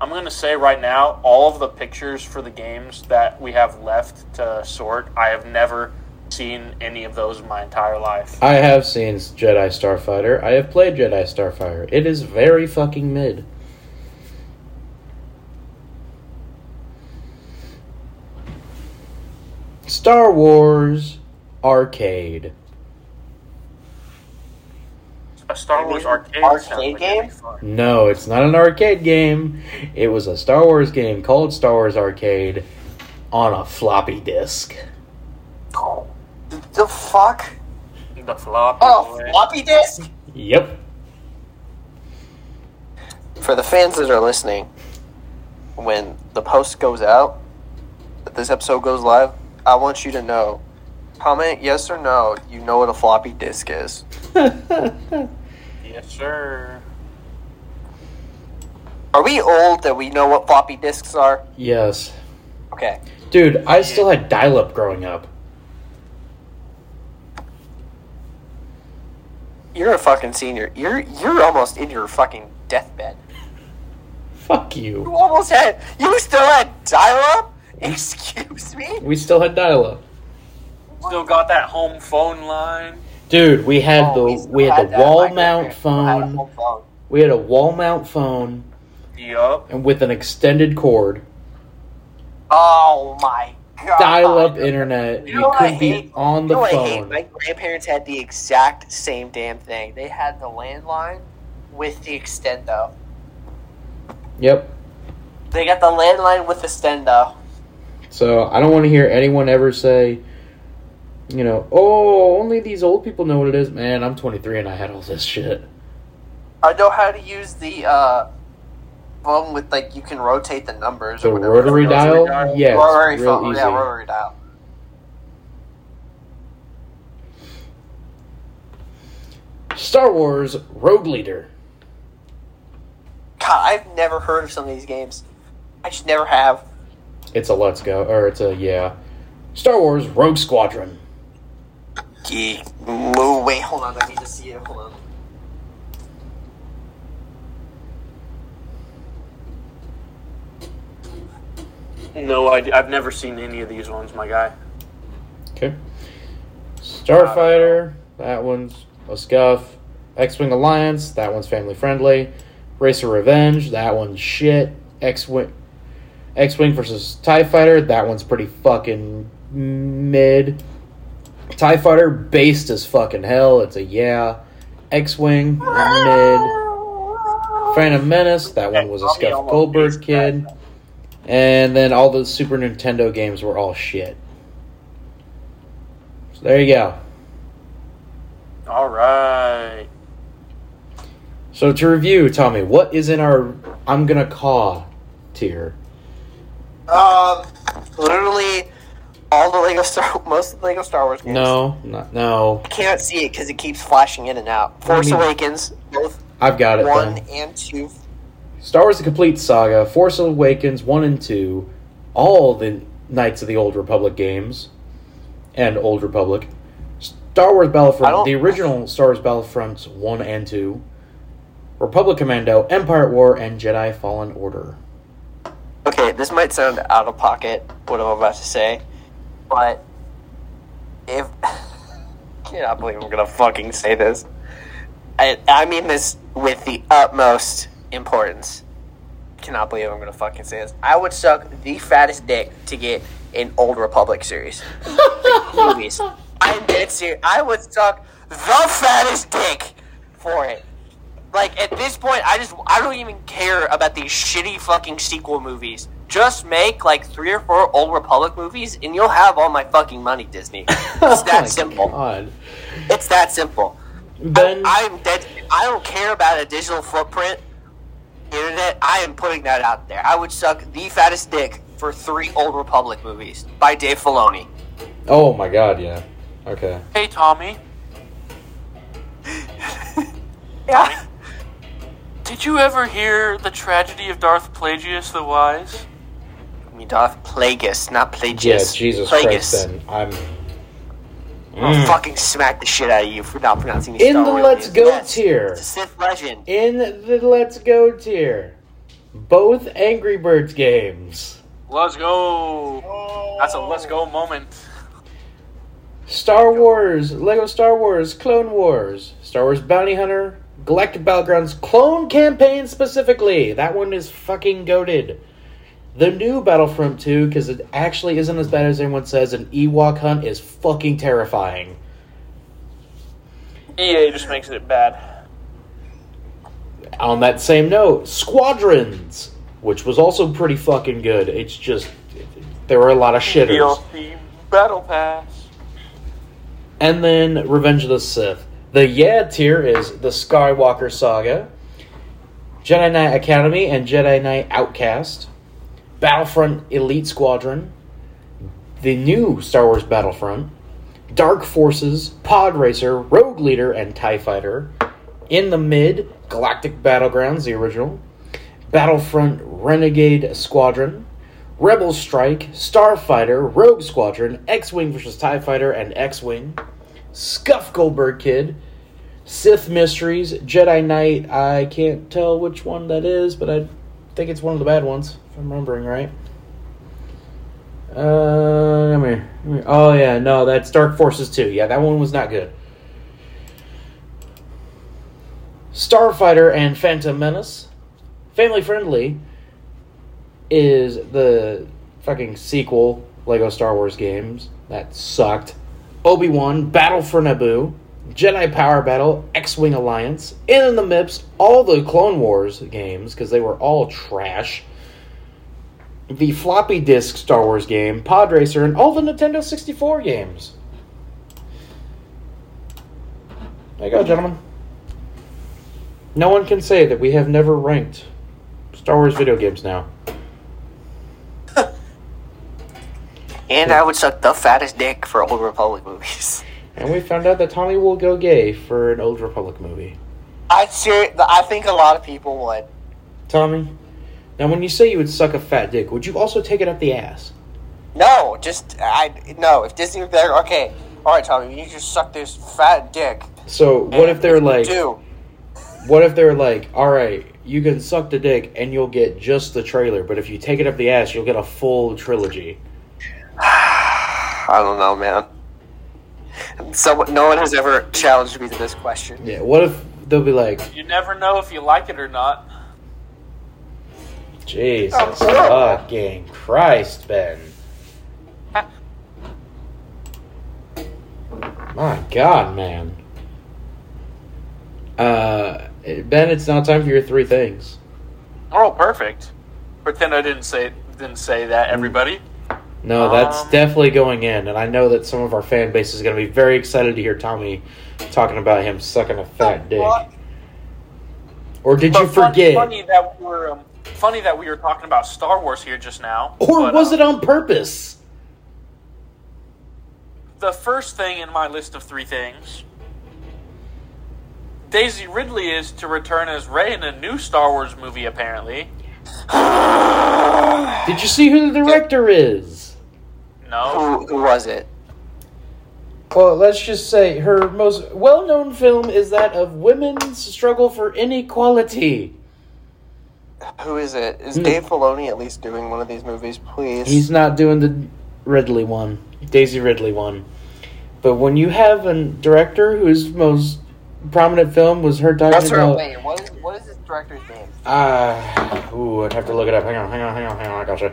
[SPEAKER 3] I'm gonna say right now, all of the pictures for the games that we have left to sort, I have never seen any of those in my entire life.
[SPEAKER 1] I have seen Jedi Starfighter. I have played Jedi Starfighter. It is very fucking mid. Star Wars Arcade.
[SPEAKER 3] A Star Wars arcade,
[SPEAKER 2] Arcade
[SPEAKER 3] sounds like
[SPEAKER 2] game?
[SPEAKER 3] it'd be fun.
[SPEAKER 1] No, it's not an arcade game. It was a Star Wars game called Star Wars Arcade on a floppy disk.
[SPEAKER 2] The fuck?
[SPEAKER 3] The flop.
[SPEAKER 2] Oh, floppy disk?
[SPEAKER 1] Yep.
[SPEAKER 2] For the fans that are listening, when the post goes out, that this episode goes live, I want you to know. Comment yes or no, you know what a floppy disk is.
[SPEAKER 3] Yes, sir.
[SPEAKER 2] Are we old that we know what floppy disks are?
[SPEAKER 1] Yes.
[SPEAKER 2] Okay.
[SPEAKER 1] Dude, I still had dial up growing up.
[SPEAKER 2] You're a fucking senior. You're you're almost in your fucking deathbed.
[SPEAKER 1] Fuck
[SPEAKER 2] You
[SPEAKER 1] you.
[SPEAKER 2] almost had you still had dial up? Excuse me?
[SPEAKER 1] We still had dial up.
[SPEAKER 3] Still got that home phone line.
[SPEAKER 1] Dude, we had
[SPEAKER 2] Oh,
[SPEAKER 1] the we had the
[SPEAKER 2] that.
[SPEAKER 1] wall
[SPEAKER 2] My
[SPEAKER 1] mount
[SPEAKER 2] grandparents had a
[SPEAKER 1] phone.
[SPEAKER 2] home phone.
[SPEAKER 1] We had a wall mount phone
[SPEAKER 3] Yup.
[SPEAKER 1] and with an extended cord,
[SPEAKER 2] Oh my god.
[SPEAKER 1] dial up internet. You,
[SPEAKER 2] know what I
[SPEAKER 1] couldn't be
[SPEAKER 2] hate?
[SPEAKER 1] on
[SPEAKER 2] You
[SPEAKER 1] the
[SPEAKER 2] know what I hate?
[SPEAKER 1] phone.
[SPEAKER 2] My grandparents had the exact same damn thing. They had the landline with the extendo.
[SPEAKER 1] Yep.
[SPEAKER 2] They got the landline with the stendo.
[SPEAKER 1] So I don't want to hear anyone ever say, you know, oh, only these old people know what it is. Man, I'm 23 and I had all this shit.
[SPEAKER 2] I know how to use the uh phone with like you can rotate the numbers
[SPEAKER 1] The
[SPEAKER 2] or whatever.
[SPEAKER 1] rotary dial,
[SPEAKER 3] dial?
[SPEAKER 1] yeah,
[SPEAKER 2] rotary
[SPEAKER 1] it's real
[SPEAKER 2] phone,
[SPEAKER 1] easy.
[SPEAKER 2] yeah, rotary dial.
[SPEAKER 1] Star Wars Rogue Leader.
[SPEAKER 2] God, I've never heard of some of these games. I just never have.
[SPEAKER 1] It's a let's go, or it's a yeah. Star Wars Rogue Squadron.
[SPEAKER 2] Gee, moo, wait, hold on, I need to see it. Hold on.
[SPEAKER 3] No idea. I've never seen any of these ones, my guy.
[SPEAKER 1] Okay. Starfighter. That one's a scuff. X-wing Alliance. That one's family friendly. Racer Revenge. That one's shit. X-wing. X-wing versus Tie Fighter. That one's pretty fucking mid. Tie Fighter based as fucking hell. It's a yeah. X-wing mid. Phantom Menace. That one was a
[SPEAKER 3] Tommy
[SPEAKER 1] scuff
[SPEAKER 3] almost
[SPEAKER 1] Goldberg
[SPEAKER 3] beat
[SPEAKER 1] kid. And then all the Super Nintendo games were all shit. So there you go.
[SPEAKER 3] All right.
[SPEAKER 1] So to review, Tommy, what is in our I'm gonna caw tier?
[SPEAKER 2] Um, literally, all the Lego Star, most of the Lego Star Wars games.
[SPEAKER 1] No, not, no.
[SPEAKER 2] I can't see it because it keeps flashing in and out. Force
[SPEAKER 1] mean?
[SPEAKER 2] Awakens, both
[SPEAKER 1] I've got it.
[SPEAKER 2] one
[SPEAKER 1] Then.
[SPEAKER 2] and two.
[SPEAKER 1] Star Wars: The Complete Saga, Force Awakens one and two, all the Knights of the Old Republic games, and Old Republic, Star Wars
[SPEAKER 2] I
[SPEAKER 1] Battlefront,
[SPEAKER 2] don't-
[SPEAKER 1] the original Star Wars Battlefronts one and two, Republic Commando, Empire at War, and Jedi Fallen Order.
[SPEAKER 2] Okay, this might sound out of pocket what I'm about to say, but if cannot believe I'm gonna fucking say this. I I mean this with the utmost importance. Cannot believe I'm gonna fucking say this. I would suck the fattest dick to get an old Republic series. Like, movies. I'm dead serious. I would suck the fattest dick for it. Like at this point, I just I don't even care about these shitty fucking sequel movies. Just make like three or four old Republic movies, and you'll have all my fucking money, Disney. It's
[SPEAKER 1] Oh
[SPEAKER 2] that
[SPEAKER 1] my
[SPEAKER 2] simple.
[SPEAKER 1] God.
[SPEAKER 2] It's that simple.
[SPEAKER 1] Ben,
[SPEAKER 2] I, I'm dead. I don't care about a digital footprint. Internet. I am putting that out there. I would suck the fattest dick for three Old Republic movies by Dave Filoni.
[SPEAKER 1] oh my God, yeah. Okay.
[SPEAKER 3] Hey, Tommy.
[SPEAKER 2] Yeah.
[SPEAKER 3] Did you ever hear the tragedy of Darth Plagueis the Wise?
[SPEAKER 2] I mean, Darth Plagueis, not Plagueis.
[SPEAKER 1] Yeah, Jesus
[SPEAKER 2] Plagueis.
[SPEAKER 1] Christ. Then I'm
[SPEAKER 2] I'll fucking smack the shit out of you for not pronouncing these
[SPEAKER 1] In
[SPEAKER 2] Star
[SPEAKER 1] the
[SPEAKER 2] Wars
[SPEAKER 1] Let's
[SPEAKER 2] names.
[SPEAKER 1] Go
[SPEAKER 2] Yes,
[SPEAKER 1] tier.
[SPEAKER 2] It's a Sith legend.
[SPEAKER 1] In the Let's Go tier, both Angry Birds games,
[SPEAKER 3] Let's go. That's a let's go moment.
[SPEAKER 1] Star Wars, Lego Star Wars, Clone Wars, Star Wars Bounty Hunter, Galactic Battlegrounds, Clone Campaign specifically. That one is fucking goaded. The new Battlefront 2, because it actually isn't as bad as anyone says, an Ewok hunt is fucking terrifying.
[SPEAKER 3] EA E just makes it bad.
[SPEAKER 1] On that same note, Squadrons, which was also pretty fucking good. It's just, there were a lot of shitters.
[SPEAKER 3] DLC Battle Pass.
[SPEAKER 1] And then Revenge of the Sith. The yeah tier is the Skywalker Saga, Jedi Knight Academy and Jedi Knight Outcast, Battlefront Elite Squadron, the new Star Wars Battlefront, Dark Forces, Pod Racer, Rogue Leader, and TIE Fighter. In the mid, Galactic Battlegrounds, the original, Battlefront Renegade Squadron, Rebel Strike, Starfighter, Rogue Squadron, X Wing vs. TIE E Fighter, and X Wing, Scuff Goldberg Kid, Sith Mysteries, Jedi Knight. I can't tell which one that is, but I think it's one of the bad ones, if I'm remembering right. Uh, come here. Come here. Oh, yeah, no, that's Dark Forces 2. Yeah, that one was not good. Starfighter and Phantom Menace. Family friendly is the fucking sequel Lego Star Wars games that sucked. Obi Wan, Battle for Naboo, Jedi Power Battle, X Wing Alliance, and in the MIPS, all the Clone Wars games because they were all trash. The floppy disk Star Wars game, Pod Racer, and all the Nintendo 64 games. There you go, gentlemen. No one can say that we have never ranked Star Wars video games now.
[SPEAKER 2] And I would suck the fattest dick for Old Republic movies.
[SPEAKER 1] And we found out that Tommy will go gay for an Old Republic movie.
[SPEAKER 2] I ser- I think a lot of people would.
[SPEAKER 1] Tommy, now when you say you would suck a fat dick, would you also take it up the ass?
[SPEAKER 2] No, just I no. If Disney were there, okay, all right, Tommy, you just suck this fat dick.
[SPEAKER 1] So what if they're like,
[SPEAKER 2] Uh, do
[SPEAKER 1] what if they're like, all right, you can suck the dick and you'll get just the trailer, but if you take it up the ass, you'll get a full trilogy.
[SPEAKER 2] I don't know, man. Someone, no one has ever challenged me to this question.
[SPEAKER 1] Yeah. What if they'll be like,
[SPEAKER 3] You never know if you like it or not.
[SPEAKER 1] Jesus fucking Christ, Ben. My God, man. Uh, Ben, it's now time for your three things.
[SPEAKER 3] Oh, perfect. Pretend I didn't say didn't say
[SPEAKER 1] Mm.
[SPEAKER 3] that. Everybody.
[SPEAKER 1] No, that's
[SPEAKER 3] Um,
[SPEAKER 1] definitely going in, and I know that some of our fan base is going to be very excited to hear Tommy talking about him sucking a fat dick.
[SPEAKER 2] fuck?
[SPEAKER 1] Or did
[SPEAKER 3] But
[SPEAKER 1] you
[SPEAKER 3] fun-
[SPEAKER 1] forget?
[SPEAKER 3] Funny that we were um, funny that we were talking about Star Wars here just now.
[SPEAKER 1] or
[SPEAKER 3] but,
[SPEAKER 1] was
[SPEAKER 3] uh,
[SPEAKER 1] it on purpose?
[SPEAKER 3] the first thing in my list of three things? Daisy Ridley is to return as Rey in a new Star Wars movie, apparently.
[SPEAKER 1] Did you see who the director is?
[SPEAKER 3] No.
[SPEAKER 2] Who, who was it?
[SPEAKER 1] Well, let's just say her most well known film is that of women's struggle for inequality.
[SPEAKER 2] Who is it? Is
[SPEAKER 1] Hmm.
[SPEAKER 2] Dave Filoni at least doing one of these movies, please?
[SPEAKER 1] He's not doing the Ridley one, Daisy Ridley one. But when you have a director whose most prominent film was her talking
[SPEAKER 2] That's her.
[SPEAKER 1] about.
[SPEAKER 2] Wait, what is, what is this director's name?
[SPEAKER 1] Uh, ooh, I'd have to look it up. Hang on, hang on, hang on, hang on. I gotcha.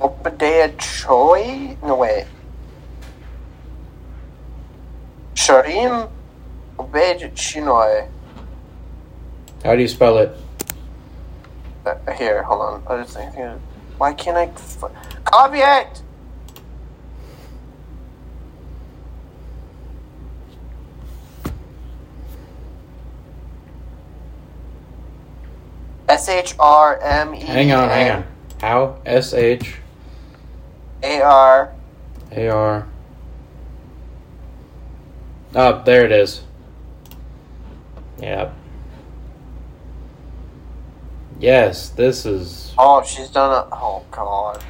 [SPEAKER 2] Obadiah Choi? No, wait. Sharim Obed Chinoy.
[SPEAKER 1] How do you spell it?
[SPEAKER 2] Uh, here, hold on. I just think, why can't I f- copy it? S H R M E.
[SPEAKER 1] Hang on, hang on. How? S H
[SPEAKER 2] A R.
[SPEAKER 1] A R. Oh, there it is. Yep. Yes, this is.
[SPEAKER 2] Oh, she's done a. Oh, God.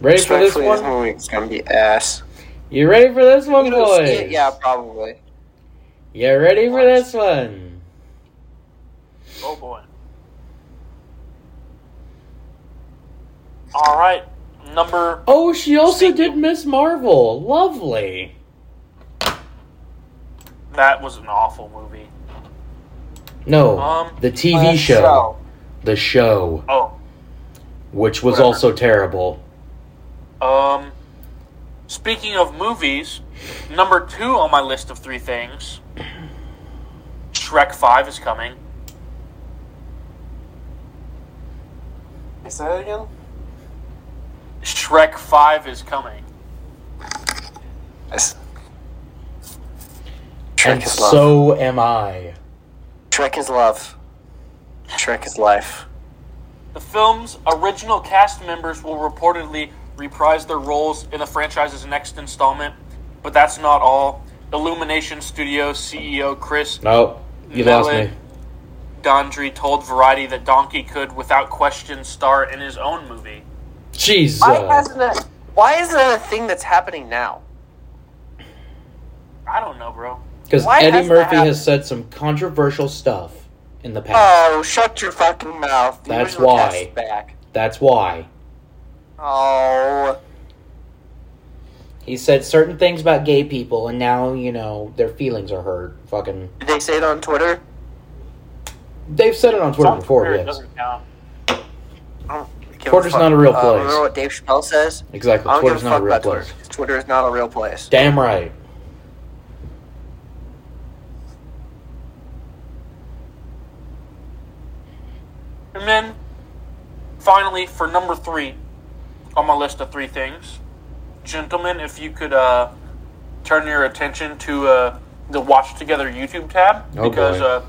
[SPEAKER 1] Ready for this
[SPEAKER 2] Respectfully, uh,
[SPEAKER 1] one?
[SPEAKER 2] movie's gonna be ass.
[SPEAKER 1] You ready for this one, boys?
[SPEAKER 2] Yeah, probably.
[SPEAKER 1] You ready for this one?
[SPEAKER 3] Oh boy. All right. Number
[SPEAKER 1] Oh, she also did Miss Marvel. Lovely.
[SPEAKER 3] that was an awful movie.
[SPEAKER 1] No,
[SPEAKER 3] Um,
[SPEAKER 1] the
[SPEAKER 2] Uh,
[SPEAKER 1] TV show,
[SPEAKER 2] so,
[SPEAKER 1] the show,
[SPEAKER 3] Oh.
[SPEAKER 1] which was
[SPEAKER 3] Whatever.
[SPEAKER 1] also terrible.
[SPEAKER 3] Um. Speaking of movies, number two on my list of three things Shrek 5 is coming.
[SPEAKER 2] Is that again?
[SPEAKER 3] Shrek 5 is coming.
[SPEAKER 2] Yes.
[SPEAKER 4] And
[SPEAKER 2] Shrek is love.
[SPEAKER 4] so am I.
[SPEAKER 2] Shrek is love. Shrek is life.
[SPEAKER 3] The film's original cast members will reportedly reprise their roles in the franchise's next installment, but that's not all. Illumination Studios CEO Chris
[SPEAKER 1] No, you lost me.
[SPEAKER 3] Nolan Dondry told Variety that Donkey could, without question, star in his own movie.
[SPEAKER 1] Jesus.
[SPEAKER 2] Why hasn't that? Why isn't that a thing that's happening now?
[SPEAKER 3] I don't know, bro.
[SPEAKER 1] Because
[SPEAKER 2] why
[SPEAKER 1] Eddie
[SPEAKER 2] hasn't that
[SPEAKER 1] Murphy
[SPEAKER 2] happened?
[SPEAKER 1] has said some controversial stuff in the past.
[SPEAKER 2] Oh, shut your fucking mouth. The
[SPEAKER 1] That's
[SPEAKER 2] original
[SPEAKER 1] why.
[SPEAKER 2] cast is Back.
[SPEAKER 1] That's why.
[SPEAKER 2] Oh,
[SPEAKER 1] He said certain things about gay people, and now, you know, their feelings are hurt. Fucking.
[SPEAKER 2] did they say it on Twitter?
[SPEAKER 1] They've said it on Twitter
[SPEAKER 3] Tom
[SPEAKER 1] before,
[SPEAKER 3] Cruiser
[SPEAKER 1] yes.
[SPEAKER 3] doesn't count.
[SPEAKER 2] I don't give a
[SPEAKER 1] Twitter's
[SPEAKER 2] fuck.
[SPEAKER 1] not a real
[SPEAKER 2] Uh,
[SPEAKER 1] place.
[SPEAKER 2] Remember what Dave Chappelle says? I
[SPEAKER 1] Exactly.
[SPEAKER 2] don't
[SPEAKER 1] Twitter's
[SPEAKER 2] give a
[SPEAKER 1] not
[SPEAKER 2] fuck
[SPEAKER 1] a real
[SPEAKER 2] about
[SPEAKER 1] place.
[SPEAKER 2] Twitter. Twitter is not a real place.
[SPEAKER 1] Damn right.
[SPEAKER 3] And then, finally, for number three on my list of three things, gentlemen, if you could uh, turn your attention to uh, the Watch Together YouTube tab,
[SPEAKER 1] Oh,
[SPEAKER 3] because
[SPEAKER 1] boy.
[SPEAKER 3] uh,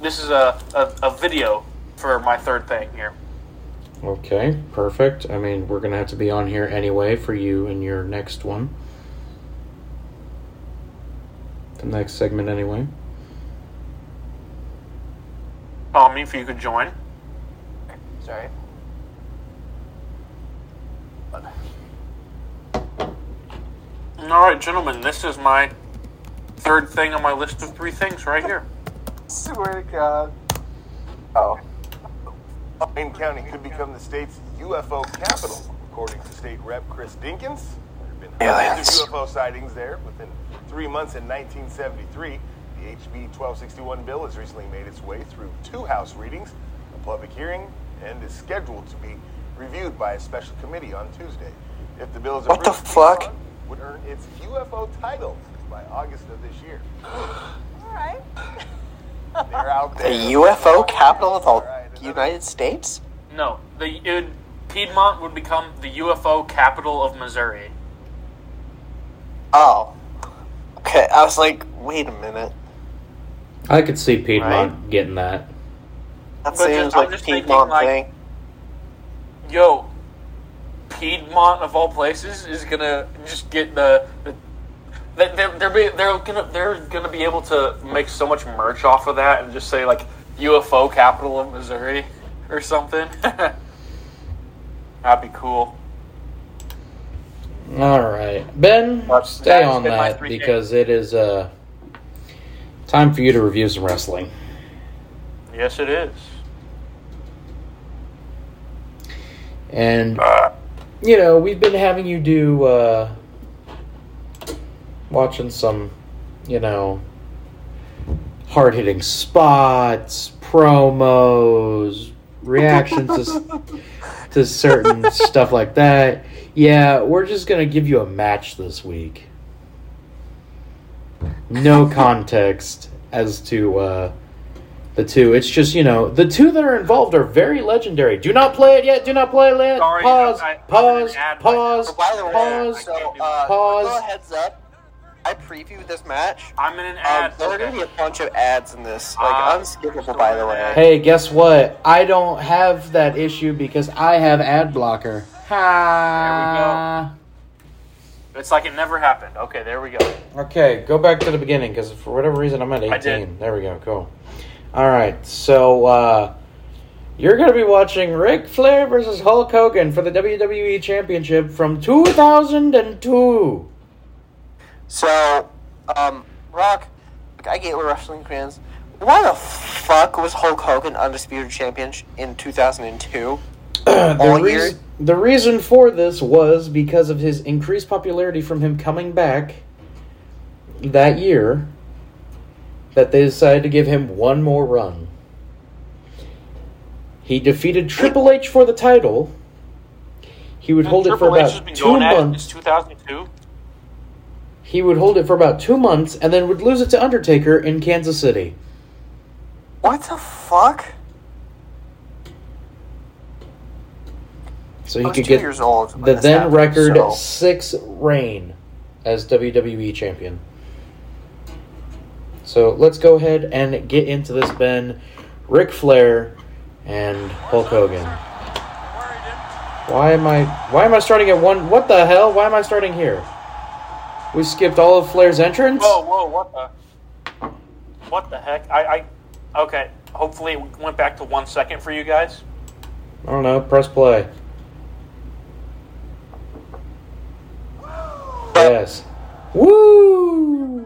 [SPEAKER 3] this is a, a, a video for my third thing here.
[SPEAKER 1] Okay, perfect. I mean, we're going to have to be on here anyway for you and your next one. The next segment, anyway.
[SPEAKER 3] Tommy, if you could join.
[SPEAKER 2] Sorry.
[SPEAKER 3] All right, gentlemen, this is my third thing on my list of three things right here.
[SPEAKER 6] Swear to God.
[SPEAKER 2] Oh.
[SPEAKER 6] Wayne County could become the state's UFO capital, according to state rep Chris Dinkins. There have been hundreds of UFO sightings there. Within three months in 1973, the HB 1261 bill has recently made its way through two House readings, a public hearing, and is scheduled to be reviewed by a special committee on Tuesday. If the bill is
[SPEAKER 2] What the
[SPEAKER 6] approved,
[SPEAKER 2] fuck?
[SPEAKER 6] Tucson would earn its UFO title by August of this year.
[SPEAKER 8] All right.
[SPEAKER 6] They're out
[SPEAKER 2] The
[SPEAKER 6] there.
[SPEAKER 2] UFO capital of
[SPEAKER 6] All
[SPEAKER 2] the
[SPEAKER 6] right, another-
[SPEAKER 2] United States?
[SPEAKER 3] No, the it, would- Piedmont would become the UFO capital of Missouri.
[SPEAKER 2] Oh. Okay, I was like, wait a minute.
[SPEAKER 1] I could see Piedmont getting that.
[SPEAKER 2] That
[SPEAKER 3] But
[SPEAKER 2] seems
[SPEAKER 3] just- I'm
[SPEAKER 2] like
[SPEAKER 3] just
[SPEAKER 2] a
[SPEAKER 3] thinking,
[SPEAKER 2] Piedmont
[SPEAKER 3] like-
[SPEAKER 2] thing.
[SPEAKER 3] Yo, Piedmont of all places is gonna just get the. the they- they're, they're, be, they're gonna they're gonna be able to make so much merch off of that and just say like UFO capital of Missouri or something. That'd be cool.
[SPEAKER 1] All right, Ben,
[SPEAKER 3] That's-
[SPEAKER 1] stay
[SPEAKER 3] that's
[SPEAKER 1] on
[SPEAKER 3] been my
[SPEAKER 1] that
[SPEAKER 3] three
[SPEAKER 1] because it is uh, time for you to review some wrestling.
[SPEAKER 3] Yes, it is.
[SPEAKER 1] And
[SPEAKER 3] Uh.
[SPEAKER 1] you know we've been having you do uh, watching some, you know, hard hitting spots, promos, reactions to, s- to certain stuff like that. Yeah, we're just gonna give you a match this week. No context as to uh, the two. It's just you know the two that are involved are very legendary. Do not play it yet. Do not play it yet.
[SPEAKER 3] Sorry,
[SPEAKER 1] pause.
[SPEAKER 3] I- I-
[SPEAKER 1] pause.
[SPEAKER 3] I had an ad right
[SPEAKER 1] Pause.
[SPEAKER 3] now.
[SPEAKER 2] By the way,
[SPEAKER 1] pause.
[SPEAKER 2] so, uh,
[SPEAKER 1] pause.
[SPEAKER 2] little heads up, I previewed this match.
[SPEAKER 3] I'm in an
[SPEAKER 2] Um,
[SPEAKER 3] ad.
[SPEAKER 2] there are going
[SPEAKER 3] Okay.
[SPEAKER 2] to be a bunch of ads in this. Like,
[SPEAKER 3] Ah,
[SPEAKER 2] unskippable, by the way.
[SPEAKER 1] Hey, guess what? I don't have that issue because I have ad blocker. Ha.
[SPEAKER 3] It's like it never happened. Okay, there we go.
[SPEAKER 1] Okay, go back to the beginning because for whatever reason I'm at 18.
[SPEAKER 3] I did.
[SPEAKER 1] There we go. Cool. All right. So uh, you're going to be watching Ric Flair versus Hulk Hogan for the WWE Championship from 2002.
[SPEAKER 2] So, um, Rock, look, I get we're wrestling fans. Why the fuck was Hulk Hogan undisputed champion in 2002?
[SPEAKER 1] the,
[SPEAKER 2] All year?
[SPEAKER 1] reas- the reason for this was because of his increased popularity from him coming back that year that they decided to give him one more run. He defeated Triple H for the title. He would hold it for
[SPEAKER 3] Triple H has
[SPEAKER 1] about
[SPEAKER 3] been
[SPEAKER 1] two
[SPEAKER 3] going at it
[SPEAKER 1] months.
[SPEAKER 3] since 2002.
[SPEAKER 1] He would hold it for about two months and then would lose it to Undertaker in Kansas City.
[SPEAKER 2] What the fuck?
[SPEAKER 1] So
[SPEAKER 2] I
[SPEAKER 1] he
[SPEAKER 2] was
[SPEAKER 1] could
[SPEAKER 2] Oh, two
[SPEAKER 1] get
[SPEAKER 2] years old. when
[SPEAKER 1] the
[SPEAKER 2] this
[SPEAKER 1] then
[SPEAKER 2] happened,
[SPEAKER 1] record
[SPEAKER 2] so-
[SPEAKER 1] six reign as WWE champion. So let's go ahead and get into this, Ben. Ric Flair and Hulk Hogan. Why am I why am I starting at one what the hell? Why am I starting here? We skipped all of Flair's entrance?
[SPEAKER 3] Whoa, whoa, what the? What the heck? I, I, okay. Hopefully, it went back to one second for you guys.
[SPEAKER 1] I don't know, press play. Yes. Woo!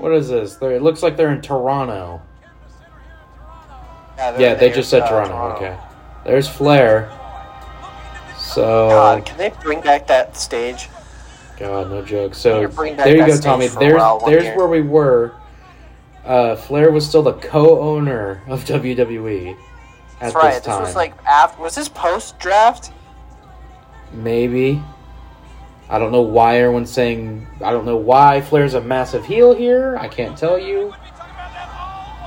[SPEAKER 1] What is this? They're, it looks like they're in Toronto.
[SPEAKER 2] Yeah,
[SPEAKER 1] Yeah, they just said
[SPEAKER 2] uh,
[SPEAKER 1] Toronto. Okay. There's Flair. So
[SPEAKER 2] God,
[SPEAKER 1] God,
[SPEAKER 2] can they bring back that stage?
[SPEAKER 1] no joke.
[SPEAKER 2] Need
[SPEAKER 1] So
[SPEAKER 2] to bring back
[SPEAKER 1] there you
[SPEAKER 2] that
[SPEAKER 1] go,
[SPEAKER 2] stage
[SPEAKER 1] Tommy.
[SPEAKER 2] for a
[SPEAKER 1] There's
[SPEAKER 2] while one
[SPEAKER 1] there's
[SPEAKER 2] year.
[SPEAKER 1] where we were. Uh, Flair was still the co-owner of WWE at
[SPEAKER 2] That's right.
[SPEAKER 1] this
[SPEAKER 2] This
[SPEAKER 1] time.
[SPEAKER 2] was like after. Was this post draft?
[SPEAKER 1] Maybe. I don't know why everyone's saying. I don't know why Flair's a massive heel here. I can't tell you.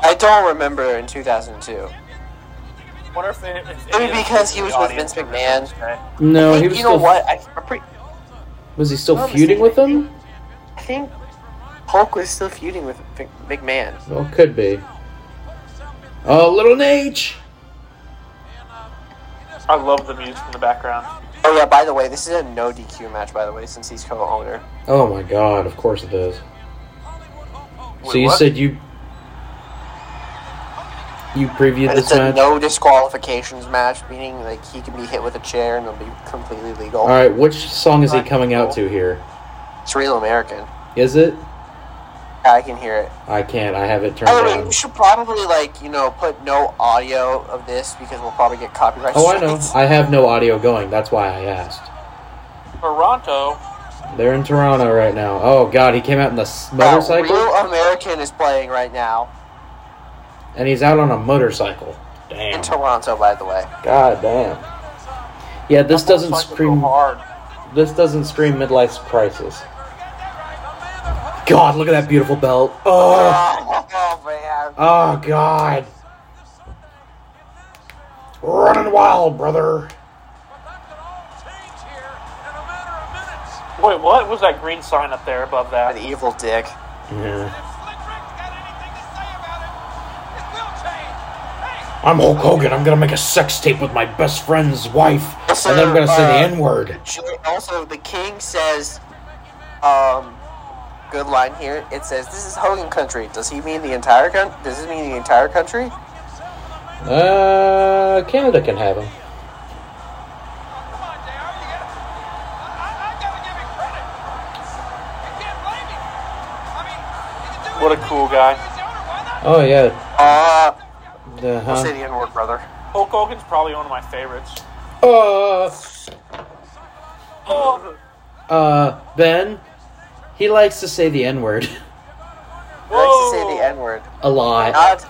[SPEAKER 2] I don't remember in 2002.
[SPEAKER 3] Wonder if it, if
[SPEAKER 2] Maybe
[SPEAKER 3] any of
[SPEAKER 2] because
[SPEAKER 3] the
[SPEAKER 2] he was with
[SPEAKER 3] audience
[SPEAKER 2] Vince
[SPEAKER 3] remembers
[SPEAKER 2] McMahon.
[SPEAKER 3] that.
[SPEAKER 1] No,
[SPEAKER 2] Like,
[SPEAKER 1] he was
[SPEAKER 2] you
[SPEAKER 1] still.
[SPEAKER 2] know what? I, I'm pretty,
[SPEAKER 1] Was he still
[SPEAKER 2] Well,
[SPEAKER 1] feuding with them?
[SPEAKER 2] I think Hulk was still feuding with Mc- McMahon.
[SPEAKER 1] Well, could be. Oh, little Nate.
[SPEAKER 3] I love the music in the background.
[SPEAKER 2] Oh yeah. By the way, this is a no DQ match. By the way, since he's co-owner.
[SPEAKER 1] Oh my God! Of course it is. so
[SPEAKER 9] Wait,
[SPEAKER 1] you
[SPEAKER 9] what?
[SPEAKER 1] said you you previewed
[SPEAKER 2] And
[SPEAKER 1] this
[SPEAKER 2] it's a
[SPEAKER 1] match.
[SPEAKER 2] no disqualifications match, meaning like he can be hit with a chair and it'll be completely legal.
[SPEAKER 1] All right, which song is he coming out to here?
[SPEAKER 2] It's real American.
[SPEAKER 1] Is it?
[SPEAKER 2] Yeah, I can hear it.
[SPEAKER 1] I can't. I have it turned
[SPEAKER 2] By the way,
[SPEAKER 1] down.
[SPEAKER 2] we should probably like you know put no audio of this because we'll probably get copyright.
[SPEAKER 1] Oh, I know.
[SPEAKER 2] strikes.
[SPEAKER 1] I have no audio going. That's why I asked.
[SPEAKER 3] Toronto.
[SPEAKER 1] They're in Toronto right now. Oh God, he came out in the s-
[SPEAKER 2] Yeah,
[SPEAKER 1] motorcycle,
[SPEAKER 2] real American is playing right now
[SPEAKER 1] and he's out on a motorcycle. Damn.
[SPEAKER 2] in Toronto. By the way,
[SPEAKER 1] God damn. Yeah, this doesn't
[SPEAKER 3] Fucking
[SPEAKER 1] scream.
[SPEAKER 3] go hard.
[SPEAKER 1] This doesn't scream midlife crisis. God, look at that beautiful belt. Oh,
[SPEAKER 2] oh, man,
[SPEAKER 1] oh God. Running wild, brother.
[SPEAKER 3] Wait, what was that green sign up there above that?
[SPEAKER 2] an evil dick.
[SPEAKER 1] Yeah.
[SPEAKER 8] I'm Hulk Hogan. I'm gonna make a sex tape with my best friend's wife, and then I'm gonna say the N word.
[SPEAKER 2] Ju- Also, the king says, um, good line here. It says, "This is Hogan country." Does he mean the entire country? Does this mean the entire country?
[SPEAKER 1] Uh, Canada can have him.
[SPEAKER 3] What a cool guy.
[SPEAKER 1] Oh yeah.
[SPEAKER 2] Uh,
[SPEAKER 1] Uh-huh.
[SPEAKER 2] say the N word, brother.
[SPEAKER 3] Hulk Hogan's probably one of my favorites.
[SPEAKER 1] Uh,
[SPEAKER 3] Oh,
[SPEAKER 1] uh, Ben, he likes to say the N word
[SPEAKER 2] He likes to say the N word.
[SPEAKER 1] a
[SPEAKER 3] Uh,
[SPEAKER 1] lot.
[SPEAKER 2] Not,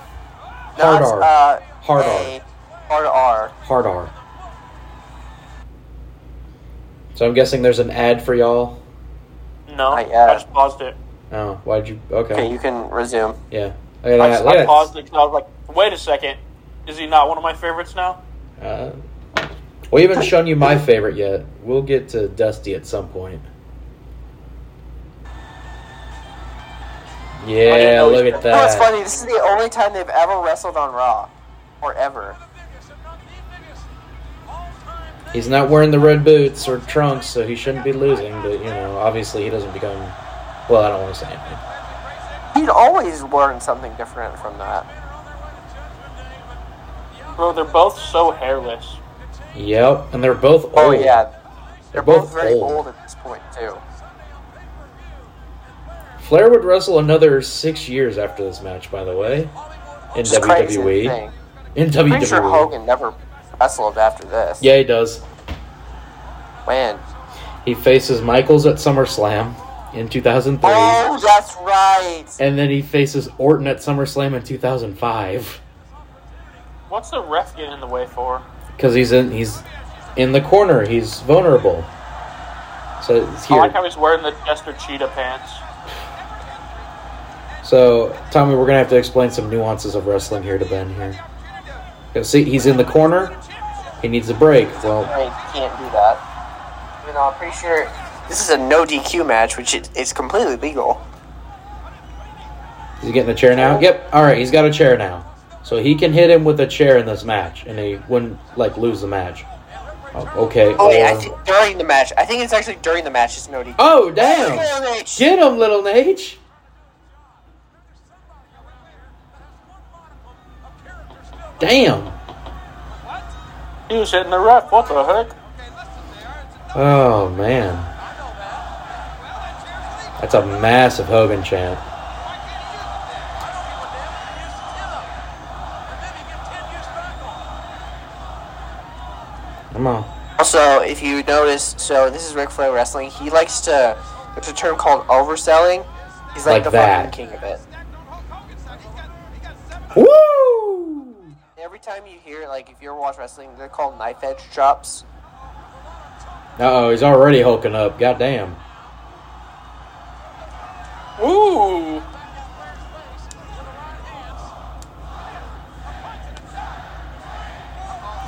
[SPEAKER 1] Hard
[SPEAKER 2] not
[SPEAKER 1] R.
[SPEAKER 2] uh,
[SPEAKER 1] Hard
[SPEAKER 2] a hard R.
[SPEAKER 1] Hard R. So I'm guessing there's an ad for y'all.
[SPEAKER 3] no,
[SPEAKER 2] Not yet.
[SPEAKER 3] I just paused it.
[SPEAKER 1] Oh, why'd you? Okay.
[SPEAKER 2] Okay, you can resume.
[SPEAKER 1] Yeah. Look at that.
[SPEAKER 3] I, just,
[SPEAKER 1] look
[SPEAKER 3] I
[SPEAKER 1] at
[SPEAKER 3] paused it because I was like, wait a second. Is he not one of my favorites now?
[SPEAKER 1] that. Uh, we haven't shown you my favorite yet. We'll get to Dusty at some point. Yeah,
[SPEAKER 3] know
[SPEAKER 1] look
[SPEAKER 3] he's-
[SPEAKER 1] at
[SPEAKER 2] You know what's
[SPEAKER 1] that.
[SPEAKER 2] funny? This is the only time they've ever wrestled on Raw, or ever.
[SPEAKER 1] He's not wearing the red boots or trunks, so he shouldn't be losing. But you know, obviously, he doesn't become. Well, I don't want to say anything.
[SPEAKER 2] He'd always learn something different from that.
[SPEAKER 3] Bro, they're both so hairless.
[SPEAKER 1] Yep, and they're both old.
[SPEAKER 2] Oh yeah, they're,
[SPEAKER 1] they're
[SPEAKER 2] both,
[SPEAKER 1] both
[SPEAKER 2] very
[SPEAKER 1] old.
[SPEAKER 2] old. at this point too.
[SPEAKER 1] Flair would wrestle another six years after this match, by the way, in
[SPEAKER 2] Just crazy
[SPEAKER 1] WWE.
[SPEAKER 2] thing.
[SPEAKER 1] In
[SPEAKER 2] I'm
[SPEAKER 1] WWE,
[SPEAKER 2] pretty sure Hogan never wrestled after this.
[SPEAKER 1] yeah, he does.
[SPEAKER 2] When?
[SPEAKER 1] He faces Michaels at SummerSlam in 2003,
[SPEAKER 2] Oh, that's right.
[SPEAKER 1] and then he faces Orton at SummerSlam in 2005
[SPEAKER 3] What's the ref getting in the way for?
[SPEAKER 1] because he's in he's in the corner. He's vulnerable, so So it's
[SPEAKER 3] I like
[SPEAKER 1] here.
[SPEAKER 3] how he's wearing the Chester Cheetah pants.
[SPEAKER 1] So Tommy, we're gonna have to explain some nuances of wrestling here to Ben here. You know, see, he's in the corner. He needs a break. Well,
[SPEAKER 2] Right, you can't do that. Even though I'm pretty sure this is a no DQ match, which is, is completely legal.
[SPEAKER 1] Is he getting a chair now? Yep. All right, he's got a chair now, so he can hit him with a chair in this match, and he wouldn't like lose the match. Oh, okay.
[SPEAKER 2] Oh wait, I
[SPEAKER 1] or-
[SPEAKER 2] think during the match. I think it's actually during the match. It's no DQ.
[SPEAKER 1] oh damn!
[SPEAKER 2] Little Nate.
[SPEAKER 1] Get him, little Nate. Damn.
[SPEAKER 3] He was hitting the ref. What the heck?
[SPEAKER 1] Oh man. That's a massive Hogan chant. Come on.
[SPEAKER 2] Also, if you notice, so this is Ric Flair wrestling. He likes to. There's a term called overselling. He's
[SPEAKER 1] Like
[SPEAKER 2] like, the
[SPEAKER 1] that.
[SPEAKER 2] fucking king of it.
[SPEAKER 1] Woo!
[SPEAKER 2] Every time you hear, like, if you ever watch wrestling, they're called knife edge drops.
[SPEAKER 1] Uh oh, he's already hulking up. Goddamn.
[SPEAKER 3] Ooh.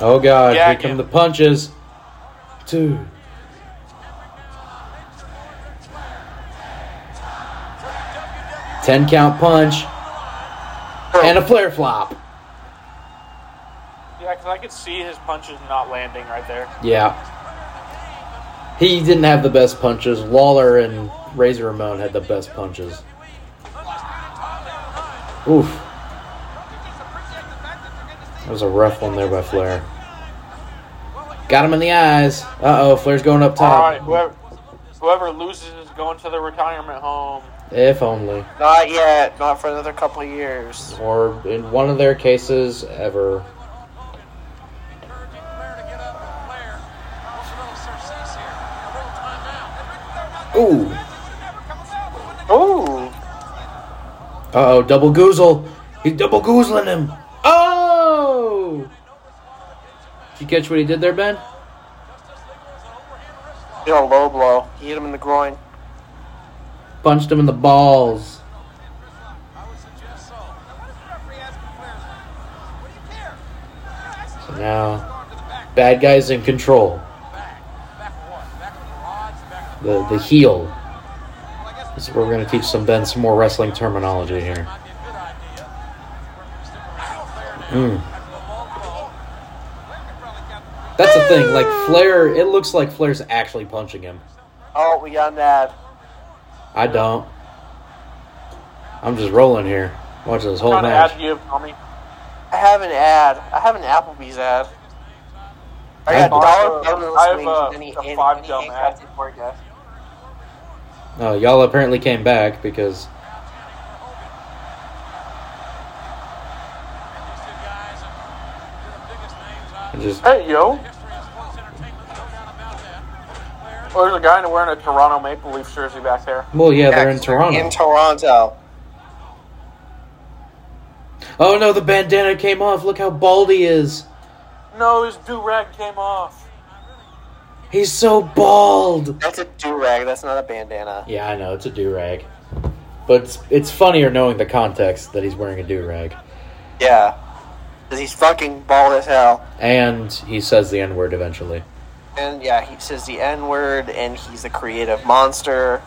[SPEAKER 1] Oh god,
[SPEAKER 3] Yeah,
[SPEAKER 1] here come the punches. Dude. Ten count punch
[SPEAKER 3] Oh.
[SPEAKER 1] and a flare flop.
[SPEAKER 3] Yeah, because I could see his punches not landing right there.
[SPEAKER 1] Yeah. He didn't have the best punches. Lawler and Razor Ramon had the best punches. Oof. That was a rough one there by Flair. Got him in the eyes. Uh oh, Flair's going up
[SPEAKER 3] All right,
[SPEAKER 1] top.
[SPEAKER 3] whoever, whoever loses is going to the retirement home.
[SPEAKER 1] If only.
[SPEAKER 2] Not yet. Not for another couple of years.
[SPEAKER 1] Or in one of their cases, ever. Ooh.
[SPEAKER 2] Ooh.
[SPEAKER 1] Uh oh, double goozle. He's double goozling him. Oh! Did you catch what he did there, Ben?
[SPEAKER 2] Did a low blow. He hit him in the groin.
[SPEAKER 1] Punched him in the balls. So now, bad guy's in control. The, the heel. This is where we're going to teach some Ben some more wrestling terminology here. Mm. That's the thing. Like Flair, it looks like Flair's actually punching him.
[SPEAKER 2] Oh, we got an ad.
[SPEAKER 1] I don't. I'm just rolling here. Watch this whole
[SPEAKER 3] Trying to add
[SPEAKER 1] match.
[SPEAKER 3] you, Tommy.
[SPEAKER 2] I have an ad. I have an Applebee's ad. I
[SPEAKER 1] I
[SPEAKER 2] got
[SPEAKER 1] have a-
[SPEAKER 2] dollar
[SPEAKER 3] I have
[SPEAKER 2] donuts,
[SPEAKER 3] a-
[SPEAKER 2] wings, and he-
[SPEAKER 3] a
[SPEAKER 2] and-
[SPEAKER 3] five
[SPEAKER 2] and he
[SPEAKER 3] dumb
[SPEAKER 2] ain't
[SPEAKER 3] ad.
[SPEAKER 2] got it for ya.
[SPEAKER 1] Oh, y'all apparently came back because. I Just
[SPEAKER 3] Hey, yo. Well, there's a guy wearing a Toronto Maple Leaf jersey back there.
[SPEAKER 1] well, yeah, they're in Toronto.
[SPEAKER 2] In Toronto.
[SPEAKER 1] Oh no, the bandana came off. Look how bald he is.
[SPEAKER 3] No, his do rag came off.
[SPEAKER 1] He's so bald.
[SPEAKER 2] That's a do rag. That's not a bandana.
[SPEAKER 1] Yeah, I know it's a do rag, but it's, it's funnier knowing the context that he's wearing a do rag,
[SPEAKER 2] Yeah, because he's fucking bald as hell.
[SPEAKER 1] and he says the n word eventually,
[SPEAKER 2] And yeah, he says the N word, and he's a creative monster.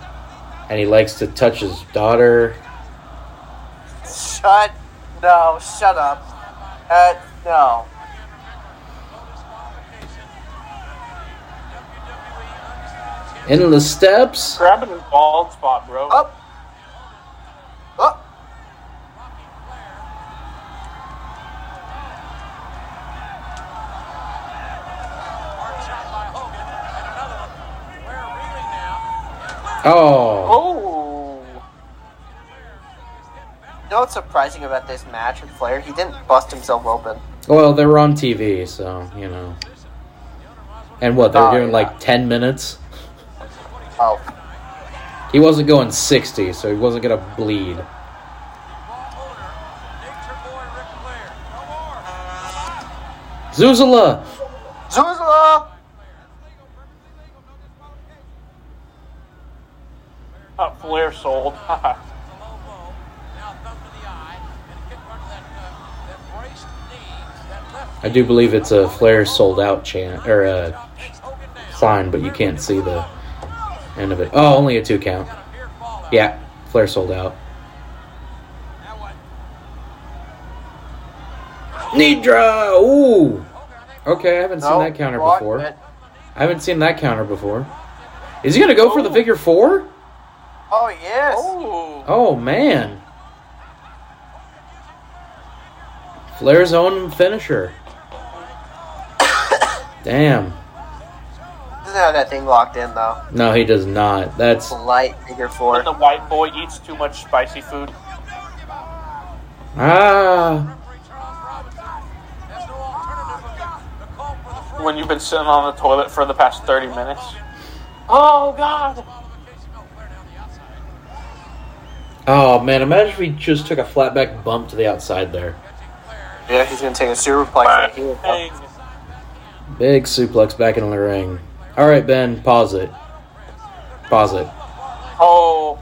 [SPEAKER 1] and he likes to touch his daughter.
[SPEAKER 2] Shut. No, shut up. Uh, no.
[SPEAKER 1] In the steps.
[SPEAKER 3] Grabbing his bald spot, bro.
[SPEAKER 2] Up. Up.
[SPEAKER 1] Oh,
[SPEAKER 3] Oh.
[SPEAKER 2] You know what's surprising about this match with Flair? He didn't bust himself open.
[SPEAKER 1] well, they were on TV, so you know. And what they
[SPEAKER 2] Oh,
[SPEAKER 1] were doing
[SPEAKER 2] yeah.
[SPEAKER 1] like ten minutes.
[SPEAKER 2] Oh.
[SPEAKER 1] He wasn't going sixty, so he wasn't gonna bleed. Zuzula,
[SPEAKER 2] Zuzla!
[SPEAKER 3] Uh, Flair sold.
[SPEAKER 1] I do believe it's a Flair sold out chant or a sign, but you can't see the end of it. Oh, only a two count. Yeah, Flair sold out. Nidra! Ooh! Okay, I haven't seen
[SPEAKER 2] No,
[SPEAKER 1] that counter
[SPEAKER 2] block
[SPEAKER 1] before.
[SPEAKER 2] it.
[SPEAKER 1] I haven't seen that counter before. Is he gonna go for the figure four?
[SPEAKER 2] Oh yes.
[SPEAKER 3] Ooh.
[SPEAKER 1] Oh man. Flair's own finisher. Damn.
[SPEAKER 2] Doesn't have that thing locked in though.
[SPEAKER 1] No, he does not. That's
[SPEAKER 2] It's a light figure four.
[SPEAKER 3] When the white boy eats too much spicy food.
[SPEAKER 1] ah.
[SPEAKER 3] When you've been sitting on the toilet for the past 30 minutes. Oh, God.
[SPEAKER 1] Oh man, imagine if he just took a flat back bump to the outside there.
[SPEAKER 2] Yeah, he's gonna take a superplex right here.
[SPEAKER 3] Hey,
[SPEAKER 1] Big suplex back into the ring. All right, Ben, pause it. Pause it.
[SPEAKER 3] Oh,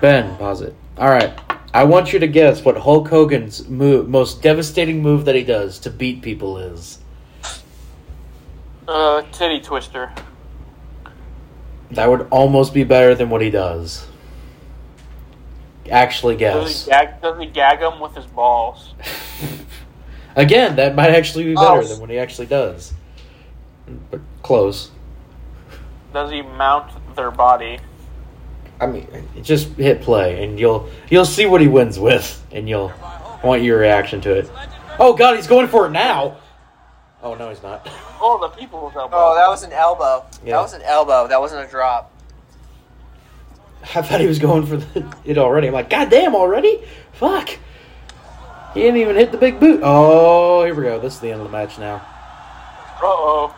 [SPEAKER 1] Ben, pause it. All right. I want you to guess what Hulk Hogan's move, most devastating move that he does to beat people is.
[SPEAKER 3] uh, titty twister.
[SPEAKER 1] That would almost be better than what he does. Actually, guess.
[SPEAKER 3] Does he, gag, does he gag him with his balls?
[SPEAKER 1] Again, that might actually be
[SPEAKER 2] Oh,
[SPEAKER 1] better
[SPEAKER 2] s-
[SPEAKER 1] than what he actually does. But close.
[SPEAKER 3] Does he mount their body?
[SPEAKER 1] I mean, just hit play, and you'll you'll see what he wins with, and you'll I want your reaction to it. Oh God, he's going for it now. Oh no, he's not.
[SPEAKER 3] Oh, the people's elbow.
[SPEAKER 2] Oh, that was an elbow.
[SPEAKER 1] Yeah.
[SPEAKER 2] That was an elbow. That wasn't a drop.
[SPEAKER 1] I thought he was going for the, it already. I'm like, God damn, already? Fuck. He didn't even hit the big boot. Oh, here we go. This is the end of the match now.
[SPEAKER 3] Uh-oh.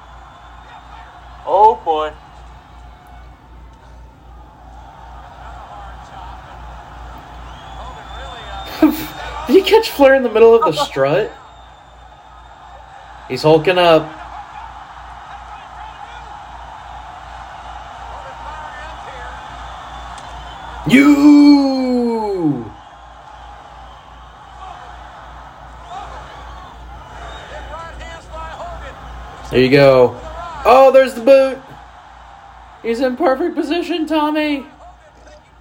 [SPEAKER 3] Oh, boy.
[SPEAKER 1] Did he catch Flair in the middle of the strut? He's hulking up. You. There you go. Oh, there's the boot. He's in perfect position, Tommy.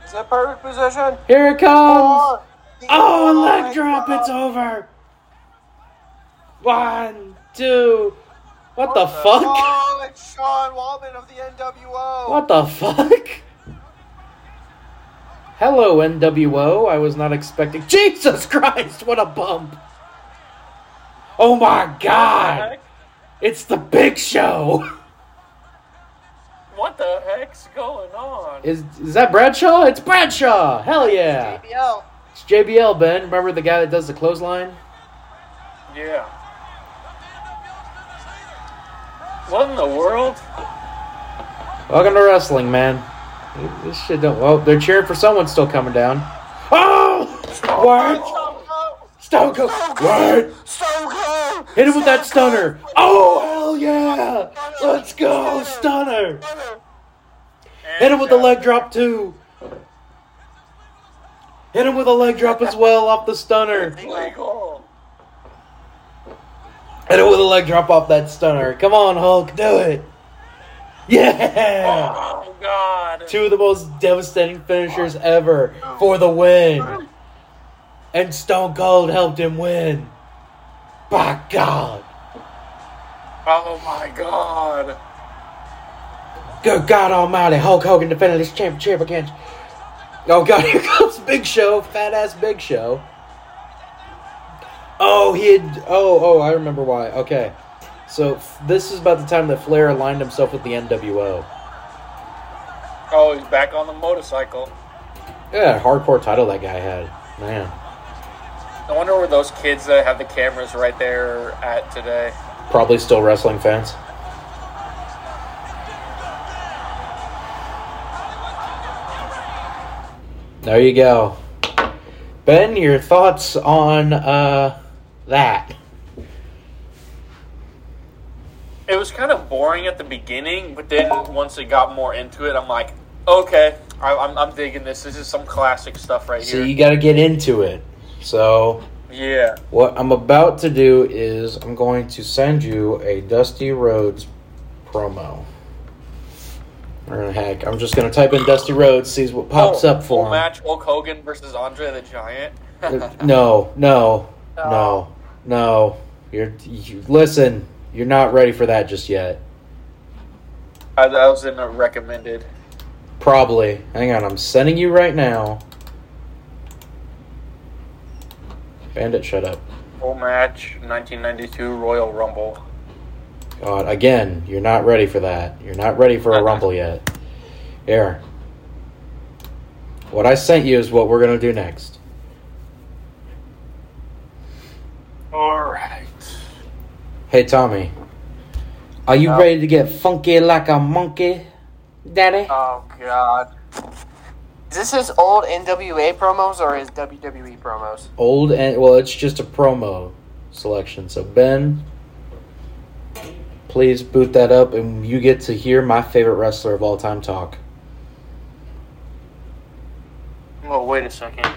[SPEAKER 2] It's a perfect position.
[SPEAKER 1] Here it comes. Oh, a leg drop. It's over. One, two. What the fuck?
[SPEAKER 2] Oh, it's Sean Wallman of the NWO.
[SPEAKER 1] What the fuck? Hello, NWO. I was not expecting. Jesus Christ, what a bump. Oh my god. It's the big show.
[SPEAKER 3] What the heck's going on?
[SPEAKER 1] Is, is that Bradshaw? It's Bradshaw. Hell yeah.
[SPEAKER 2] JBL.
[SPEAKER 1] It's JBL, Ben. Remember the guy that does the clothesline?
[SPEAKER 3] Yeah. What in the world?
[SPEAKER 1] Welcome to wrestling, man. This shit don't. Oh, they're cheering for someone still coming down. Oh! What? Stone Cold. What? Hit him with that stunner. Oh hell yeah! Let's go, stunner. Hit him with the leg drop too. Hit him with a leg drop as well off the stunner.
[SPEAKER 3] Legal.
[SPEAKER 1] Hit him with a leg drop off that stunner. Come on, Hulk, do it. Yeah.
[SPEAKER 3] Oh God.
[SPEAKER 1] Two of the most devastating finishers ever for the win. And Stone Cold helped him win. By God.
[SPEAKER 3] Oh my God.
[SPEAKER 1] Good God Almighty, Hulk Hogan defended his championship against. Oh God, here comes Big Show, fat ass Big Show. Oh, he had. Oh, oh, I remember why. Okay. So f- this is about the time that Flair aligned himself with the NWO.
[SPEAKER 3] Oh, he's back on the motorcycle.
[SPEAKER 1] Yeah, hardcore title that guy had. Man.
[SPEAKER 3] I wonder where those kids that have the cameras right there at today.
[SPEAKER 1] Probably still wrestling fans. There you go. Ben, your thoughts on uh, that?
[SPEAKER 3] It was kind of boring at the beginning, but then once it got more into it, I'm like, okay, I, I'm, I'm digging this. This is some classic stuff right
[SPEAKER 1] So
[SPEAKER 3] here.
[SPEAKER 1] you got to get into it. So
[SPEAKER 3] Yeah.
[SPEAKER 1] what I'm about to do is I'm going to send you a Dusty Rhodes promo. Or heck, I'm just going to type in Dusty Rhodes, sees what pops
[SPEAKER 3] Oh,
[SPEAKER 1] up for
[SPEAKER 3] full
[SPEAKER 1] him.
[SPEAKER 3] match: Hulk Hogan versus Andre the Giant.
[SPEAKER 1] no, no, no, no. You're you, listen. You're not ready for that just yet.
[SPEAKER 3] I, that was in the recommended.
[SPEAKER 1] Probably. Hang on, I'm sending you right now. Bandit, shut up.
[SPEAKER 3] Full match: 1992 Royal Rumble.
[SPEAKER 1] God, again, you're not ready for that. You're not ready for a rumble yet. Here. What I sent you is what we're gonna do next.
[SPEAKER 3] All right.
[SPEAKER 1] Hey Tommy, are you
[SPEAKER 3] Yeah.
[SPEAKER 1] ready to get funky like a monkey, Daddy?
[SPEAKER 2] Oh God. Is this his old NWA promos or his WWE E promos?
[SPEAKER 1] Old and well, it's just a promo selection. So Ben, please boot that up, and you get to hear my favorite wrestler of all time talk.
[SPEAKER 3] Oh wait a second.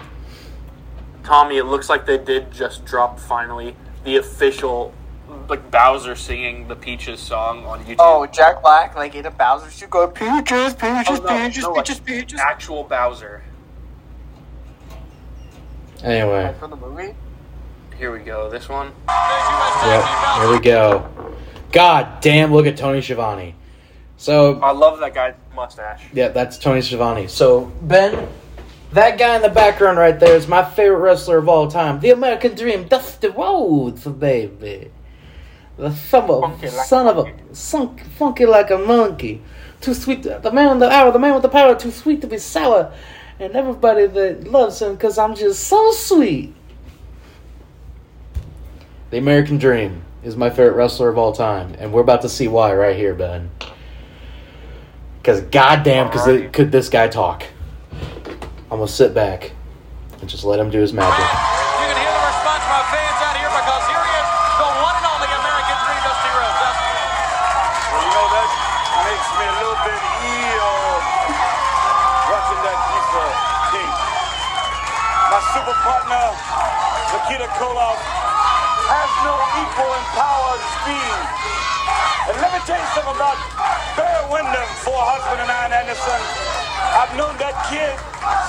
[SPEAKER 3] Tommy, it looks like they did just drop finally the official, like Bowser singing the Peaches song on YouTube.
[SPEAKER 2] Oh, Jack Black like in a Bowser suit going peaches, peaches,
[SPEAKER 3] Oh, no,
[SPEAKER 2] peaches,
[SPEAKER 3] no, like,
[SPEAKER 2] peaches, peaches.
[SPEAKER 3] actual Bowser.
[SPEAKER 1] Anyway,
[SPEAKER 2] Like from the movie.
[SPEAKER 3] Here we go. This one.
[SPEAKER 1] yep, here we go. God damn! Look at Tony Schiavone. So
[SPEAKER 3] I love that guy's mustache.
[SPEAKER 1] Yeah, that's Tony Schiavone. So Ben, that guy in the background right there is my favorite wrestler of all time, the American Dream, Dusty Rhodes, baby. The son of,
[SPEAKER 3] Funky like
[SPEAKER 1] son
[SPEAKER 3] a
[SPEAKER 1] of
[SPEAKER 3] monkey.
[SPEAKER 1] a sunk, funky like a monkey, too sweet. to- The man with the hour, the man with the power, too sweet to be sour, and everybody that loves him because I'm just so sweet. The American Dream is my favorite wrestler of all time, and we're about to see why right here, Ben. Because goddamn, because
[SPEAKER 3] Alrighty.
[SPEAKER 1] could this guy talk? I'm gonna sit back and just let him do his magic.
[SPEAKER 5] You can hear the response from fans out here because here he is, the one and only American Dream Dusty Rhodes. Dusty.
[SPEAKER 6] Well, you know, that makes me a little bit ill watching that FIFA tape. My super partner, Nikita Koloff, has no equal in power and speed. And let me tell you something about Barry Windham for husband and Ian Anderson. I've known that kid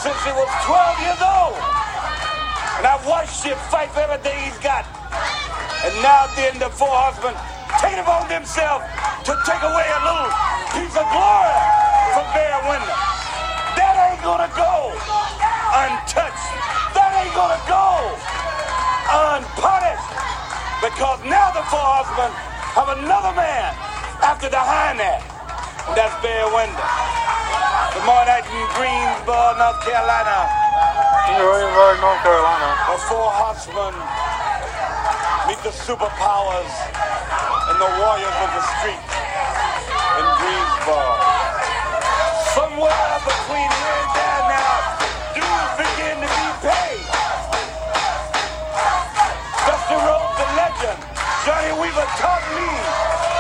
[SPEAKER 6] since he was 12 years old. And I've watched him fight for everything he's got. And now then the four husband take it upon themselves to take away a little piece of glory from Bear Window. That ain't gonna go untouched. That ain't gonna go unpunished. Because now the four husband have another man after behind that. And that's Bear Window. Tomorrow night in Greensboro, North Carolina,
[SPEAKER 3] North Carolina.
[SPEAKER 6] the four horsemen meet the superpowers and the warriors of the street in Greensboro. Somewhere between here and there now, dues begin to be paid. Dusty Rhodes, the legend, Johnny Weaver taught me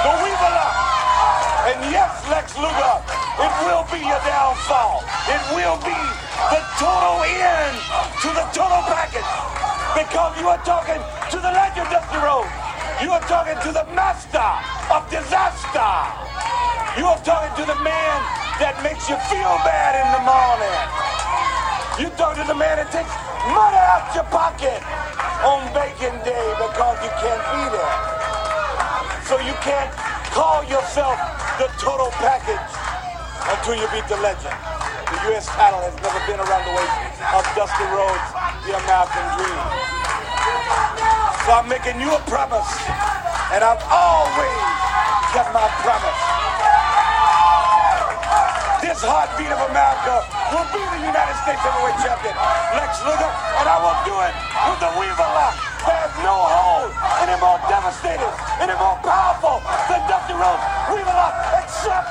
[SPEAKER 6] the Weaver Lock. And yes, Lex Luger, it will be your downfall. It will be the total end to the total package. Because you are talking to the legend, Dusty Rhodes. You are talking to the master of disaster. You are talking to the man that makes you feel bad in the morning. You talk to the man that takes money out your pocket on bacon day because you can't be there. So you can't call yourself the total package until you beat the legend. The U.S. title has never been around the waist of Dusty Rhodes, the American Dream. So I'm making you a promise, and I've always kept my promise. This heartbeat of America will be the United States heavyweight champion, Lex Luger, and I will do it with the Weaver Lock. There's no hold any more devastating, any more powerful than Dusty Rhodes Weaver Lock, except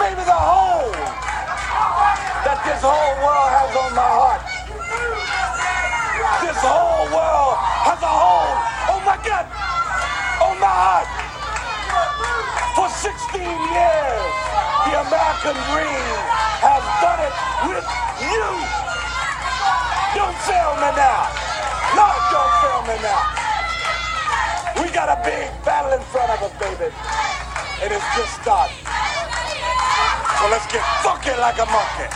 [SPEAKER 6] maybe the hold that this whole world has on my heart. This whole world has a hold. Oh my God, on my heart. For 16 years, the American
[SPEAKER 8] American dream has done it with you. Don't fail me now. Lord, don't fail me now. We got a big battle in front of us, baby. And it's just starting. So let's get funky like a monkey.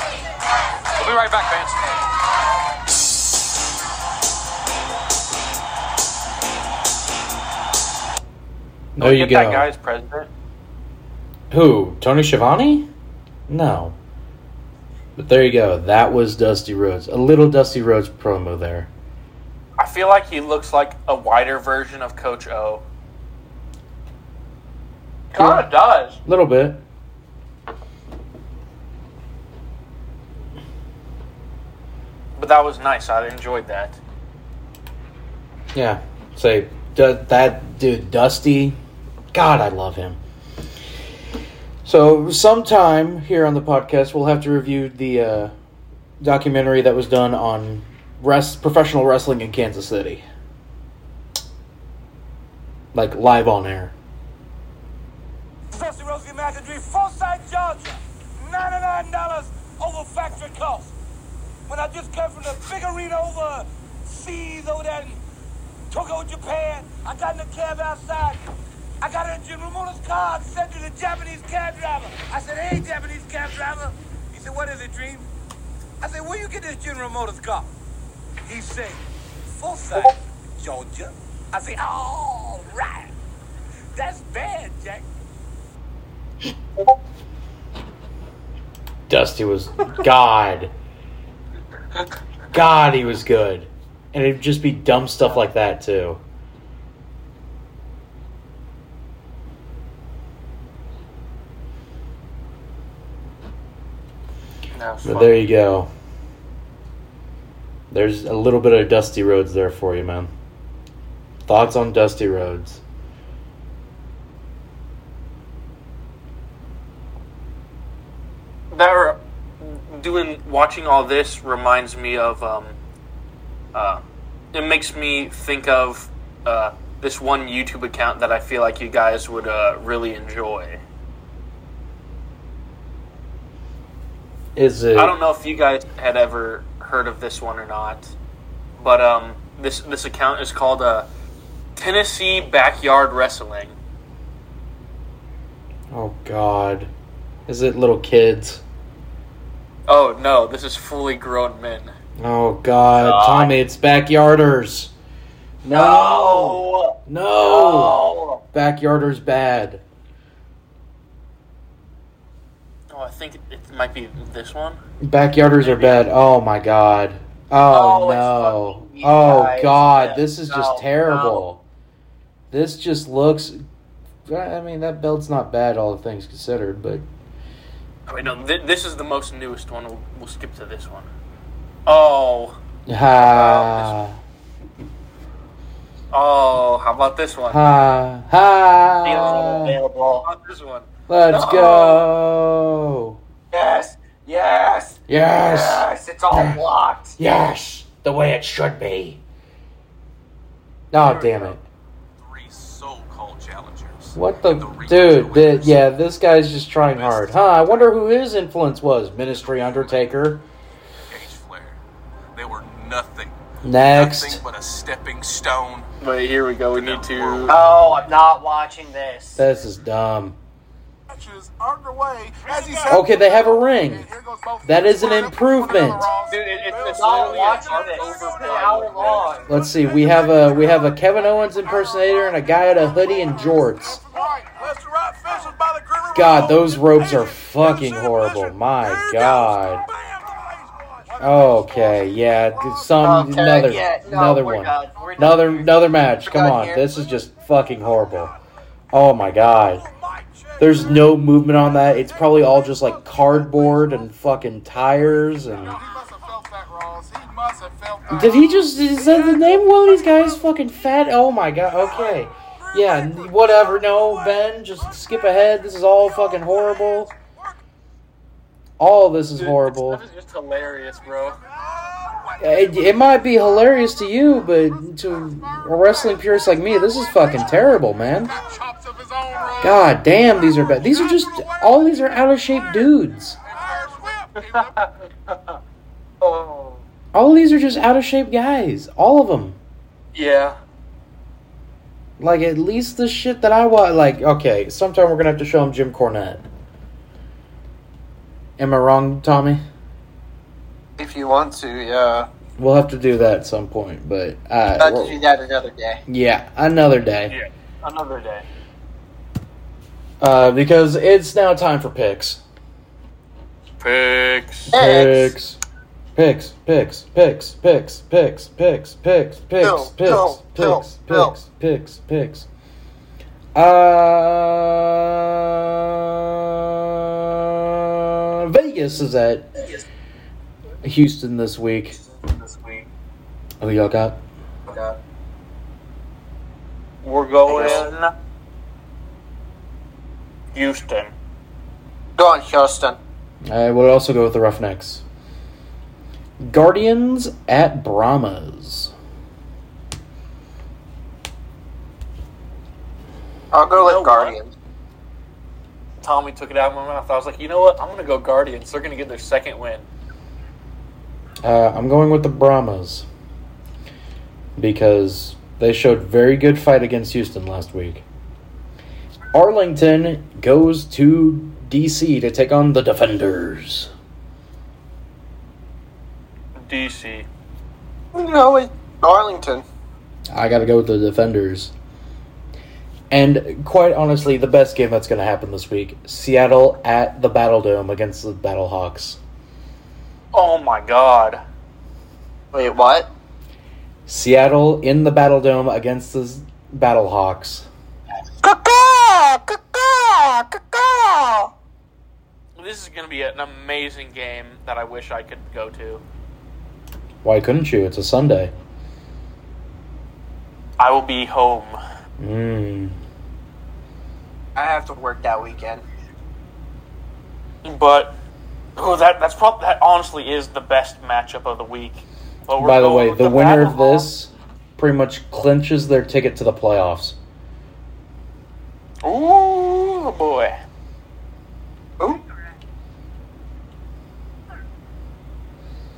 [SPEAKER 6] We'll be right back, fans.
[SPEAKER 1] There you
[SPEAKER 3] get that guy
[SPEAKER 1] go.
[SPEAKER 3] as president.
[SPEAKER 1] Who? Tony Schiavone? No. But there you go. That was Dusty Rhodes. A little Dusty Rhodes promo there.
[SPEAKER 3] I feel like he looks like a wider version of Coach O. Kind of does.
[SPEAKER 1] A little bit.
[SPEAKER 3] But that was nice. I enjoyed that.
[SPEAKER 1] Yeah. Say du- that dude Dusty. God, I love him. So sometime here on the podcast, we'll have to review the uh, documentary that was done on rest professional wrestling in Kansas City, like live on air.
[SPEAKER 8] Dusty Rose American Dream, Forsyth, Georgia. $99 over factory cost. When I just came from the big arena over seas over there in Tokyo, Japan, I got in a cab outside. I got in Jim Ramona's car and said to the Japanese cab driver, I said, hey, Japanese cab driver. He said, what is it, Dream? I said, where you get this General Motors car? He said, Forsyth, Georgia. I said, all right. That's bad, Jack.
[SPEAKER 1] Dusty was God. God, he was good. And it'd just be dumb stuff like that too.
[SPEAKER 3] No, it's
[SPEAKER 1] But
[SPEAKER 3] fun.
[SPEAKER 1] there you go. There's a little bit of Dusty Roads there for you, man. Thoughts on Dusty Roads?
[SPEAKER 3] that re- doing watching all this reminds me of um, uh, it makes me think of uh, this one YouTube account that I feel like you guys would uh, really enjoy.
[SPEAKER 1] Is it?
[SPEAKER 3] I don't know if you guys had ever heard of this one or not, but um, this this account is called uh, Tennessee Backyard Wrestling.
[SPEAKER 1] Oh God, is it little kids?
[SPEAKER 3] Oh no, this is fully grown men.
[SPEAKER 1] Oh God, Tommy, it's backyarders. No,
[SPEAKER 2] Oh,
[SPEAKER 1] no, backyarders bad.
[SPEAKER 3] Oh, I think it might be this one.
[SPEAKER 1] Backyarders are bad. Oh my God. Oh,
[SPEAKER 2] Oh, it's
[SPEAKER 1] no.
[SPEAKER 2] fucking you
[SPEAKER 1] Oh
[SPEAKER 2] guys.
[SPEAKER 1] God,
[SPEAKER 2] Yeah.
[SPEAKER 1] this is
[SPEAKER 2] No,
[SPEAKER 1] just terrible. This just looks. I mean, that belt's not bad, all things considered, but
[SPEAKER 3] Oh, Wait, no, th- this is the most newest one. We'll, we'll skip to this one. Oh,
[SPEAKER 1] Ha
[SPEAKER 3] oh, how about this one? How
[SPEAKER 1] ha
[SPEAKER 2] available,
[SPEAKER 1] ha!
[SPEAKER 2] available.
[SPEAKER 3] about this one?
[SPEAKER 1] Let's go!
[SPEAKER 2] Yes, yes,
[SPEAKER 1] Yes,
[SPEAKER 2] yes. It's all blocked.
[SPEAKER 1] yes, the way it should be. Oh damn it!
[SPEAKER 6] Three so-called challengers.
[SPEAKER 1] What the dude? The, yeah, this guy's just trying hard, huh? I wonder who his influence was. Ministry Undertaker.
[SPEAKER 6] Cage Flair. They were nothing.
[SPEAKER 1] Next,
[SPEAKER 6] Nothing but a stepping stone.
[SPEAKER 3] Wait, here we go. We need to.
[SPEAKER 2] Oh, I'm not watching this.
[SPEAKER 1] this is dumb.
[SPEAKER 6] Matches underway. As he said,
[SPEAKER 1] Okay, they have a ring. That is an improvement.
[SPEAKER 3] Dude, it, it's, it's
[SPEAKER 2] Not
[SPEAKER 3] literally a
[SPEAKER 2] watching
[SPEAKER 3] dark
[SPEAKER 2] this. It's an
[SPEAKER 3] overlay.
[SPEAKER 2] hour long.
[SPEAKER 1] Let's see. We have a we have a Kevin Owens impersonator and a guy at a hoodie and jorts. God, those ropes are fucking horrible. My God. Okay, yeah, some
[SPEAKER 2] Okay,
[SPEAKER 1] another
[SPEAKER 2] yeah, no,
[SPEAKER 1] another
[SPEAKER 2] we're
[SPEAKER 1] one,
[SPEAKER 2] done. We're done
[SPEAKER 1] another
[SPEAKER 2] here.
[SPEAKER 1] another match.
[SPEAKER 2] We're
[SPEAKER 1] Come
[SPEAKER 2] done
[SPEAKER 1] on,
[SPEAKER 2] here.
[SPEAKER 1] this is just fucking horrible. Oh my God, there's no movement on that. It's probably all just like cardboard and fucking tires and. Did he just is that the name of one of these guys fucking fat? Oh my god. Okay. Yeah, n- whatever. No, Ben, just skip ahead. This is all fucking horrible. All this is
[SPEAKER 3] Dude,
[SPEAKER 1] horrible.
[SPEAKER 3] This stuff is just hilarious, bro.
[SPEAKER 1] It, it might be hilarious to you, but to a wrestling purist like me, this is fucking terrible, man.
[SPEAKER 10] of his own road.
[SPEAKER 1] God damn, these are bad. These are just all these are out of shape dudes.
[SPEAKER 10] Irish whip. He whipped
[SPEAKER 2] Oh.
[SPEAKER 1] All these are just out of shape guys. All of them.
[SPEAKER 2] Yeah.
[SPEAKER 1] Like at least the shit that I watch. Like okay, sometime we're gonna have to show him Jim Cornette. Am I wrong, Tommy?
[SPEAKER 2] If you want to, yeah.
[SPEAKER 1] We'll have to do that at some point, but
[SPEAKER 2] I'll
[SPEAKER 1] uh,
[SPEAKER 2] have to do that another day.
[SPEAKER 1] yeah, another day.
[SPEAKER 2] Another day.
[SPEAKER 1] Uh, because it's now time for picks.
[SPEAKER 3] Picks.
[SPEAKER 1] Picks. Picks, picks, picks, picks, picks, picks, picks,
[SPEAKER 6] No,
[SPEAKER 1] picks, picks,
[SPEAKER 6] no, no,
[SPEAKER 1] picks,
[SPEAKER 6] no.
[SPEAKER 1] picks, picks, picks. Uh, Vegas is at Houston this week.
[SPEAKER 2] This week.
[SPEAKER 1] Who y'all got?
[SPEAKER 2] We're going.
[SPEAKER 3] Houston.
[SPEAKER 2] Going Houston.
[SPEAKER 1] I would Uh, also go with the Roughnecks. Guardians at Brahmas.
[SPEAKER 2] I'll go
[SPEAKER 3] know
[SPEAKER 2] with
[SPEAKER 3] what?
[SPEAKER 2] Guardians.
[SPEAKER 3] Tommy took it out of my mouth. I was like, you know what? I'm gonna go Guardians. They're gonna get their second win.
[SPEAKER 1] Uh, I'm going with the Brahmas because they showed very good fight against Houston last week. Arlington goes to DC to take on the Defenders.
[SPEAKER 3] DC.
[SPEAKER 2] No, it's Arlington.
[SPEAKER 1] I got to go with the Defenders. And quite honestly, the best game that's going to happen this week Seattle at the Battle Dome against the Battle Hawks.
[SPEAKER 3] Oh my God.
[SPEAKER 2] Wait, what?
[SPEAKER 1] Seattle in the Battle Dome against the Battle Hawks.
[SPEAKER 3] This is gonna be an amazing game that I wish I could go to.
[SPEAKER 1] Why couldn't you? It's a Sunday.
[SPEAKER 3] I will be home.
[SPEAKER 1] Mm.
[SPEAKER 2] I have to work that weekend.
[SPEAKER 3] But oh, that that's probably that honestly is the best matchup of the week. But we're
[SPEAKER 1] By the
[SPEAKER 3] going
[SPEAKER 1] way,
[SPEAKER 3] with
[SPEAKER 1] the winner of
[SPEAKER 3] Battle
[SPEAKER 1] this pretty much clinches their ticket to the playoffs.
[SPEAKER 3] Hawks. Ooh boy.
[SPEAKER 2] Ooh.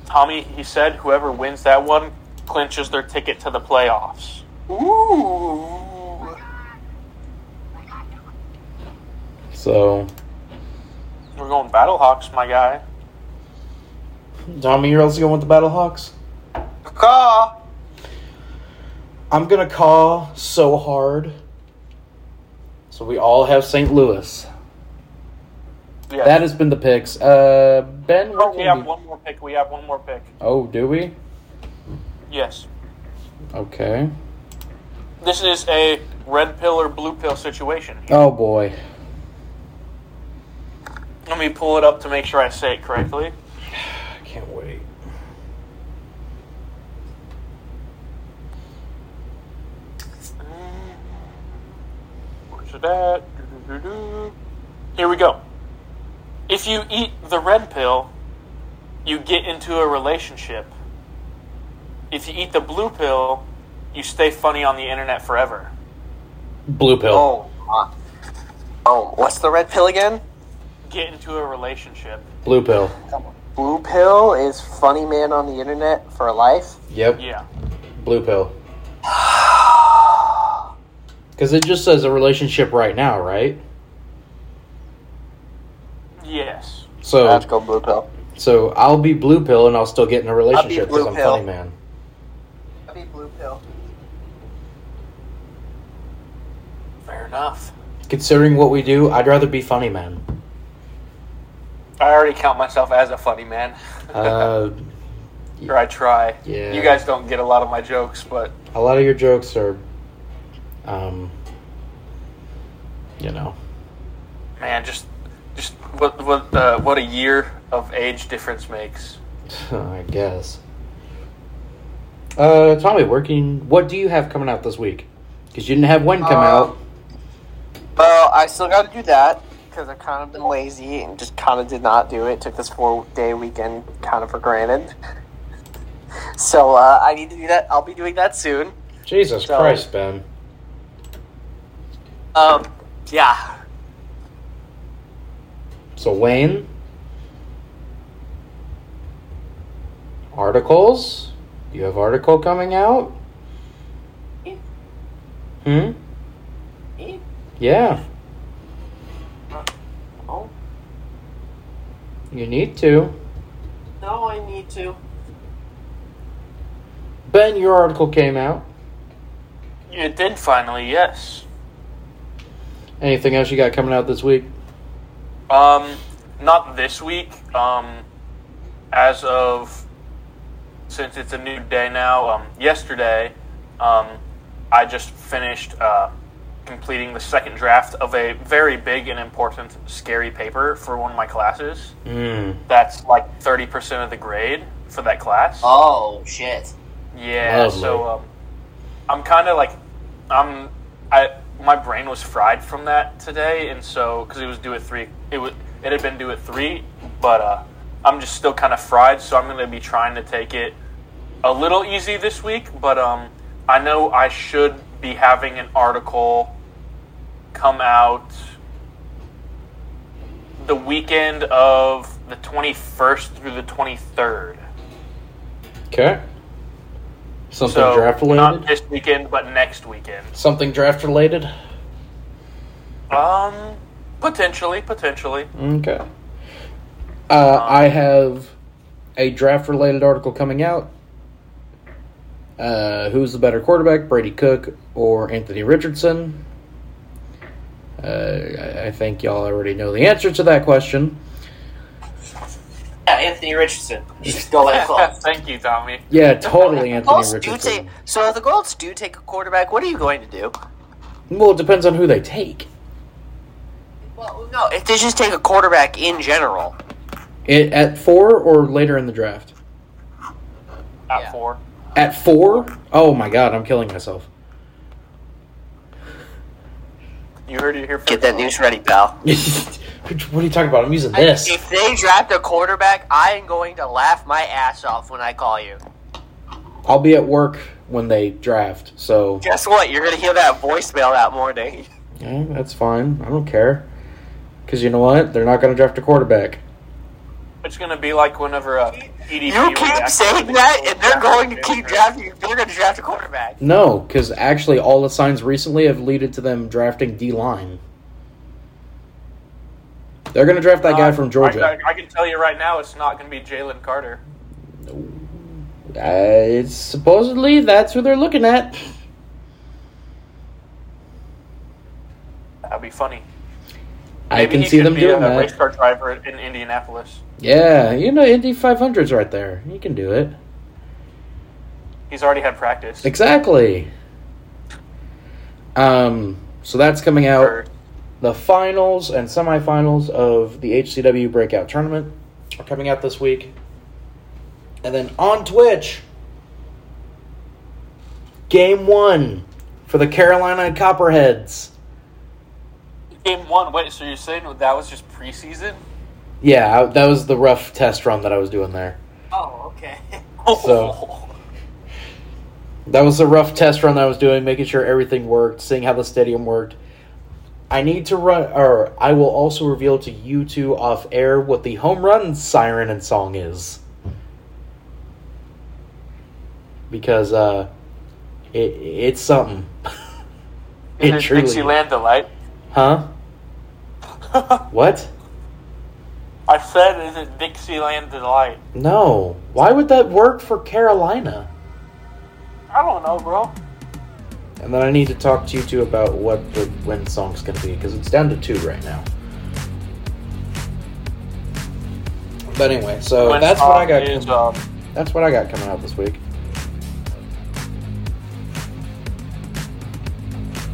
[SPEAKER 3] Tommy, he said whoever wins that one clinches their ticket to the playoffs.
[SPEAKER 2] Ooh.
[SPEAKER 1] So,
[SPEAKER 3] We're going Battlehawks, my guy.
[SPEAKER 1] Tommy, you're also going with the Battle Hawks?
[SPEAKER 2] Caw.
[SPEAKER 1] I'm going to call so hard. So we all have St. Louis.
[SPEAKER 3] Yeah.
[SPEAKER 1] That has been the picks. Uh, ben, what
[SPEAKER 3] we
[SPEAKER 1] can
[SPEAKER 3] have
[SPEAKER 1] we-
[SPEAKER 3] one more pick. We have one more pick.
[SPEAKER 1] Oh, do we?
[SPEAKER 3] Yes.
[SPEAKER 1] Okay.
[SPEAKER 3] This is a red pill or blue pill situation.
[SPEAKER 1] Oh, boy.
[SPEAKER 3] Let me pull it up to make sure I say it correctly.
[SPEAKER 1] I can't wait.
[SPEAKER 3] Where's it at? Do-do-do-do. Here we go. If you eat the red pill, you get into a relationship. If you eat the blue pill, you stay funny on the internet forever.
[SPEAKER 1] Blue pill.
[SPEAKER 2] Oh. ah. Oh, what's the red pill again?
[SPEAKER 3] Get into a relationship.
[SPEAKER 1] Blue pill.
[SPEAKER 2] Blue pill is funny man on the internet for life.
[SPEAKER 1] Yep.
[SPEAKER 3] Yeah.
[SPEAKER 1] Blue pill. Because it just says a relationship right now, right?
[SPEAKER 3] Yes.
[SPEAKER 1] So,
[SPEAKER 2] Let's go blue pill.
[SPEAKER 1] so I'll be blue pill and I'll still get in a relationship
[SPEAKER 2] blue
[SPEAKER 1] because I'm
[SPEAKER 2] pill.
[SPEAKER 1] funny man.
[SPEAKER 2] That'd be blue pill.
[SPEAKER 3] Fair enough.
[SPEAKER 1] Considering what we do, I'd rather be funny man.
[SPEAKER 3] I already count myself as a funny man.
[SPEAKER 1] Uh,
[SPEAKER 3] or I try.
[SPEAKER 1] Yeah.
[SPEAKER 3] You guys don't get a lot of my jokes, but
[SPEAKER 1] a lot of your jokes are, um, you know,
[SPEAKER 3] man, just just what what uh, what a year of age difference makes.
[SPEAKER 1] I guess. Uh, Tommy, working. What do you have coming out this week? Because you didn't have one come
[SPEAKER 2] Uh,
[SPEAKER 1] out.
[SPEAKER 2] Well, I still got to do that because I kind of been lazy and just kind of did not do it. Took this four day weekend kind of for granted. So uh, I need to do that. I'll be doing that soon.
[SPEAKER 1] Jesus
[SPEAKER 2] so-
[SPEAKER 1] Christ, Ben.
[SPEAKER 2] Um, Yeah.
[SPEAKER 1] So Wayne, articles. You have article coming out. Hmm. Yeah.
[SPEAKER 2] Oh
[SPEAKER 1] You need to.
[SPEAKER 2] no, I need to.
[SPEAKER 1] Ben, your article came out.
[SPEAKER 3] It did finally, yes.
[SPEAKER 1] Anything else you got coming out this week?
[SPEAKER 3] Um, not this week. Um, as of since it's a new day now. Um, yesterday, um, I just finished uh, completing the second draft of a very big and important scary paper for one of my classes.
[SPEAKER 1] Mm.
[SPEAKER 3] That's like thirty percent of the grade for that class.
[SPEAKER 2] Oh shit.
[SPEAKER 3] Yeah,
[SPEAKER 1] Lovely.
[SPEAKER 3] so um, I'm kind of like, I'm, I my brain was fried from that today, and so because it was due at three, it was it had been due at three, but uh, I'm just still kind of fried, so I'm gonna be trying to take it a little easy this week, but um, I know I should be having an article come out the weekend of the 21st through the 23rd.
[SPEAKER 1] Okay. Something
[SPEAKER 3] So
[SPEAKER 1] draft
[SPEAKER 3] not
[SPEAKER 1] related.
[SPEAKER 3] this weekend, but next weekend.
[SPEAKER 1] Something draft related.
[SPEAKER 3] Um, potentially, potentially.
[SPEAKER 1] Okay. Uh, I have a draft related article coming out. Uh, who's the better quarterback, Brady Cook or Anthony Richardson? Uh, I- I think y'all already know the answer to that question.
[SPEAKER 2] Yeah, Anthony Richardson. Just go that close.
[SPEAKER 3] Thank you, Tommy.
[SPEAKER 1] Yeah, totally Anthony
[SPEAKER 2] Colts do take,
[SPEAKER 1] Richardson.
[SPEAKER 2] so if the Colts do take a quarterback, what are you going to do?
[SPEAKER 1] Well, it depends on who they take.
[SPEAKER 2] Well, no, if they just take a quarterback in general.
[SPEAKER 1] It, at four or later in the draft?
[SPEAKER 3] At
[SPEAKER 2] Yeah.
[SPEAKER 3] four.
[SPEAKER 1] At four? Oh my god, I'm killing myself.
[SPEAKER 3] You heard it here first.
[SPEAKER 2] Get that news ready, pal.
[SPEAKER 1] what are you talking about? I'm using this.
[SPEAKER 2] If they draft a quarterback, I am going to laugh my ass off when I call you.
[SPEAKER 1] I'll be at work when they draft, so
[SPEAKER 2] Guess what? You're going to hear that voicemail that morning.
[SPEAKER 1] yeah, that's fine. I don't care. Because you know what? They're not going to draft a quarterback.
[SPEAKER 3] It's gonna be like whenever uh, EDP.
[SPEAKER 2] You
[SPEAKER 3] was
[SPEAKER 2] keep
[SPEAKER 3] actively
[SPEAKER 2] saying that, and they're going to keep drafting.
[SPEAKER 3] drafting.
[SPEAKER 2] you. They're going to draft a quarterback.
[SPEAKER 1] No, because actually, all the signs recently have leaded to them drafting D line. They're going to draft that guy
[SPEAKER 3] Not-
[SPEAKER 1] from Georgia.
[SPEAKER 3] Uh, I, I, I can tell you right now, it's not gonna be Jalen Carter.
[SPEAKER 1] Uh, it's supposedly that's who they're looking at.
[SPEAKER 3] That'd be funny.
[SPEAKER 1] I
[SPEAKER 3] Maybe
[SPEAKER 1] can
[SPEAKER 3] he
[SPEAKER 1] see
[SPEAKER 3] could
[SPEAKER 1] them
[SPEAKER 3] be
[SPEAKER 1] doing
[SPEAKER 3] a race
[SPEAKER 1] that.
[SPEAKER 3] car driver in Indianapolis.
[SPEAKER 1] Yeah, you know, Indy 500's right there. You can do it.
[SPEAKER 3] He's already had practice.
[SPEAKER 1] Exactly. Um, so that's coming out.
[SPEAKER 3] Or-
[SPEAKER 1] The finals and semifinals of the HCW Breakout Tournament are coming out this week. And then on Twitch, game one for the Carolina Copperheads.
[SPEAKER 3] Game one. Wait, so you're saying that was just preseason?
[SPEAKER 1] Yeah, I- that was the rough test run that I was doing there.
[SPEAKER 2] Oh, okay.
[SPEAKER 1] So- That was a rough test run that I was doing, making sure everything worked, seeing how the stadium worked. I need to run, or I will also reveal to you two off air what the home run siren and song is. Because uh, it, it's something. it
[SPEAKER 3] Is it
[SPEAKER 1] truly,
[SPEAKER 3] Dixieland delight?
[SPEAKER 1] huh? What?
[SPEAKER 3] I said, is it Dixieland delight?
[SPEAKER 1] No. Why would that work for Carolina?
[SPEAKER 3] I don't know, bro.
[SPEAKER 1] And then I need to talk to you two about what the win song's gonna be because it's down to two right now. But anyway, so
[SPEAKER 3] When
[SPEAKER 1] Oh, that's what I got.
[SPEAKER 3] Tom is, um,
[SPEAKER 1] that's what I got coming out this week.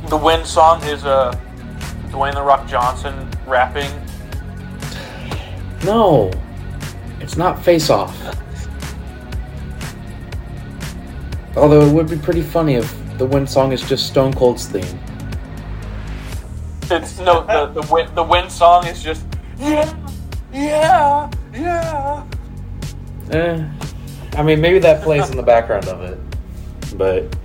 [SPEAKER 3] uh, the win song is uh, Dwayne the Rock Johnson rapping.
[SPEAKER 1] No, it's not Face Off. Although it would be pretty funny if the win song is just Stone Cold's theme.
[SPEAKER 3] It's no the the win, the win song is just yeah yeah yeah.
[SPEAKER 1] Eh, I mean, maybe that plays in the background of it, but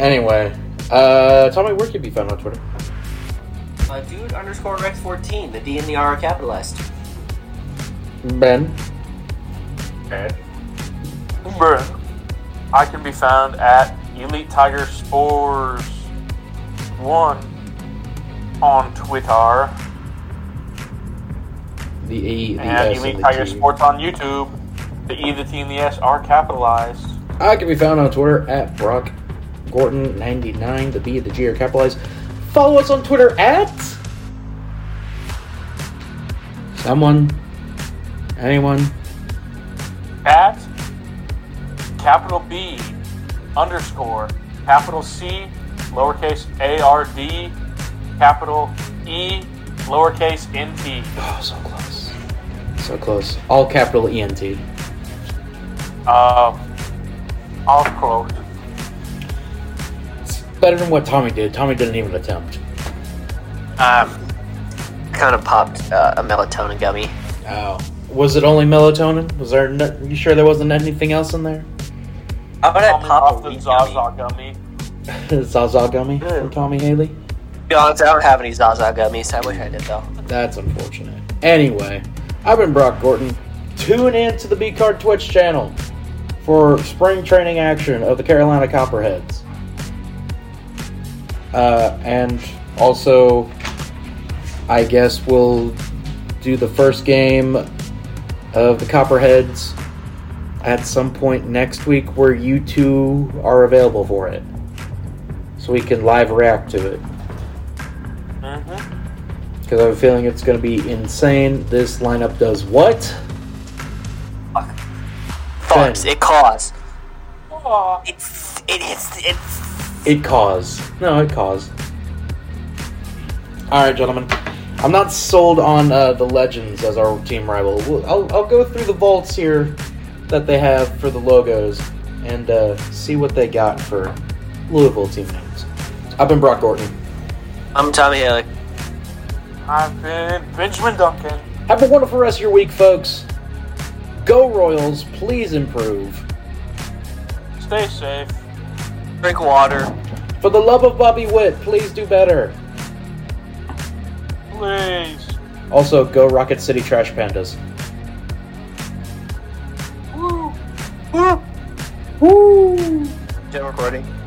[SPEAKER 1] anyway, uh, Tommy, where can you be found on Twitter?
[SPEAKER 2] Uh, dude underscore Rex 14. The D and the R are capitalized.
[SPEAKER 1] Ben.
[SPEAKER 3] Ed. Bruh. I can be found at Elite Tiger Spores 1 on Twitter
[SPEAKER 1] The E, the
[SPEAKER 3] and
[SPEAKER 1] S,
[SPEAKER 3] Elite
[SPEAKER 1] and
[SPEAKER 3] Tiger
[SPEAKER 1] the T.
[SPEAKER 3] Sports on YouTube. The E, the T, and the S are capitalized.
[SPEAKER 1] I can be found on Twitter at Brock Gorton99. The B and the G are capitalized. Follow us on Twitter at someone, anyone.
[SPEAKER 3] At capital B underscore capital C lowercase A R D capital E lowercase N T.
[SPEAKER 1] Oh, so close. So close. All capital E N T.
[SPEAKER 3] Uh, all quote.
[SPEAKER 1] Better than what Tommy did. Tommy didn't even attempt.
[SPEAKER 2] Um, kind of popped uh, a melatonin gummy.
[SPEAKER 1] Oh. Was it only melatonin? Was there? No, you sure there wasn't anything else in there?
[SPEAKER 2] How about I
[SPEAKER 3] Coming
[SPEAKER 2] pop
[SPEAKER 3] off
[SPEAKER 2] a
[SPEAKER 3] the
[SPEAKER 2] weed E, gummy?
[SPEAKER 3] Zaza gummy.
[SPEAKER 1] Zaza gummy from Tommy Haley.
[SPEAKER 2] To be honest, I don't have any Zaza gummies. I wish I did though.
[SPEAKER 1] That's unfortunate. Anyway, I've been Brock Gorton. Tune in to the B Card Twitch channel for spring training action of the Carolina Copperheads. Uh, and also, I guess we'll do the first game of the Copperheads at some point next week where you two are available for it. So we can live react to it
[SPEAKER 3] Mm-hmm.
[SPEAKER 1] because I have a feeling it's going to be insane. This lineup does what?
[SPEAKER 2] Farts.
[SPEAKER 1] Ben.
[SPEAKER 2] It caused. It's it hits. It's
[SPEAKER 1] It caused. No, it caused. All right, gentlemen. I'm not sold on uh, the legends as our team rival. We'll- I'll, I'll go through the vaults here that they have for the logos and uh, see what they got for Louisville team names. I've been Brock Gordon.
[SPEAKER 2] I'm Tommy Haley.
[SPEAKER 3] I've been Benjamin Duncan.
[SPEAKER 1] Have a wonderful rest of your week, folks. Go Royals, please improve.
[SPEAKER 3] Stay safe.
[SPEAKER 2] Drink water.
[SPEAKER 1] For the love of Bobby Witt, please do better.
[SPEAKER 3] Please.
[SPEAKER 1] Also, go Rocket City Trash Pandas.
[SPEAKER 2] Still recording.